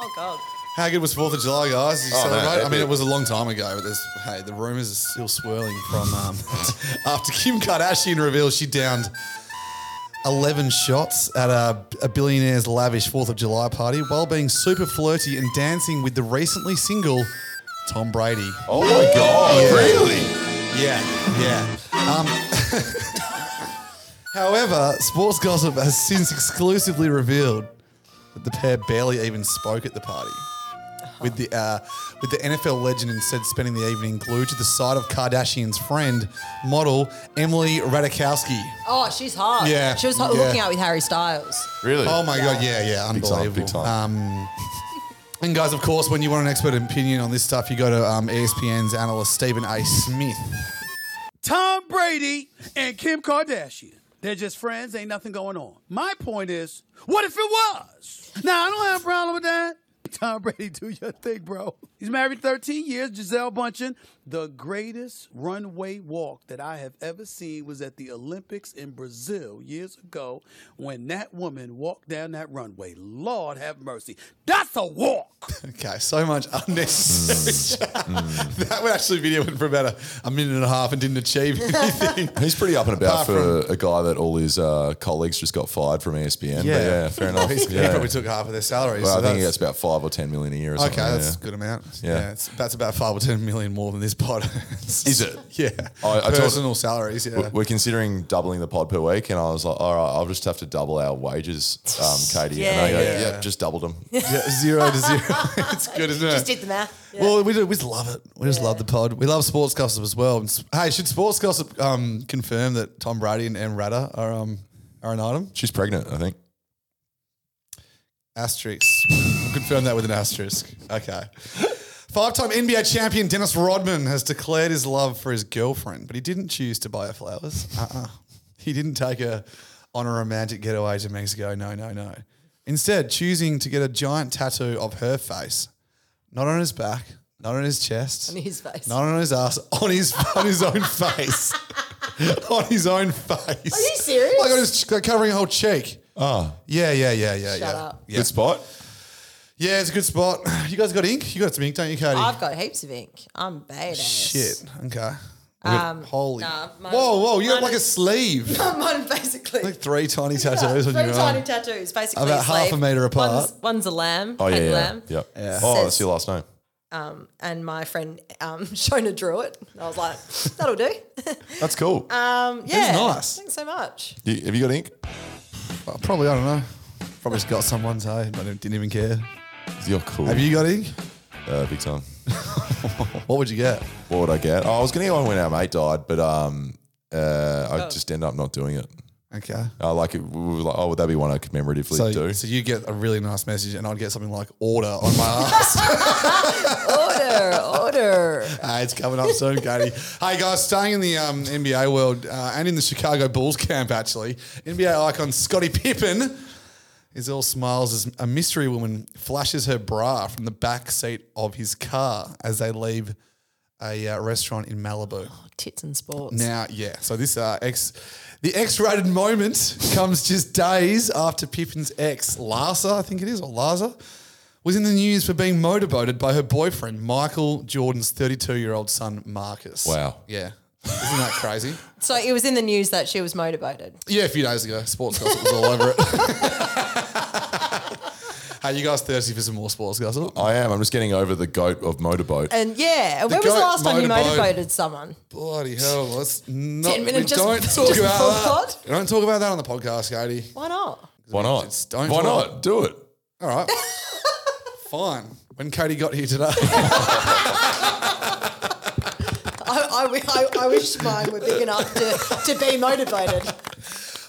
[SPEAKER 4] Oh God.
[SPEAKER 3] How good was Fourth of July, guys? Did you
[SPEAKER 2] Oh, no,
[SPEAKER 3] celebrate? I mean,
[SPEAKER 2] epic.
[SPEAKER 3] it was a long time ago, but there's hey, the rumors are still swirling from um, after Kim Kardashian reveals she downed eleven shots at a, a billionaire's lavish Fourth of July party while being super flirty and dancing with the recently single Tom Brady.
[SPEAKER 2] Oh my God, really?
[SPEAKER 3] Yeah, yeah. Um, however, sports gossip has since exclusively revealed that the pair barely even spoke at the party. With the uh, with the NFL legend instead spending the evening glued to the side of Kardashian's friend, model Emily Radikowski.
[SPEAKER 4] Oh, she's hot.
[SPEAKER 3] Yeah,
[SPEAKER 4] she was hot,
[SPEAKER 3] yeah.
[SPEAKER 4] hooking out with Harry Styles.
[SPEAKER 2] Really?
[SPEAKER 3] Oh my god, yeah, yeah,
[SPEAKER 2] Big
[SPEAKER 3] unbelievable.
[SPEAKER 2] time, big time.
[SPEAKER 3] Um, and guys, of course, when you want an expert opinion on this stuff, you go to um, ESPN's analyst Stephen A. Smith.
[SPEAKER 17] Tom Brady and Kim Kardashian. They're just friends, ain't nothing going on. My point is, what if it was? Now, I don't have a problem with that. Tom Brady, do your thing, bro. He's married 13 years, Giselle Bundchen. The greatest runway walk that I have ever seen was at the Olympics in Brazil years ago when that woman walked down that runway. Lord have mercy. That's a walk.
[SPEAKER 3] Okay, so much unnecessary. chat.
[SPEAKER 2] Mm,
[SPEAKER 3] that actually video went for about a, a minute and a half and didn't achieve anything.
[SPEAKER 2] He's pretty up and about
[SPEAKER 3] Apart
[SPEAKER 2] for a guy that all his uh, colleagues just got fired from E ESPN. Yeah, but yeah fair enough.
[SPEAKER 3] He's- He
[SPEAKER 2] yeah.
[SPEAKER 3] probably took half of their salary.
[SPEAKER 2] Well,
[SPEAKER 3] so
[SPEAKER 2] I think he gets
[SPEAKER 3] that's-
[SPEAKER 2] about five or ten million a year. Or
[SPEAKER 3] Okay,
[SPEAKER 2] something,
[SPEAKER 3] that's
[SPEAKER 2] yeah.
[SPEAKER 3] a good amount.
[SPEAKER 2] Yeah.
[SPEAKER 3] Yeah, it's, that's about five or ten million more than this pod.
[SPEAKER 2] Is it?
[SPEAKER 3] yeah,
[SPEAKER 2] I- I told-
[SPEAKER 3] personal salaries. Yeah,
[SPEAKER 2] We- We're considering doubling the pod per week, and I was like, "All right, I'll just have to double our wages, um, Katie." and
[SPEAKER 3] Yeah,
[SPEAKER 2] I go,
[SPEAKER 3] yeah.
[SPEAKER 2] "Yep, just doubled them."
[SPEAKER 3] yeah, zero to zero. it's good, isn't it?
[SPEAKER 4] Just did the math. Yeah.
[SPEAKER 3] Well, we, do, we just love it. We just love the pod. We love sports gossip as well. And s- hey, should sports gossip um, confirm that Tom Brady and Em Rada are um, are an item?
[SPEAKER 2] She's pregnant, I think.
[SPEAKER 3] Asterisk. we'll confirm that with an asterisk. Okay. Five-time NBA champion Dennis Rodman has declared his love for his girlfriend, but he didn't choose to buy her flowers. Uh-uh. He didn't take her on a romantic getaway to Mexico. No, no, no. Instead, choosing to get a giant tattoo of her face, not on his back, not on his chest,
[SPEAKER 4] On his face.
[SPEAKER 3] not on his ass, on his on his own face, on his own face.
[SPEAKER 4] Are you serious?
[SPEAKER 3] Like on his, like covering a whole cheek.
[SPEAKER 2] Oh,
[SPEAKER 3] yeah, yeah, yeah, yeah,
[SPEAKER 4] Shut
[SPEAKER 3] yeah.
[SPEAKER 4] up.
[SPEAKER 3] yeah. Good
[SPEAKER 2] spot.
[SPEAKER 3] Yeah, it's a good spot. You guys got ink? You got some ink, don't you, Cody?
[SPEAKER 4] I've got heaps of ink. I'm badass.
[SPEAKER 3] Shit. Okay.
[SPEAKER 4] Um,
[SPEAKER 3] Holy.
[SPEAKER 4] nah, mine-
[SPEAKER 3] whoa, whoa! You got
[SPEAKER 4] mine
[SPEAKER 3] like a
[SPEAKER 4] is-
[SPEAKER 3] sleeve.
[SPEAKER 4] Mine basically.
[SPEAKER 3] Like three tiny tattoos on
[SPEAKER 4] Three
[SPEAKER 3] your
[SPEAKER 4] tiny
[SPEAKER 3] arm.
[SPEAKER 4] tattoos, basically.
[SPEAKER 3] About
[SPEAKER 4] a
[SPEAKER 3] half a
[SPEAKER 4] slave.
[SPEAKER 3] meter apart.
[SPEAKER 4] One's, one's a lamb.
[SPEAKER 2] Oh yeah,
[SPEAKER 4] head
[SPEAKER 2] yeah,
[SPEAKER 4] lamb.
[SPEAKER 2] yep.
[SPEAKER 3] Yeah.
[SPEAKER 2] Oh,
[SPEAKER 4] Says-
[SPEAKER 2] that's your last name.
[SPEAKER 4] Um, and my friend um, Shona drew it. I was like, that'll do.
[SPEAKER 2] That's cool.
[SPEAKER 4] Um, yeah.
[SPEAKER 2] nice.
[SPEAKER 4] Thanks so much.
[SPEAKER 2] You- have you got ink?
[SPEAKER 3] probably. Oh, I don't know. Probably just got someone's, hey, but I didn't even care.
[SPEAKER 2] You're cool.
[SPEAKER 3] Have you got any?
[SPEAKER 2] Uh, big time.
[SPEAKER 3] what would you get?
[SPEAKER 2] What would I get? Oh, I was going to go on when our mate died, but um, uh, I
[SPEAKER 3] Oh.
[SPEAKER 2] just end up not doing it.
[SPEAKER 3] Okay.
[SPEAKER 2] Uh, like, it, we were like, oh, would that be one I commemoratively
[SPEAKER 3] So,
[SPEAKER 2] do?
[SPEAKER 3] so you get a really nice message, and I'd get something like order on my ass.
[SPEAKER 4] order, order.
[SPEAKER 3] Uh, it's coming up soon, Katie. hey guys, staying in the um, NBA world uh, and in the Chicago Bulls camp, actually, NBA icon Scottie Pippen is all smiles as a mystery woman flashes her bra from the back seat of his car as they leave a uh, restaurant in Malibu.
[SPEAKER 4] Tits and sports.
[SPEAKER 3] Now, yeah. So this uh, X, the X-rated moment comes just days after Pippin's ex, Larsa, I think it is, or Larsa, was in the news for being motorboated by her boyfriend, Michael Jordan's 32-year-old son, Marcus.
[SPEAKER 2] Wow.
[SPEAKER 3] Yeah. Isn't that crazy?
[SPEAKER 4] So it was in the news that she was motivated.
[SPEAKER 3] yeah, a few days ago, sports gossip was all over it. Are you guys thirsty for some more sports gossip? Oh,
[SPEAKER 2] I am. I'm just getting over the goat of motorboat.
[SPEAKER 4] And yeah,
[SPEAKER 3] The
[SPEAKER 4] when was the
[SPEAKER 3] goat
[SPEAKER 4] last time you
[SPEAKER 3] motorboat.
[SPEAKER 4] motivated someone?
[SPEAKER 3] Bloody hell, let's not.
[SPEAKER 4] Ten
[SPEAKER 3] we
[SPEAKER 4] minutes just-
[SPEAKER 3] don't talk
[SPEAKER 4] just before
[SPEAKER 3] about
[SPEAKER 4] pod?
[SPEAKER 3] that. We don't talk about that on the podcast, Katie.
[SPEAKER 4] Why not?
[SPEAKER 2] Why not?
[SPEAKER 3] don't
[SPEAKER 2] Why
[SPEAKER 3] talk.
[SPEAKER 2] not? Do it.
[SPEAKER 3] All right. Fine. When Katie got here today.
[SPEAKER 4] I, I wi- I- I wish mine were big enough to, to be motivated.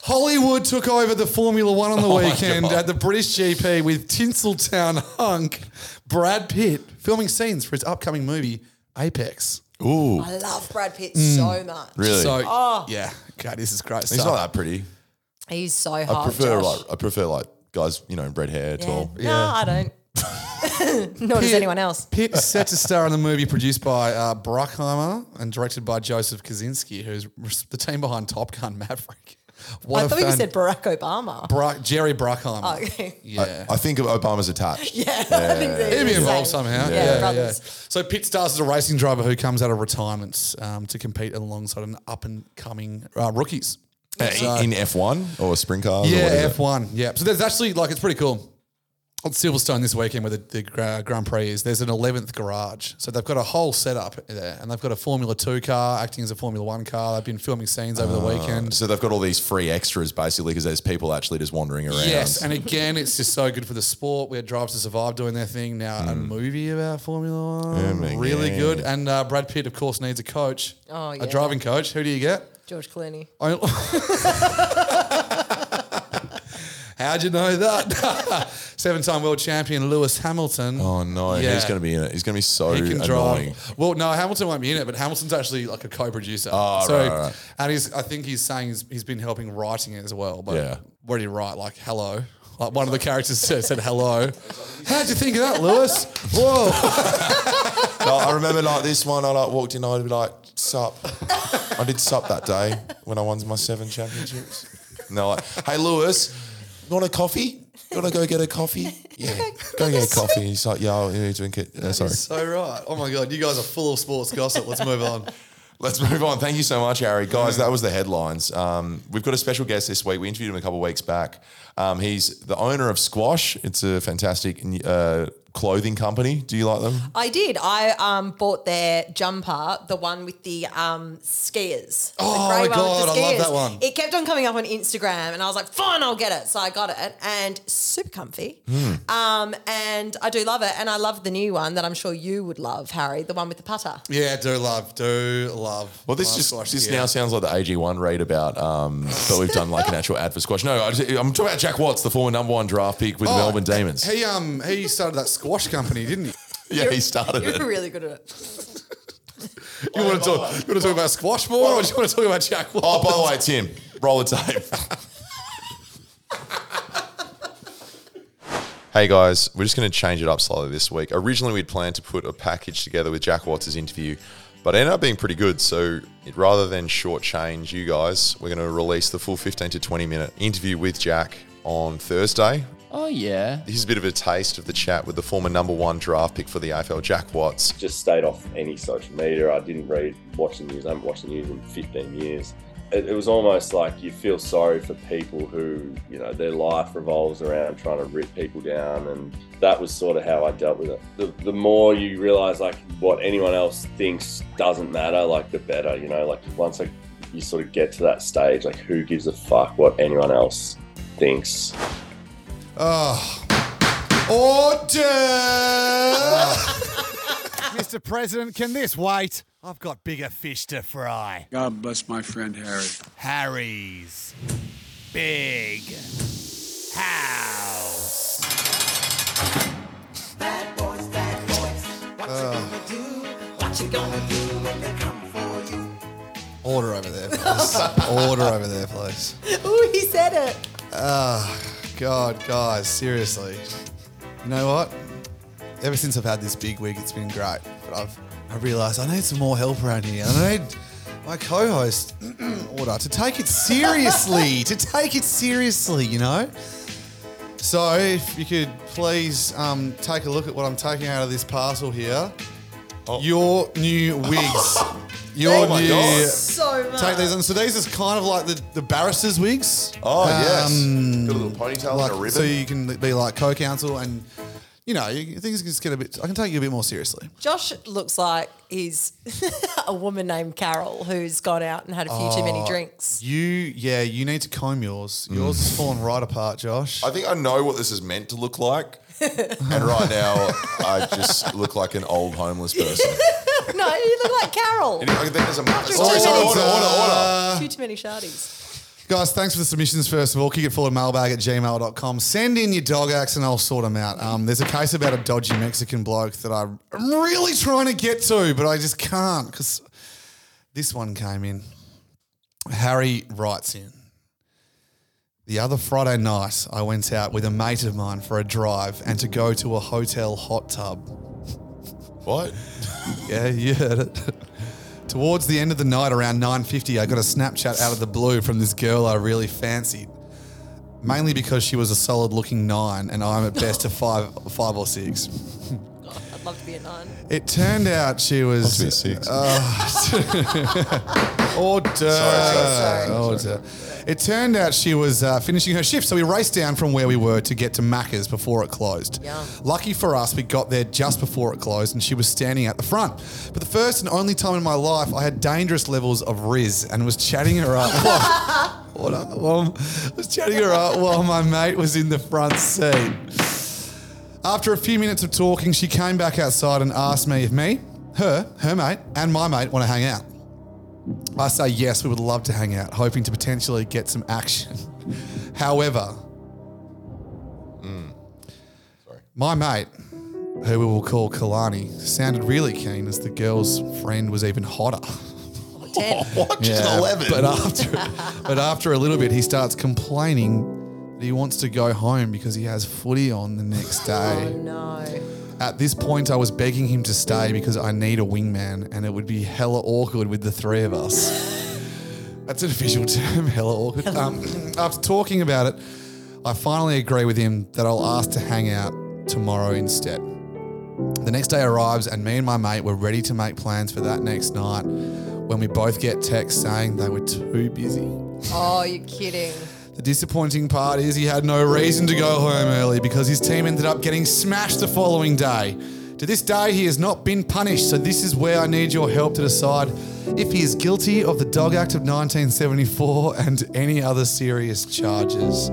[SPEAKER 3] Hollywood took over the Formula One on the
[SPEAKER 2] Oh my
[SPEAKER 3] weekend
[SPEAKER 2] God.
[SPEAKER 3] at the British GP with Tinseltown hunk Brad Pitt filming scenes for his upcoming movie Apex.
[SPEAKER 2] Ooh,
[SPEAKER 4] I love Brad Pitt
[SPEAKER 3] Mm.
[SPEAKER 4] so much.
[SPEAKER 2] Really?
[SPEAKER 3] So
[SPEAKER 4] Oh.
[SPEAKER 3] yeah, God, this is great.
[SPEAKER 2] He's
[SPEAKER 3] stuff.
[SPEAKER 2] not that pretty.
[SPEAKER 4] He's so
[SPEAKER 3] Oh,
[SPEAKER 4] hot.
[SPEAKER 2] I prefer
[SPEAKER 4] Josh.
[SPEAKER 2] like I prefer like guys, you know, red hair, tall.
[SPEAKER 4] No, I don't. Not as anyone else.
[SPEAKER 3] Pitt is set to star in the movie produced by uh, Bruckheimer and directed by Joseph Kaczynski, who's res- the team behind Top Gun Maverick. What
[SPEAKER 4] I
[SPEAKER 3] a
[SPEAKER 4] thought you
[SPEAKER 3] fan-
[SPEAKER 4] said Barack Obama.
[SPEAKER 3] Bru- Jerry Bruckheimer.
[SPEAKER 4] Oh, okay.
[SPEAKER 3] Yeah.
[SPEAKER 2] I, I think Obama's attached.
[SPEAKER 4] Yeah, I think they
[SPEAKER 3] He'd be
[SPEAKER 4] were the
[SPEAKER 3] involved
[SPEAKER 4] same.
[SPEAKER 3] somehow.
[SPEAKER 4] Yeah,
[SPEAKER 3] Yeah, yeah,
[SPEAKER 4] brothers.
[SPEAKER 3] So Pitt starts as a racing driver who comes out of retirement um, to compete alongside an up and coming uh, rookies.
[SPEAKER 2] Uh, in-
[SPEAKER 3] So-
[SPEAKER 2] in F1 or spring cars. or
[SPEAKER 3] yeah,
[SPEAKER 2] whatever.
[SPEAKER 3] F one. Yeah. So there's actually like it's pretty cool. On Silverstone this weekend, where the, the uh, Grand Prix is, there's an 11th garage. So they've got a whole setup there, and they've got a Formula Two car acting as a Formula One car. They've been filming scenes over the
[SPEAKER 2] Uh,
[SPEAKER 3] weekend.
[SPEAKER 2] So they've got all these free extras basically because there's people actually just wandering around.
[SPEAKER 3] Yes, and again, it's just so good for the sport. We had Drives to Survive doing their thing now. A movie about Formula
[SPEAKER 2] Mm. Yeah,
[SPEAKER 3] One,
[SPEAKER 2] man,
[SPEAKER 3] really
[SPEAKER 2] yeah.
[SPEAKER 3] good. And uh, Brad Pitt, of course, needs a coach,
[SPEAKER 4] Oh, yeah.
[SPEAKER 3] a driving coach. Who do you get?
[SPEAKER 4] George Clooney.
[SPEAKER 3] How'd you know that? Seven-time world champion Lewis Hamilton.
[SPEAKER 2] Oh no, he's
[SPEAKER 3] Yeah.
[SPEAKER 2] going to be in it. He's going to be so
[SPEAKER 3] He can
[SPEAKER 2] annoying.
[SPEAKER 3] drive. Well, no, Hamilton won't be in it, but Hamilton's actually like a co-producer.
[SPEAKER 2] Oh, right, right, right.
[SPEAKER 3] and he's I think he's saying he's, he's been helping writing it as well. But
[SPEAKER 2] Yeah.
[SPEAKER 3] what did he write? Like hello. Like one of the characters said, said hello. How'd you think of that, Lewis? Whoa.
[SPEAKER 2] No, I remember like this one. I like walked in. I'd be like sup. I did sup that day when I won my seven championships. And they're like, hey Lewis, you want a coffee? You want to go get a coffee? Yeah, go get a coffee. He's like, yeah, I'll yeah, drink it. Uh, sorry.
[SPEAKER 3] so right. Oh my god, you guys are full of sports gossip. Let's move on.
[SPEAKER 2] Let's move on. Thank you so much, Harry. Guys, that was the headlines. Um, we've got a special guest this week. We interviewed him a couple of weeks back. Um, he's the owner of Squash. It's a fantastic uh, clothing company. Do you like them?
[SPEAKER 4] I did. I um, bought their jumper, the one with the um, skiers.
[SPEAKER 2] Oh,
[SPEAKER 4] the grey
[SPEAKER 2] my
[SPEAKER 4] one
[SPEAKER 2] God, I love that one.
[SPEAKER 4] It kept on coming up on Instagram, and I was like, "Fine, I'll get it." So I got it, and super comfy.
[SPEAKER 2] Hmm.
[SPEAKER 4] Um, and I do love it, and I love the new one that I'm sure you would love, Harry, the one with the putter.
[SPEAKER 3] Yeah, do love, do love.
[SPEAKER 2] Well, this
[SPEAKER 3] love
[SPEAKER 2] just
[SPEAKER 3] Squash,
[SPEAKER 2] this
[SPEAKER 3] yeah.
[SPEAKER 2] now sounds like the AG1 read about, um, but we've done like an actual ad for Squash. No, I just, I'm talking about Jack Watts, the former number one draft pick with the
[SPEAKER 3] Oh,
[SPEAKER 2] Melbourne Demons.
[SPEAKER 3] He um he started that squash company, didn't he?
[SPEAKER 2] yeah, he started it.
[SPEAKER 4] You're really good at it.
[SPEAKER 3] You want to talk? You want to talk about squash more, or do you want to talk about Jack? Watts?
[SPEAKER 2] Oh, by the way, Tim, roll the tape. Hey guys, we're just going to change it up slightly this week. Originally, we'd planned to put a package together with Jack Watts' interview, but it ended up being pretty good. So, it- rather than shortchange you guys, we're going to release the full 15 to 20 minute interview with Jack on Thursday.
[SPEAKER 5] Oh, yeah.
[SPEAKER 2] Here's a bit of a taste of the chat with the former number one draft pick for the AFL, Jack Watts.
[SPEAKER 18] Just stayed off any social media. I didn't read, watch the news. I haven't watched the news in 15 years. It, it was almost like you feel sorry for people who, you know, their life revolves around trying to rip people down. And that was sort of how I dealt with it. The, the more you realize, like, what anyone else thinks doesn't matter, like, the better, you know, like, once I, you sort of get to that stage, like, who gives a fuck what anyone else thinks?
[SPEAKER 3] Oh. Order!
[SPEAKER 19] Mr. President, can this wait? I've got bigger fish to fry.
[SPEAKER 20] God bless my friend Harry.
[SPEAKER 19] Harry's big house.
[SPEAKER 3] Order over there, please. Order over there, please.
[SPEAKER 4] Ooh, he said it.
[SPEAKER 3] Oh, God, guys, seriously. You know what? Ever since I've had this big wig, it's been great. But I've I realised I need some more help around here. And I need my co-host Order to take it seriously. to take it seriously, you know. So if you could please um, take a look at what I'm taking out of this parcel here.
[SPEAKER 2] Oh.
[SPEAKER 3] Your new wigs. Your
[SPEAKER 4] Thank
[SPEAKER 3] new
[SPEAKER 4] you so much.
[SPEAKER 3] Take these on. So these is kind of like the, the barrister's wigs.
[SPEAKER 2] Oh, yes.
[SPEAKER 3] Um,
[SPEAKER 2] Got a little ponytail and
[SPEAKER 3] like-
[SPEAKER 2] a ribbon.
[SPEAKER 3] So you can be like co-counsel and, you know, you, things just get a bit, I can take you a bit more seriously.
[SPEAKER 4] Josh looks like he's a woman named Carol who's gone out and had a few too many
[SPEAKER 3] Oh,
[SPEAKER 4] drinks.
[SPEAKER 3] You, yeah, you need to comb yours. Yours is falling right apart, Josh.
[SPEAKER 2] I think I know what this is meant to look like. and right now, I just look like an old homeless person.
[SPEAKER 4] no, you look like Carol.
[SPEAKER 2] I think there's a.
[SPEAKER 4] After
[SPEAKER 2] Sorry,
[SPEAKER 4] too
[SPEAKER 2] sorry,
[SPEAKER 4] many-
[SPEAKER 2] order, order,
[SPEAKER 4] Too too many shardies.
[SPEAKER 3] Guys, thanks for the submissions, first of all. Kick it forward mailbag at gmail.com. Send in your dog acts and I'll sort them out. Um, there's a case about a dodgy Mexican bloke that I, I'm really trying to get to, but I just can't because this one came in. Harry writes in. The other Friday night, I went out with a mate of mine for a drive and to go to a hotel hot tub. What? yeah, you heard it. Towards the end of the night, around 9:50, I got a Snapchat out of the blue from this girl I really fancied, mainly because she was a solid-looking nine and I'm at best a five, five or six.
[SPEAKER 4] God, I'd love to be a nun.
[SPEAKER 3] It turned out she was six. order. Order. It turned out she was uh, finishing her shift, so we raced down from where we were to get to Macca's before it closed.
[SPEAKER 1] Yum.
[SPEAKER 3] Lucky for us, we got there just before it closed, and she was standing at the front. But the first and only time in my life, I had dangerous levels of riz and was chatting her up. What up? Well, I was chatting her up while my mate was in the front seat. After a few minutes of talking, she came back outside and asked me if me, her, her mate, and my mate want to hang out. I say yes, we would love to hang out, hoping to potentially get some action. However, my mate, who we will call Kalani, sounded really keen as the girl's friend was even hotter.
[SPEAKER 2] What? She's
[SPEAKER 3] Yeah,
[SPEAKER 2] 11.
[SPEAKER 3] But after, but after a little bit, he starts complaining that he wants to go home because he has footy on the next day. Oh,
[SPEAKER 4] no.
[SPEAKER 3] At this point, I was begging him to stay because I need a wingman and it would be hella awkward with the three of us. That's an official term, hella awkward. Um, after talking about it, I finally agree with him that I'll ask to hang out tomorrow instead. The next day arrives, and me and my mate were ready to make plans for that next night when we both get texts saying they were too busy.
[SPEAKER 4] Oh, you're kidding.
[SPEAKER 3] The disappointing part is he had no reason to go home early because his team ended up getting smashed the following day. To this day, he has not been punished, so this is where I need your help to decide if he is guilty of the Dog Act of 1974 and any other serious charges.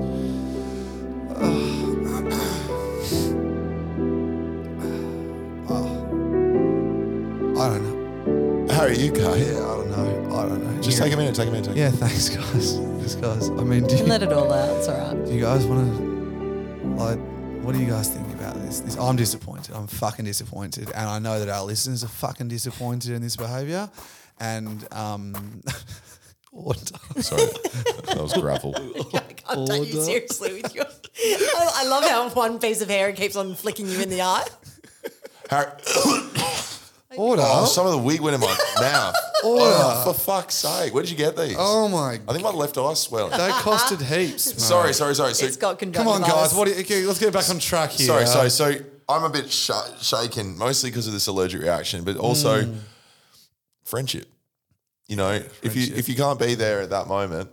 [SPEAKER 3] I don't know. Harry, you go. Yeah, I don't know. I don't know.
[SPEAKER 2] Just take a minute, take a minute, take a
[SPEAKER 3] yeah, thanks, guys. Thanks, guys. I mean, do you,
[SPEAKER 4] Can let it all out. It's all right.
[SPEAKER 3] do you guys want to, like, what do you guys think about this? this? I'm disappointed. I'm fucking disappointed. And I know that our listeners are fucking disappointed in this behavior. And, um, what?
[SPEAKER 2] Sorry, that was gravel.
[SPEAKER 4] I'll take you
[SPEAKER 3] Order.
[SPEAKER 4] seriously with your. Oh, I, I love how one piece of hair keeps on flicking you in the eye.
[SPEAKER 2] Harry.
[SPEAKER 3] Order.
[SPEAKER 2] Oh, some of the wig went in my mouth.
[SPEAKER 3] Order.
[SPEAKER 2] Oh, for fuck's sake. Where did you get these?
[SPEAKER 3] Oh, my
[SPEAKER 2] I think my left eye swelled.
[SPEAKER 3] They costed heaps. mate.
[SPEAKER 2] Sorry, sorry, sorry. So,
[SPEAKER 3] Come on, guys. What? Do you, okay, let's get back on track here.
[SPEAKER 2] Sorry, sorry. So I'm a bit sh- shaken, mostly because of this allergic reaction, but also
[SPEAKER 3] Mm.
[SPEAKER 2] friendship. You know, if you if you can't be there at that moment,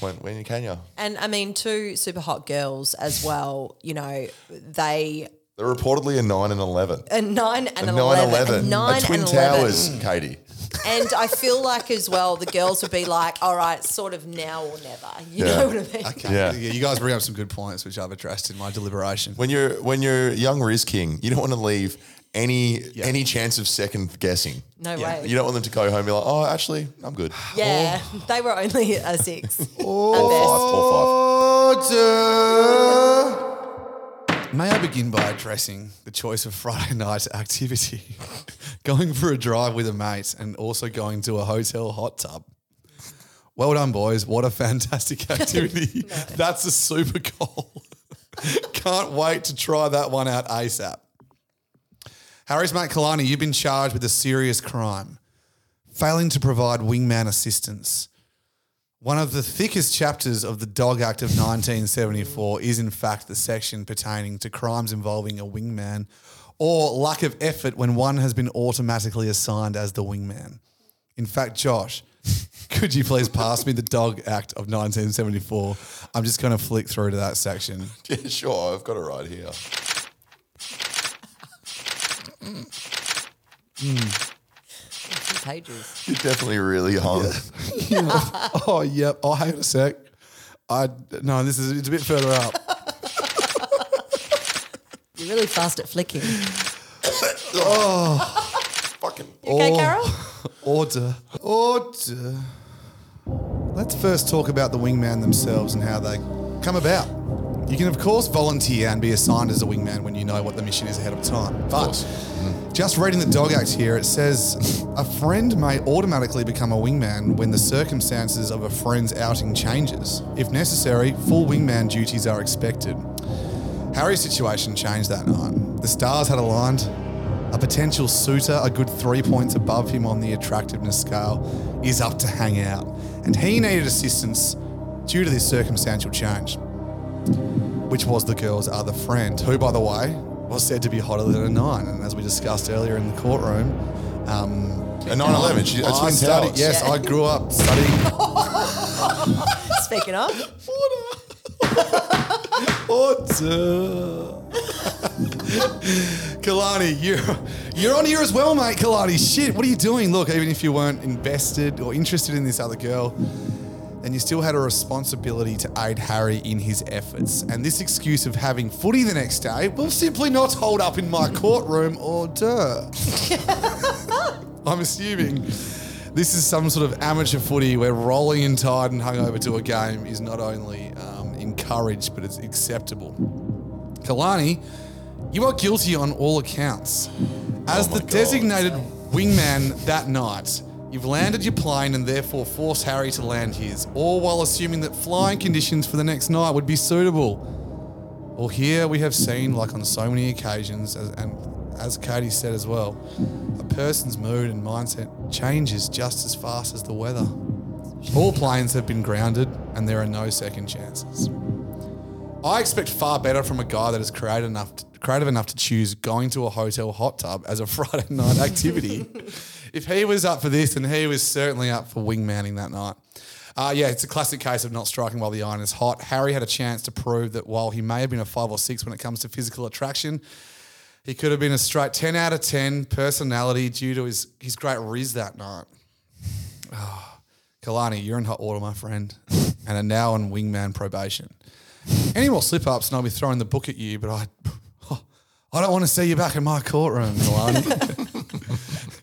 [SPEAKER 2] when when you can you?
[SPEAKER 4] And I mean, two super hot girls as well. You know, they
[SPEAKER 2] They're reportedly a nine and eleven.
[SPEAKER 4] a nine and
[SPEAKER 2] a
[SPEAKER 4] an
[SPEAKER 2] nine
[SPEAKER 4] eleven.
[SPEAKER 2] eleven.
[SPEAKER 4] A nine
[SPEAKER 2] a twin
[SPEAKER 4] and eleven.
[SPEAKER 2] towers, Katie.
[SPEAKER 4] and I feel like as well the girls would be like, all right, sort of now or never. You
[SPEAKER 2] Yeah.
[SPEAKER 4] know what I mean?
[SPEAKER 3] Okay. Yeah.
[SPEAKER 2] Yeah.
[SPEAKER 3] you guys bring up some good points which I've addressed in my deliberation.
[SPEAKER 2] When you're when you're young Riz King, you don't want to leave any any chance of second guessing.
[SPEAKER 4] No Yeah. way.
[SPEAKER 2] You don't want them to go home and be like, oh, actually, I'm good.
[SPEAKER 4] Yeah, they were only a six.
[SPEAKER 2] Oh.
[SPEAKER 3] Order. May I begin by addressing the choice of Friday night activity? going for a drive with a mate and also going to a hotel hot tub. Well done, boys. What a fantastic activity. That's a super goal. Can't wait to try that one out ASAP. Harry's mate Kalani, you've been charged with a serious crime failing to provide wingman assistance. One of the thickest chapters of the Dog Act of 1974 is, in fact, the section pertaining to crimes involving a wingman or lack of effort when one has been automatically assigned as the wingman. In fact, Josh, could you please pass me the Dog Act of 1974? I'm just going to flick through to that section.
[SPEAKER 2] Yeah, sure. I've got it right here.
[SPEAKER 4] Pages.
[SPEAKER 2] You're definitely really um, hung.
[SPEAKER 3] oh, yep. Oh, hang on a sec. I no, this is it's a bit further up.
[SPEAKER 4] You're really fast at flicking.
[SPEAKER 3] oh,
[SPEAKER 2] fucking.
[SPEAKER 4] okay, Carol?
[SPEAKER 3] Order. Order. Let's first talk about the wingman themselves and how they come about. You can, of course, volunteer and be assigned as a wingman when you know what the mission is ahead of Mm-hmm. time. But just reading the Dog Act here, it says a friend may automatically become a wingman when the circumstances of a friend's outing changes. If necessary, full wingman duties are expected. Harry's situation changed that night. The stars had aligned. A potential suitor, a good three points above him on the attractiveness scale, is up to hang out, and he needed assistance due to this circumstantial change, which was the girl's other friend, who, by the way, was said to be hotter than a nine. And as we discussed earlier in the courtroom, um,
[SPEAKER 2] A 9/11, she- that's
[SPEAKER 3] I
[SPEAKER 2] what it
[SPEAKER 3] studied-
[SPEAKER 2] tells.
[SPEAKER 3] Yes,
[SPEAKER 2] Yeah.
[SPEAKER 3] I grew up studying
[SPEAKER 4] Speaking of,
[SPEAKER 3] Order. Kalani, you're you're on here as well, mate. Kalani, shit, what are you doing? Look, even if you weren't invested or interested in this other girl, then you still had a responsibility to aid Harry in his efforts. And this excuse of having footy the next day will simply not hold up in my courtroom. Order. I'm assuming this is some sort of amateur footy where rolling in tired and hungover to a game is not only um, encouraged, but it's acceptable. Kalani, you are guilty on all accounts. As the designated wingman that night, you've landed your plane and therefore forced Harry to land his, all while assuming that flying conditions for the next night would be suitable. Well, here we have seen, like on so many occasions, as, and as Katie said as well, a person's mood and mindset changes just as fast as the weather. All planes have been grounded, and there are no second chances. I expect far better from a guy that is creative enough to, creative enough to choose going to a hotel hot tub as a Friday night activity. if he was up for this, then he was certainly up for wingmanning that night. Uh, yeah, it's a classic case of not striking while the iron is hot. Harry had a chance to prove that while he may have been a five or six when it comes to physical attraction, he could have been a straight 10 out of 10 personality due to his, his great riz that night. Oh, Kalani, you're in hot water, my friend, and are now on wingman probation. Any more slip ups, and I'll be throwing the book at you, but I, I don't want to see you back in my courtroom, Kalani.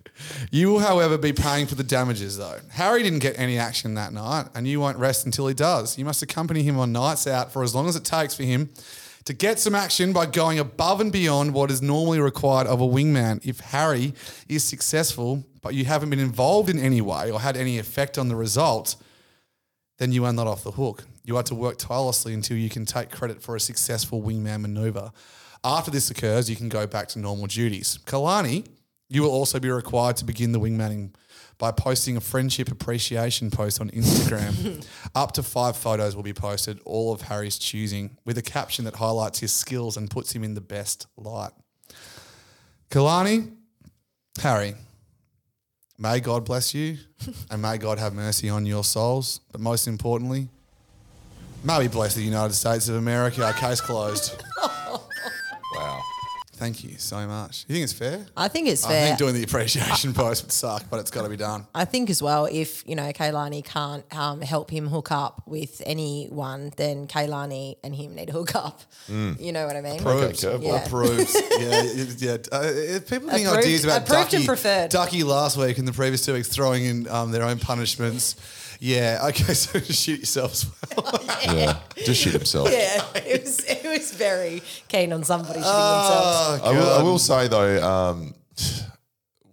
[SPEAKER 3] you will, however, be paying for the damages, though. Harry didn't get any action that night, and you won't rest until he does. You must accompany him on nights out for as long as it takes for him to get some action by going above and beyond what is normally required of a wingman. If Harry is successful, but you haven't been involved in any way or had any effect on the result, then you are not off the hook. You are to work tirelessly until you can take credit for a successful wingman maneuver. After this occurs, you can go back to normal duties. Kalani, you will also be required to begin the wingmanning by posting a friendship appreciation post on Instagram. Up to five photos will be posted, all of Harry's choosing, with a caption that highlights his skills and puts him in the best light. Kalani, Harry, May God bless you and may God have mercy on your souls. But most importantly, may we bless the United States of America. Case closed.
[SPEAKER 2] Wow.
[SPEAKER 3] Thank you so much. You think it's fair?
[SPEAKER 4] I think it's
[SPEAKER 3] I
[SPEAKER 4] fair.
[SPEAKER 3] think doing the appreciation post would suck, but it's got to be done.
[SPEAKER 4] I think as well, if you know Kaylani can't um, help him hook up with anyone, then Kaylani and him need to hook up. You know what I mean?
[SPEAKER 3] Approves.
[SPEAKER 4] Yeah.
[SPEAKER 3] Approves. yeah, it- yeah. Uh, it- people think
[SPEAKER 4] Approved-
[SPEAKER 3] ideas about
[SPEAKER 4] approved and
[SPEAKER 3] Ducky,
[SPEAKER 4] preferred.
[SPEAKER 3] Ducky last week and the previous two weeks throwing in um, their own punishments. Yeah. Okay. So shoot yourselves.
[SPEAKER 2] Yeah. Just shit himself.
[SPEAKER 4] yeah, it was it was very keen on somebody shooting
[SPEAKER 3] Oh,
[SPEAKER 4] themselves.
[SPEAKER 2] I will, I will say though, um,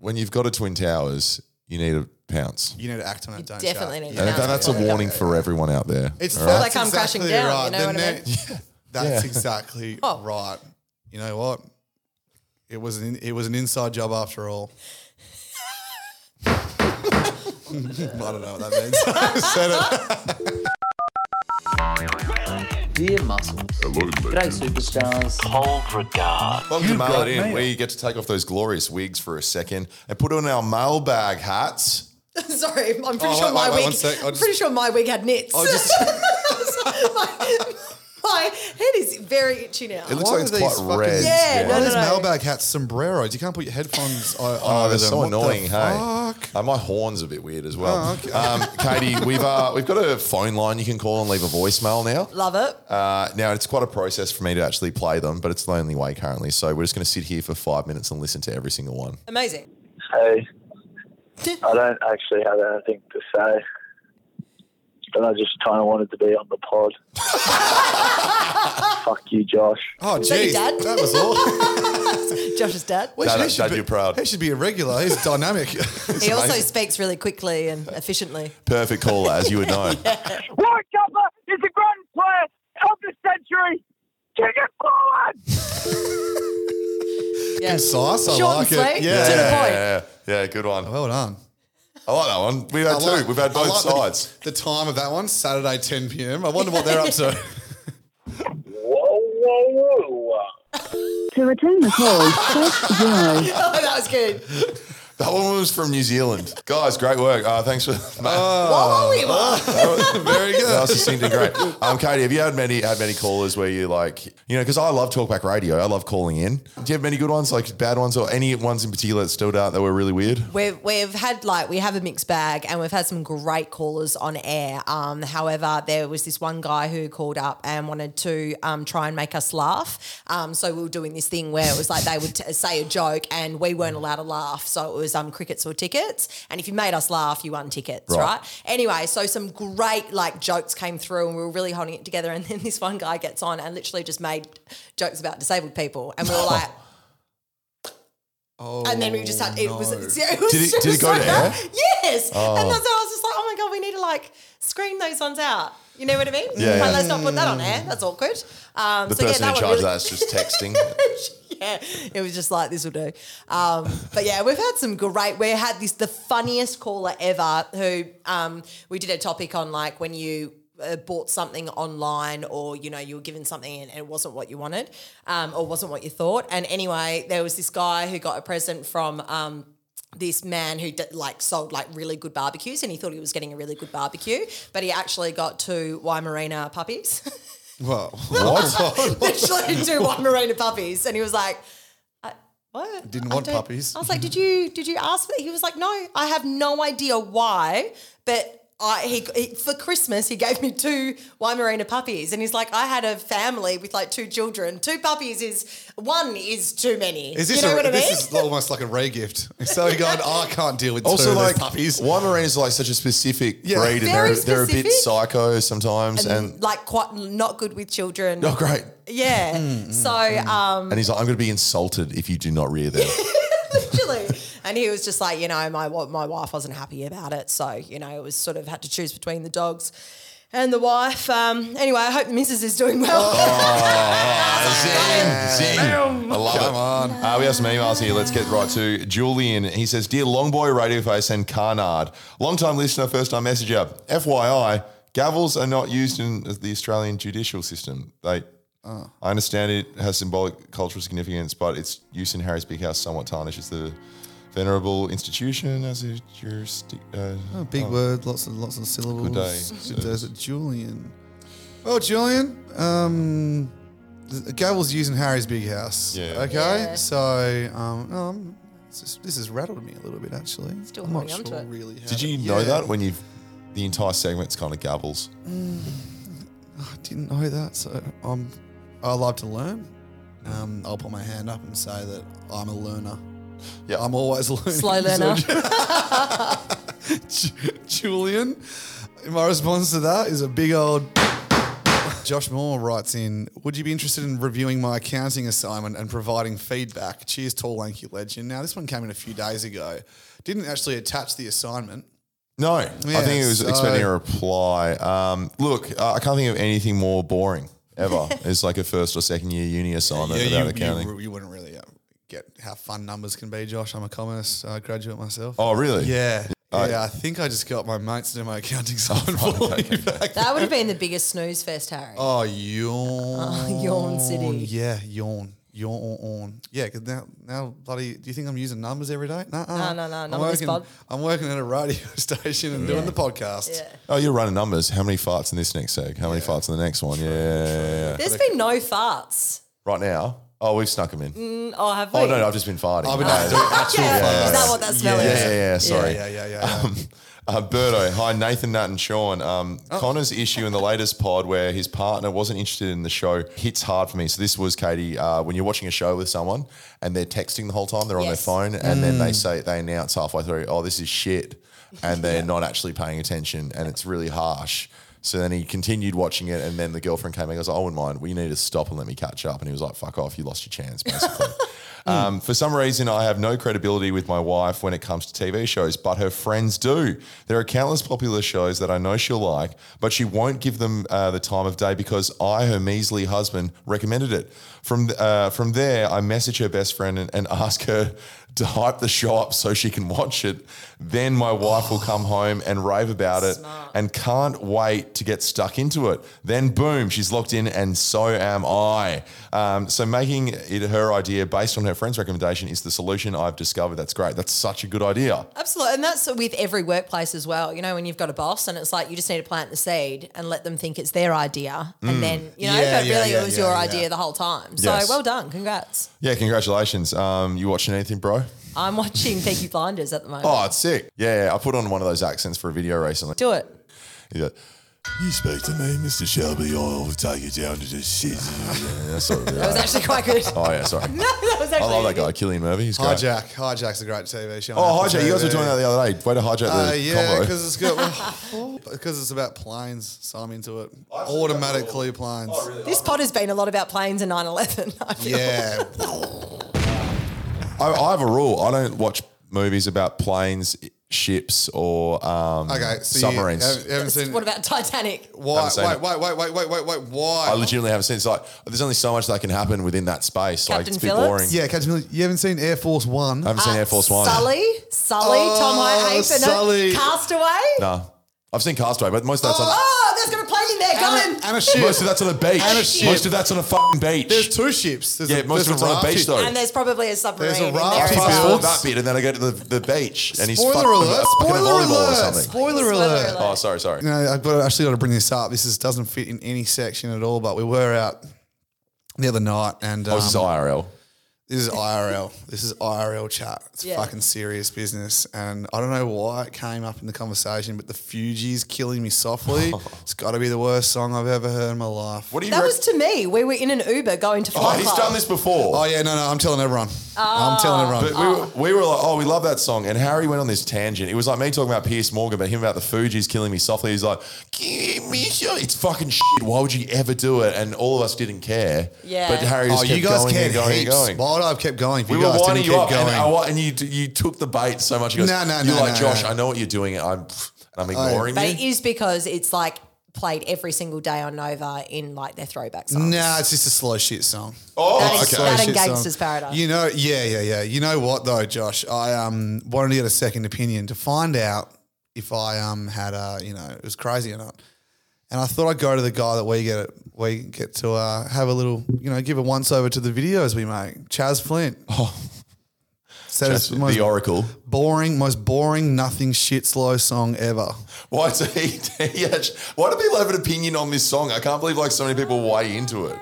[SPEAKER 2] when you've got a twin towers, you need to pounce.
[SPEAKER 3] You need to act on it. don't
[SPEAKER 4] definitely
[SPEAKER 3] shout.
[SPEAKER 4] need
[SPEAKER 2] And
[SPEAKER 4] to
[SPEAKER 2] that- that's a warning for everyone out there.
[SPEAKER 3] It's
[SPEAKER 2] all
[SPEAKER 3] that's
[SPEAKER 4] Like I'm crashing
[SPEAKER 3] exactly
[SPEAKER 4] down,
[SPEAKER 3] Right.
[SPEAKER 4] you know
[SPEAKER 3] The
[SPEAKER 4] what I mean? Oh.
[SPEAKER 3] net- That's
[SPEAKER 2] Yeah.
[SPEAKER 3] exactly right. You know what? It was an it was an inside job after all. I don't know what that means. I said
[SPEAKER 5] Dear Muscles. G'day, superstars. Cold regard.
[SPEAKER 2] Welcome to Mail It In. We get to take off those glorious wigs for a second and put on our mailbag hats.
[SPEAKER 4] Sorry, I'm pretty
[SPEAKER 2] Oh,
[SPEAKER 4] sure
[SPEAKER 2] wait,
[SPEAKER 4] my
[SPEAKER 2] wait, wait, one
[SPEAKER 4] wig.
[SPEAKER 2] sec. I'll
[SPEAKER 4] I'm
[SPEAKER 2] just-
[SPEAKER 4] pretty sure my wig had nits.
[SPEAKER 2] I'll just-
[SPEAKER 4] my, my head is very itchy now.
[SPEAKER 2] It looks like it's quite red.
[SPEAKER 4] Yeah, no,
[SPEAKER 3] Why
[SPEAKER 4] no,
[SPEAKER 3] does
[SPEAKER 4] no.
[SPEAKER 3] mailbag hats sombreros? You can't put your headphones o-
[SPEAKER 2] Oh,
[SPEAKER 3] over
[SPEAKER 2] they're
[SPEAKER 3] them.
[SPEAKER 2] so
[SPEAKER 3] What the
[SPEAKER 2] annoying, hey.
[SPEAKER 3] fuck?
[SPEAKER 2] Uh, my horn's a bit weird as well.
[SPEAKER 3] Oh, okay.
[SPEAKER 2] um, Katie, we've uh, we've got a phone line you can call and leave a voicemail now.
[SPEAKER 4] Love it.
[SPEAKER 2] Uh, now it's quite a process for me to actually play them, but it's the only way currently. So we're just going to sit here for five minutes and listen to every single one.
[SPEAKER 4] Amazing.
[SPEAKER 20] Hey, I don't actually have anything to say, but I just kind of wanted to be on the pod. Fuck you, Josh.
[SPEAKER 3] Oh,
[SPEAKER 4] Is that your
[SPEAKER 3] jeez.
[SPEAKER 4] dad?
[SPEAKER 3] That was all.
[SPEAKER 4] Josh's dad.
[SPEAKER 3] Well,
[SPEAKER 2] Dad-
[SPEAKER 3] he should
[SPEAKER 2] Dad,
[SPEAKER 3] be-
[SPEAKER 2] you're proud.
[SPEAKER 3] He should be a regular. He's dynamic.
[SPEAKER 4] He also speaks really quickly and efficiently.
[SPEAKER 2] Perfect caller, as you would know.
[SPEAKER 1] Warren Cutler is the grand player of the century. Kick it forward.
[SPEAKER 4] Yeah.
[SPEAKER 2] Concise, I
[SPEAKER 4] Short
[SPEAKER 2] like
[SPEAKER 4] and
[SPEAKER 2] it.
[SPEAKER 4] sweet,
[SPEAKER 2] Yeah,
[SPEAKER 4] to the point.
[SPEAKER 2] yeah, yeah, yeah, good one.
[SPEAKER 3] Well done.
[SPEAKER 2] I like that one. We've
[SPEAKER 3] I
[SPEAKER 2] had two.
[SPEAKER 3] like-
[SPEAKER 2] We've had
[SPEAKER 3] I
[SPEAKER 2] both
[SPEAKER 3] like the-
[SPEAKER 2] sides.
[SPEAKER 3] The, time of that one, Saturday, 10 p.m. I wonder what they're up to.
[SPEAKER 1] Whoa, whoa, whoa.
[SPEAKER 21] To return the call, press zero.
[SPEAKER 4] Oh, that was good.
[SPEAKER 2] That one was from New Zealand. Guys, great work. Uh, thanks for
[SPEAKER 3] Oh,
[SPEAKER 4] What were we?
[SPEAKER 2] Oh, Very good. That was succinct and great. Um, Katie, have you had many had many callers where you like, you know, because I love talkback radio. I love calling in. Do you have many good ones, like bad ones, or any ones in particular that stood out that were really weird?
[SPEAKER 4] We've, we've had like we have a mixed bag and we've had some great callers on air. Um, however, there was this one guy who called up and wanted to um, try and make us laugh. Um, so we were doing this thing where it was like they would t- say a joke and we weren't allowed to laugh. So it was um, crickets or tickets. And if you made us laugh, you won tickets,
[SPEAKER 1] Right.
[SPEAKER 4] right? Anyway, so some great like jokes came through and we were really holding it together. And then this one guy gets on and literally just made jokes about disabled people, and we were like.
[SPEAKER 3] Oh,
[SPEAKER 4] and then we just had it was,
[SPEAKER 2] Oh,
[SPEAKER 3] no.
[SPEAKER 4] it was just like that. Yes,
[SPEAKER 3] Oh.
[SPEAKER 4] and that's how I was just like, oh my god, we need to like screen those ones out. You know what I mean?
[SPEAKER 2] Yeah,
[SPEAKER 4] Like,
[SPEAKER 2] yeah.
[SPEAKER 4] let's not put that on air. That's awkward. Um,
[SPEAKER 2] the
[SPEAKER 4] so
[SPEAKER 2] person
[SPEAKER 4] yeah,
[SPEAKER 2] in
[SPEAKER 4] that
[SPEAKER 2] charge
[SPEAKER 4] one
[SPEAKER 2] of that's just texting.
[SPEAKER 4] yeah, it was just like this will do. Um, but yeah, we've had some great. We had this the funniest caller ever. Who um, we did a topic on like when you. Uh, bought something online or you know you were given something and it wasn't what you wanted um, or wasn't what you thought and anyway there was this guy who got a present from um, this man who d- like sold like really good barbecues and he thought he was getting a really good barbecue but he actually got two Weimarina puppies
[SPEAKER 3] Whoa.
[SPEAKER 4] literally two white marina puppies, and he was like, I, "What?
[SPEAKER 3] Didn't
[SPEAKER 4] I
[SPEAKER 3] want
[SPEAKER 4] don't-"
[SPEAKER 3] puppies.
[SPEAKER 4] I was like, "Did you did you ask for?" He was like, "No, I have no idea why, but." I, he, he- for Christmas, he gave me two Weimarina puppies, and he's like, "I had a family with like two children. Two puppies is one is too many.
[SPEAKER 3] Is this,
[SPEAKER 4] you know
[SPEAKER 3] a,
[SPEAKER 4] what I mean?
[SPEAKER 3] this is almost like a Ray gift. So he going, oh, I can't deal with
[SPEAKER 2] also,
[SPEAKER 3] two
[SPEAKER 2] like
[SPEAKER 3] of these puppies.
[SPEAKER 2] wine marinas are like such a specific
[SPEAKER 3] Yeah.
[SPEAKER 2] breed, and
[SPEAKER 4] Very
[SPEAKER 2] they're, they're a bit
[SPEAKER 4] specific.
[SPEAKER 2] psycho sometimes. And,
[SPEAKER 4] and like quite not good with children.
[SPEAKER 2] oh, great.
[SPEAKER 4] Yeah.
[SPEAKER 3] Hmm,
[SPEAKER 2] Mm, mm,
[SPEAKER 4] so,
[SPEAKER 2] mm.
[SPEAKER 4] um,
[SPEAKER 2] and he's like, I'm going to be insulted if you do not rear them.
[SPEAKER 4] literally. And he was just like, you know, my wa- my wife wasn't happy about it, so you know, it was sort of had to choose between the dogs and the wife. Um, anyway, I hope the missus is doing well.
[SPEAKER 2] Oh. Zing, zing. I love it. Uh, we have some emails here. Let's get right to Julian. He says, Dear Longboy Radio Face and Carnard, long-time listener, first-time messenger. FYI, gavels are not used in the Australian judicial system. They,
[SPEAKER 3] Oh.
[SPEAKER 2] I understand it has symbolic cultural significance, but its use in Harry's Big House somewhat tarnishes the venerable institution as a jurisdiction. Uh,
[SPEAKER 3] Oh, big
[SPEAKER 2] oh.
[SPEAKER 3] word, lots of lots of syllables.
[SPEAKER 2] Good day.
[SPEAKER 3] Good day. Is it Julian? Well, Julian, um, Gable's using Harry's big house.
[SPEAKER 2] Yeah.
[SPEAKER 3] Okay.
[SPEAKER 2] Yeah.
[SPEAKER 3] So, um, no, I'm- this, is, this has rattled me a little bit actually. Still I'm not sure really. how
[SPEAKER 2] Did you
[SPEAKER 3] to-
[SPEAKER 2] know
[SPEAKER 3] Yeah.
[SPEAKER 2] that when you've the entire segment's kind of gabbles?
[SPEAKER 3] Mm, I didn't know that, so I'm. I love to learn. Um, I'll put my hand up and say that I'm a learner. Yeah, I'm always learning.
[SPEAKER 4] Slow learner.
[SPEAKER 3] So- Ju- Julian, my response to that is a big old. Josh Moore writes in, would you be interested in reviewing my accounting assignment and providing feedback? Cheers, tall, lanky legend. Now, this one came in a few days ago. Didn't actually attach the assignment.
[SPEAKER 2] No,
[SPEAKER 3] Yeah,
[SPEAKER 2] I think it was
[SPEAKER 3] so-
[SPEAKER 2] expecting a reply. Um, look, uh, I can't think of anything more boring ever. it's like a first or second year uni assignment
[SPEAKER 3] Yeah,
[SPEAKER 2] about
[SPEAKER 3] you,
[SPEAKER 2] accounting.
[SPEAKER 3] You, you wouldn't really uh, get how fun numbers can be, Josh. I'm a commerce uh, graduate myself.
[SPEAKER 2] Oh, really?
[SPEAKER 3] Yeah.
[SPEAKER 2] I- Oh,
[SPEAKER 3] yeah, I think I just got my mates to do my accounting assignment for me.
[SPEAKER 4] That would have been the biggest snooze fest, Harry.
[SPEAKER 3] Oh, yawn.
[SPEAKER 4] yawn city.
[SPEAKER 3] Yeah, yawn. Yawn. Yeah, because now, now, bloody, do you think I'm using numbers every day? Nuh-uh.
[SPEAKER 4] No, no, no,
[SPEAKER 3] I'm
[SPEAKER 4] not on this
[SPEAKER 3] working,
[SPEAKER 4] pod.
[SPEAKER 3] I'm working at a radio station and doing the podcast.
[SPEAKER 2] Oh, you're running numbers. How many farts in this next seg? How many farts in the next one? Yeah, yeah, yeah.
[SPEAKER 4] There's been no farts.
[SPEAKER 2] right now. Oh, we've snuck them in.
[SPEAKER 4] Mm, oh, have we?
[SPEAKER 2] Oh no, no, I've just been farting.
[SPEAKER 3] I've been just doing actual
[SPEAKER 4] Yeah,
[SPEAKER 3] farts.
[SPEAKER 4] is that what that smell
[SPEAKER 2] yeah,
[SPEAKER 4] is?
[SPEAKER 2] Yeah, yeah, yeah. Sorry.
[SPEAKER 3] Yeah, yeah, yeah.
[SPEAKER 2] Um, uh, Birdo, hi Nathan, Nat, and Sean. Um, Connor's issue in the latest pod where his partner wasn't interested in the show hits hard for me. So this was Katie uh, when you're watching a show with someone and they're texting the whole time, they're on
[SPEAKER 4] Yes.
[SPEAKER 2] their phone, and then they
[SPEAKER 3] Mm.
[SPEAKER 2] say they announce halfway through, "Oh, this is shit," and they're not actually paying attention, and it's really harsh. So then he continued watching it, and then the girlfriend came and goes, "I wouldn't mind. We need to stop and let me catch up." And he was like, "Fuck off! You lost your chance." Basically. Um, for some reason, I have no credibility with my wife when it comes to TV shows, but her friends do. There are countless popular shows that I know she'll like, but she won't give them uh, the time of day because I, her measly husband, recommended it. From uh, from there, I message her best friend and, and ask her to hype the show up so she can watch it. Then my wife will come home and rave about it and can't wait to get stuck into it. Then boom, she's locked in, and so am I. Um, so making it her idea based on her friend's recommendation is the solution I've discovered. That's great. That's such a good idea.
[SPEAKER 4] Absolutely. And that's with every workplace as well. You know, when you've got a boss and it's like you just need to plant the seed and let them think it's their idea.
[SPEAKER 2] Mm.
[SPEAKER 4] And then, you know,
[SPEAKER 2] Yeah,
[SPEAKER 4] but
[SPEAKER 2] yeah,
[SPEAKER 4] really
[SPEAKER 2] yeah,
[SPEAKER 4] it was
[SPEAKER 2] yeah,
[SPEAKER 4] your
[SPEAKER 2] yeah.
[SPEAKER 4] idea the whole time. So
[SPEAKER 2] Yes.
[SPEAKER 4] well done. Congrats.
[SPEAKER 2] Yeah, congratulations. Um, you watching anything, bro?
[SPEAKER 4] I'm watching Peaky Blinders at the moment.
[SPEAKER 2] Oh, it's sick. Yeah, yeah, I put on one of those accents for a video recently.
[SPEAKER 4] Do it.
[SPEAKER 2] Yeah.
[SPEAKER 16] You speak to me, Mr. Shelby, I'll take you down to the shit.
[SPEAKER 2] yeah, that's sort of-
[SPEAKER 4] That was actually quite good.
[SPEAKER 2] Oh yeah, sorry.
[SPEAKER 4] No, that was
[SPEAKER 2] I
[SPEAKER 4] actually
[SPEAKER 2] love that guy, Killian Murphy. He's great.
[SPEAKER 3] Hijack. Hijack's a great TV show.
[SPEAKER 2] Oh,
[SPEAKER 3] on Apple
[SPEAKER 2] hijack! You guys were
[SPEAKER 3] TV.
[SPEAKER 2] doing that the other day. Way to hijack the
[SPEAKER 3] Uh, yeah,
[SPEAKER 2] combo.
[SPEAKER 3] because it's good. Because it's about planes, so I'm into it. Automatically planes.
[SPEAKER 4] This pod has been a lot about planes and 9 11.
[SPEAKER 3] Yeah.
[SPEAKER 2] I, I have a rule. I don't watch movies about planes, ships, or um,
[SPEAKER 3] Okay, so you
[SPEAKER 2] submarines.
[SPEAKER 3] haven't- haven't seen-
[SPEAKER 4] What about Titanic?
[SPEAKER 3] Why?
[SPEAKER 2] Haven't seen
[SPEAKER 3] Wait,
[SPEAKER 2] it.
[SPEAKER 3] wait, wait, wait, wait, wait, wait. Why?
[SPEAKER 2] I legitimately haven't seen. It's like there's only so much that can happen within that space. like it's a bit boring.
[SPEAKER 3] Yeah, Captain Phillips. You haven't seen Air Force One.
[SPEAKER 2] I haven't seen Air Force One.
[SPEAKER 4] Sully? Sully?
[SPEAKER 3] Oh,
[SPEAKER 4] Tom Hanks? and-
[SPEAKER 3] Sully.
[SPEAKER 4] Castaway?
[SPEAKER 2] No, I've seen Castaway, but most of that's
[SPEAKER 4] Oh, there's got a plane in there. Go
[SPEAKER 3] Anna-
[SPEAKER 4] in.
[SPEAKER 3] Anna
[SPEAKER 2] on.
[SPEAKER 3] Ship.
[SPEAKER 2] Most of that's on a beach.
[SPEAKER 3] And a ship.
[SPEAKER 2] Most of that's on a fucking beach.
[SPEAKER 3] There's two ships. There's
[SPEAKER 2] yeah,
[SPEAKER 3] a,
[SPEAKER 2] most
[SPEAKER 3] there's
[SPEAKER 2] of it's on a beach though.
[SPEAKER 4] And there's probably a submarine.
[SPEAKER 3] There's a
[SPEAKER 4] in
[SPEAKER 3] raft
[SPEAKER 4] there as
[SPEAKER 2] Fast
[SPEAKER 4] well.
[SPEAKER 2] forward that bit, and then I go to the, the beach, and he's
[SPEAKER 3] Spoiler
[SPEAKER 2] fucked with a
[SPEAKER 3] alert,
[SPEAKER 2] fucking
[SPEAKER 3] spoiler
[SPEAKER 2] volleyball or
[SPEAKER 3] alert,
[SPEAKER 2] something.
[SPEAKER 3] spoiler alert.
[SPEAKER 2] Oh, sorry, sorry.
[SPEAKER 3] No, I've got to, actually got to bring this up. This is, doesn't fit in any section at all. But we were out the other night, and um,
[SPEAKER 2] Oh, this is IRL.
[SPEAKER 3] This is IRL. this is IRL chat. It's
[SPEAKER 2] Yeah.
[SPEAKER 3] fucking serious business, and I don't know why it came up in the conversation, but the Fugees killing me softly. it's got to be the worst song I've ever heard in my life. What
[SPEAKER 2] do
[SPEAKER 4] That was to me. We were in an Uber going to
[SPEAKER 2] Oh,
[SPEAKER 4] Flight Club.
[SPEAKER 2] before.
[SPEAKER 3] Oh yeah, no, no. I'm telling everyone.
[SPEAKER 4] Ah.
[SPEAKER 3] I'm telling everyone.
[SPEAKER 2] But we, were, we were like, oh, we love that song. And Harry went on this tangent. It was like me talking about Pierce Morgan, but him about the Fugees killing me softly. He's like, give me your, it's fucking shit. Why would you ever do it? And all of us didn't care.
[SPEAKER 3] Yeah.
[SPEAKER 2] But Harry just
[SPEAKER 3] Oh,
[SPEAKER 2] kept
[SPEAKER 3] you guys
[SPEAKER 2] going and
[SPEAKER 3] cared
[SPEAKER 2] going
[SPEAKER 3] heaps.
[SPEAKER 2] and going.
[SPEAKER 3] Why would I have kept going? If
[SPEAKER 2] We
[SPEAKER 3] you
[SPEAKER 2] were
[SPEAKER 3] guys didn't
[SPEAKER 2] winding you
[SPEAKER 3] keep
[SPEAKER 2] up, and,
[SPEAKER 3] going.
[SPEAKER 2] I wa- and you you took the bait so much. You goes,
[SPEAKER 3] No, no,
[SPEAKER 2] You're
[SPEAKER 3] no,
[SPEAKER 2] like
[SPEAKER 3] no,
[SPEAKER 2] Josh.
[SPEAKER 3] no. Oh,
[SPEAKER 2] I know what you're doing. I'm and I'm ignoring
[SPEAKER 4] But
[SPEAKER 2] you.
[SPEAKER 4] it is because it's like played every single day on Nova in like their throwback songs.
[SPEAKER 3] Nah, it's just a slow shit song.
[SPEAKER 4] Oh, That is-
[SPEAKER 3] Slow
[SPEAKER 4] that
[SPEAKER 3] shit
[SPEAKER 4] and Gangsta's Paradise.
[SPEAKER 3] You know, yeah, yeah, yeah. You know what though, Josh? I um wanted to get a second opinion to find out if I um had a you know it was crazy or not. And I thought I'd go to the guy that we get we get to uh, have a little you know give a once over to the videos we make. Chaz Flint. Oh. Said it's
[SPEAKER 2] Chaz-
[SPEAKER 3] the most
[SPEAKER 2] the Oracle.
[SPEAKER 3] Boring, most boring, nothing shit slow song ever.
[SPEAKER 2] Why do he, he actually, Why do people have an opinion on this song? I can't believe like so many people weigh into it.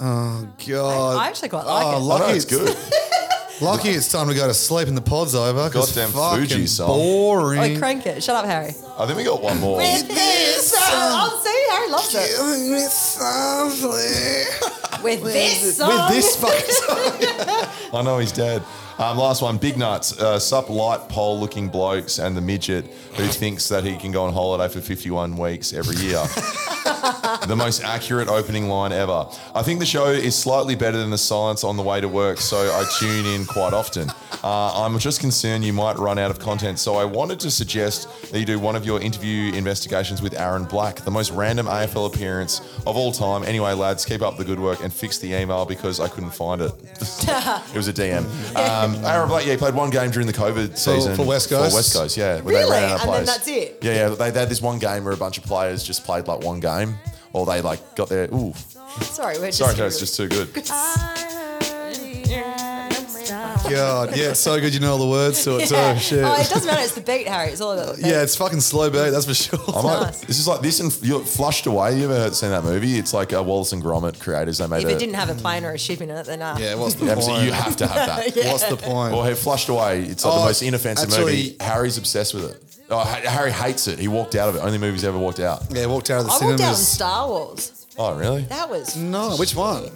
[SPEAKER 3] Oh god.
[SPEAKER 4] I actually quite like
[SPEAKER 3] oh,
[SPEAKER 4] it.
[SPEAKER 3] Lucky
[SPEAKER 4] I know,
[SPEAKER 3] it's
[SPEAKER 4] it's
[SPEAKER 3] good. lucky it's time to go to sleep and the pod's over. 'cause
[SPEAKER 2] Goddamn
[SPEAKER 3] it's fucking
[SPEAKER 2] Fuji song.
[SPEAKER 3] Boring.
[SPEAKER 4] Oh, crank it. Shut up, Harry.
[SPEAKER 2] I think we got one more.
[SPEAKER 4] With this, oh, see, Harry loves it. With this song.
[SPEAKER 2] With this fucking I know he's dead. Um, last one, big nuts. Uh, sup light pole looking blokes and the midget who thinks that he can go on holiday for 51 weeks every year. the most accurate opening line ever. I think the show is slightly better than the silence on the way to work, so I tune in quite often. Uh, I'm just concerned you might run out of content, so I wanted to suggest that you do one of your interview investigations with Aaron Black, the most random AFL appearance of all time. Anyway, lads, keep up the good work and fix the email because I couldn't find it. It was a DM. Um, Aaron Blake, yeah, he played one game during the COVID season
[SPEAKER 3] for West Coast?
[SPEAKER 2] For West Coast, yeah. where
[SPEAKER 4] Really?
[SPEAKER 2] out of
[SPEAKER 4] And then
[SPEAKER 2] players.
[SPEAKER 4] that's it?
[SPEAKER 2] Yeah, yeah. They, they had this one game where a bunch of players just played like one game, or they like got their ooh.
[SPEAKER 4] Sorry, we're just.
[SPEAKER 2] Sorry, no, it's just too good.
[SPEAKER 3] God, yeah, it's so good you know all the words to it
[SPEAKER 4] Yeah.
[SPEAKER 3] too. Shit.
[SPEAKER 4] Oh, it doesn't matter. It's the beat, Harry. It's all about the beat.
[SPEAKER 2] Yeah,
[SPEAKER 3] it's fucking slow beat, that's for sure.
[SPEAKER 2] I'm like, this is like this and you're flushed away. You ever heard- seen that movie? It's like a Wallace and Gromit creators. They made
[SPEAKER 4] If it didn't have a plane or a ship in it, then uh,
[SPEAKER 2] Yeah, what's the point? You have to have that.
[SPEAKER 4] Yeah.
[SPEAKER 2] point? Or have flushed away. It's like
[SPEAKER 3] Oh,
[SPEAKER 2] the most inoffensive movie.
[SPEAKER 3] actually-
[SPEAKER 2] Harry's obsessed with it. Oh, Ha- Harry hates it. He walked out of it. Only movie he's ever walked out.
[SPEAKER 3] Yeah, walked out of
[SPEAKER 4] I walked out on Star Wars.
[SPEAKER 2] Oh, really?
[SPEAKER 4] That was
[SPEAKER 3] No, which one?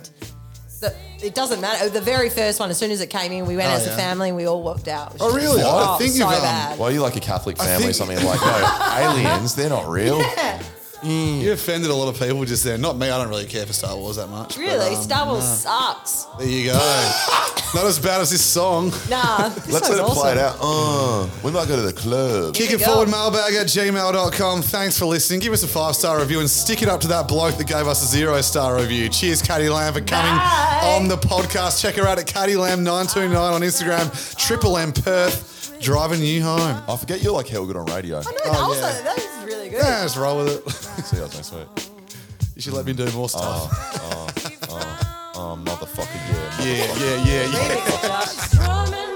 [SPEAKER 4] The, it doesn't matter. The very first one, as soon as it came in, we went
[SPEAKER 2] Oh,
[SPEAKER 4] as
[SPEAKER 2] yeah.
[SPEAKER 4] a family and we all walked out. It was
[SPEAKER 3] Oh,
[SPEAKER 4] just-
[SPEAKER 3] really? I
[SPEAKER 4] Oh,
[SPEAKER 3] think
[SPEAKER 4] so
[SPEAKER 3] you've, um,
[SPEAKER 4] bad.
[SPEAKER 2] Well, you're like a Catholic family or something. Like, no, aliens, they're not real.
[SPEAKER 4] Yeah.
[SPEAKER 3] You offended a lot of people just there. Not me. I don't really care for Star Wars that much. but,
[SPEAKER 4] Really?
[SPEAKER 3] um,
[SPEAKER 4] Star Wars
[SPEAKER 3] nah.
[SPEAKER 4] sucks.
[SPEAKER 3] There you go. Not as bad as this song.
[SPEAKER 4] Nah. This
[SPEAKER 2] Let's
[SPEAKER 4] one's
[SPEAKER 2] let it
[SPEAKER 4] awesome.
[SPEAKER 2] play it out. Uh, we might go to the club.
[SPEAKER 3] Kick it forward, mailbag at gmail.com. Thanks for listening. Give us a five star review and stick it up to that bloke that gave us a zero star review. Cheers, Katie Lamb, for coming on the podcast. Check her out at Katie Lamb929 on Instagram, Triple M Perth, driving you home.
[SPEAKER 2] I forget you're like hell good on radio. I know,
[SPEAKER 4] Also, that is really good.
[SPEAKER 3] Yeah, just roll with it.
[SPEAKER 2] See, I was next week.
[SPEAKER 3] You should let me do more stuff.
[SPEAKER 2] Oh, oh, oh, motherfucker, yeah.
[SPEAKER 3] Yeah, yeah, yeah, yeah.
[SPEAKER 1] Promise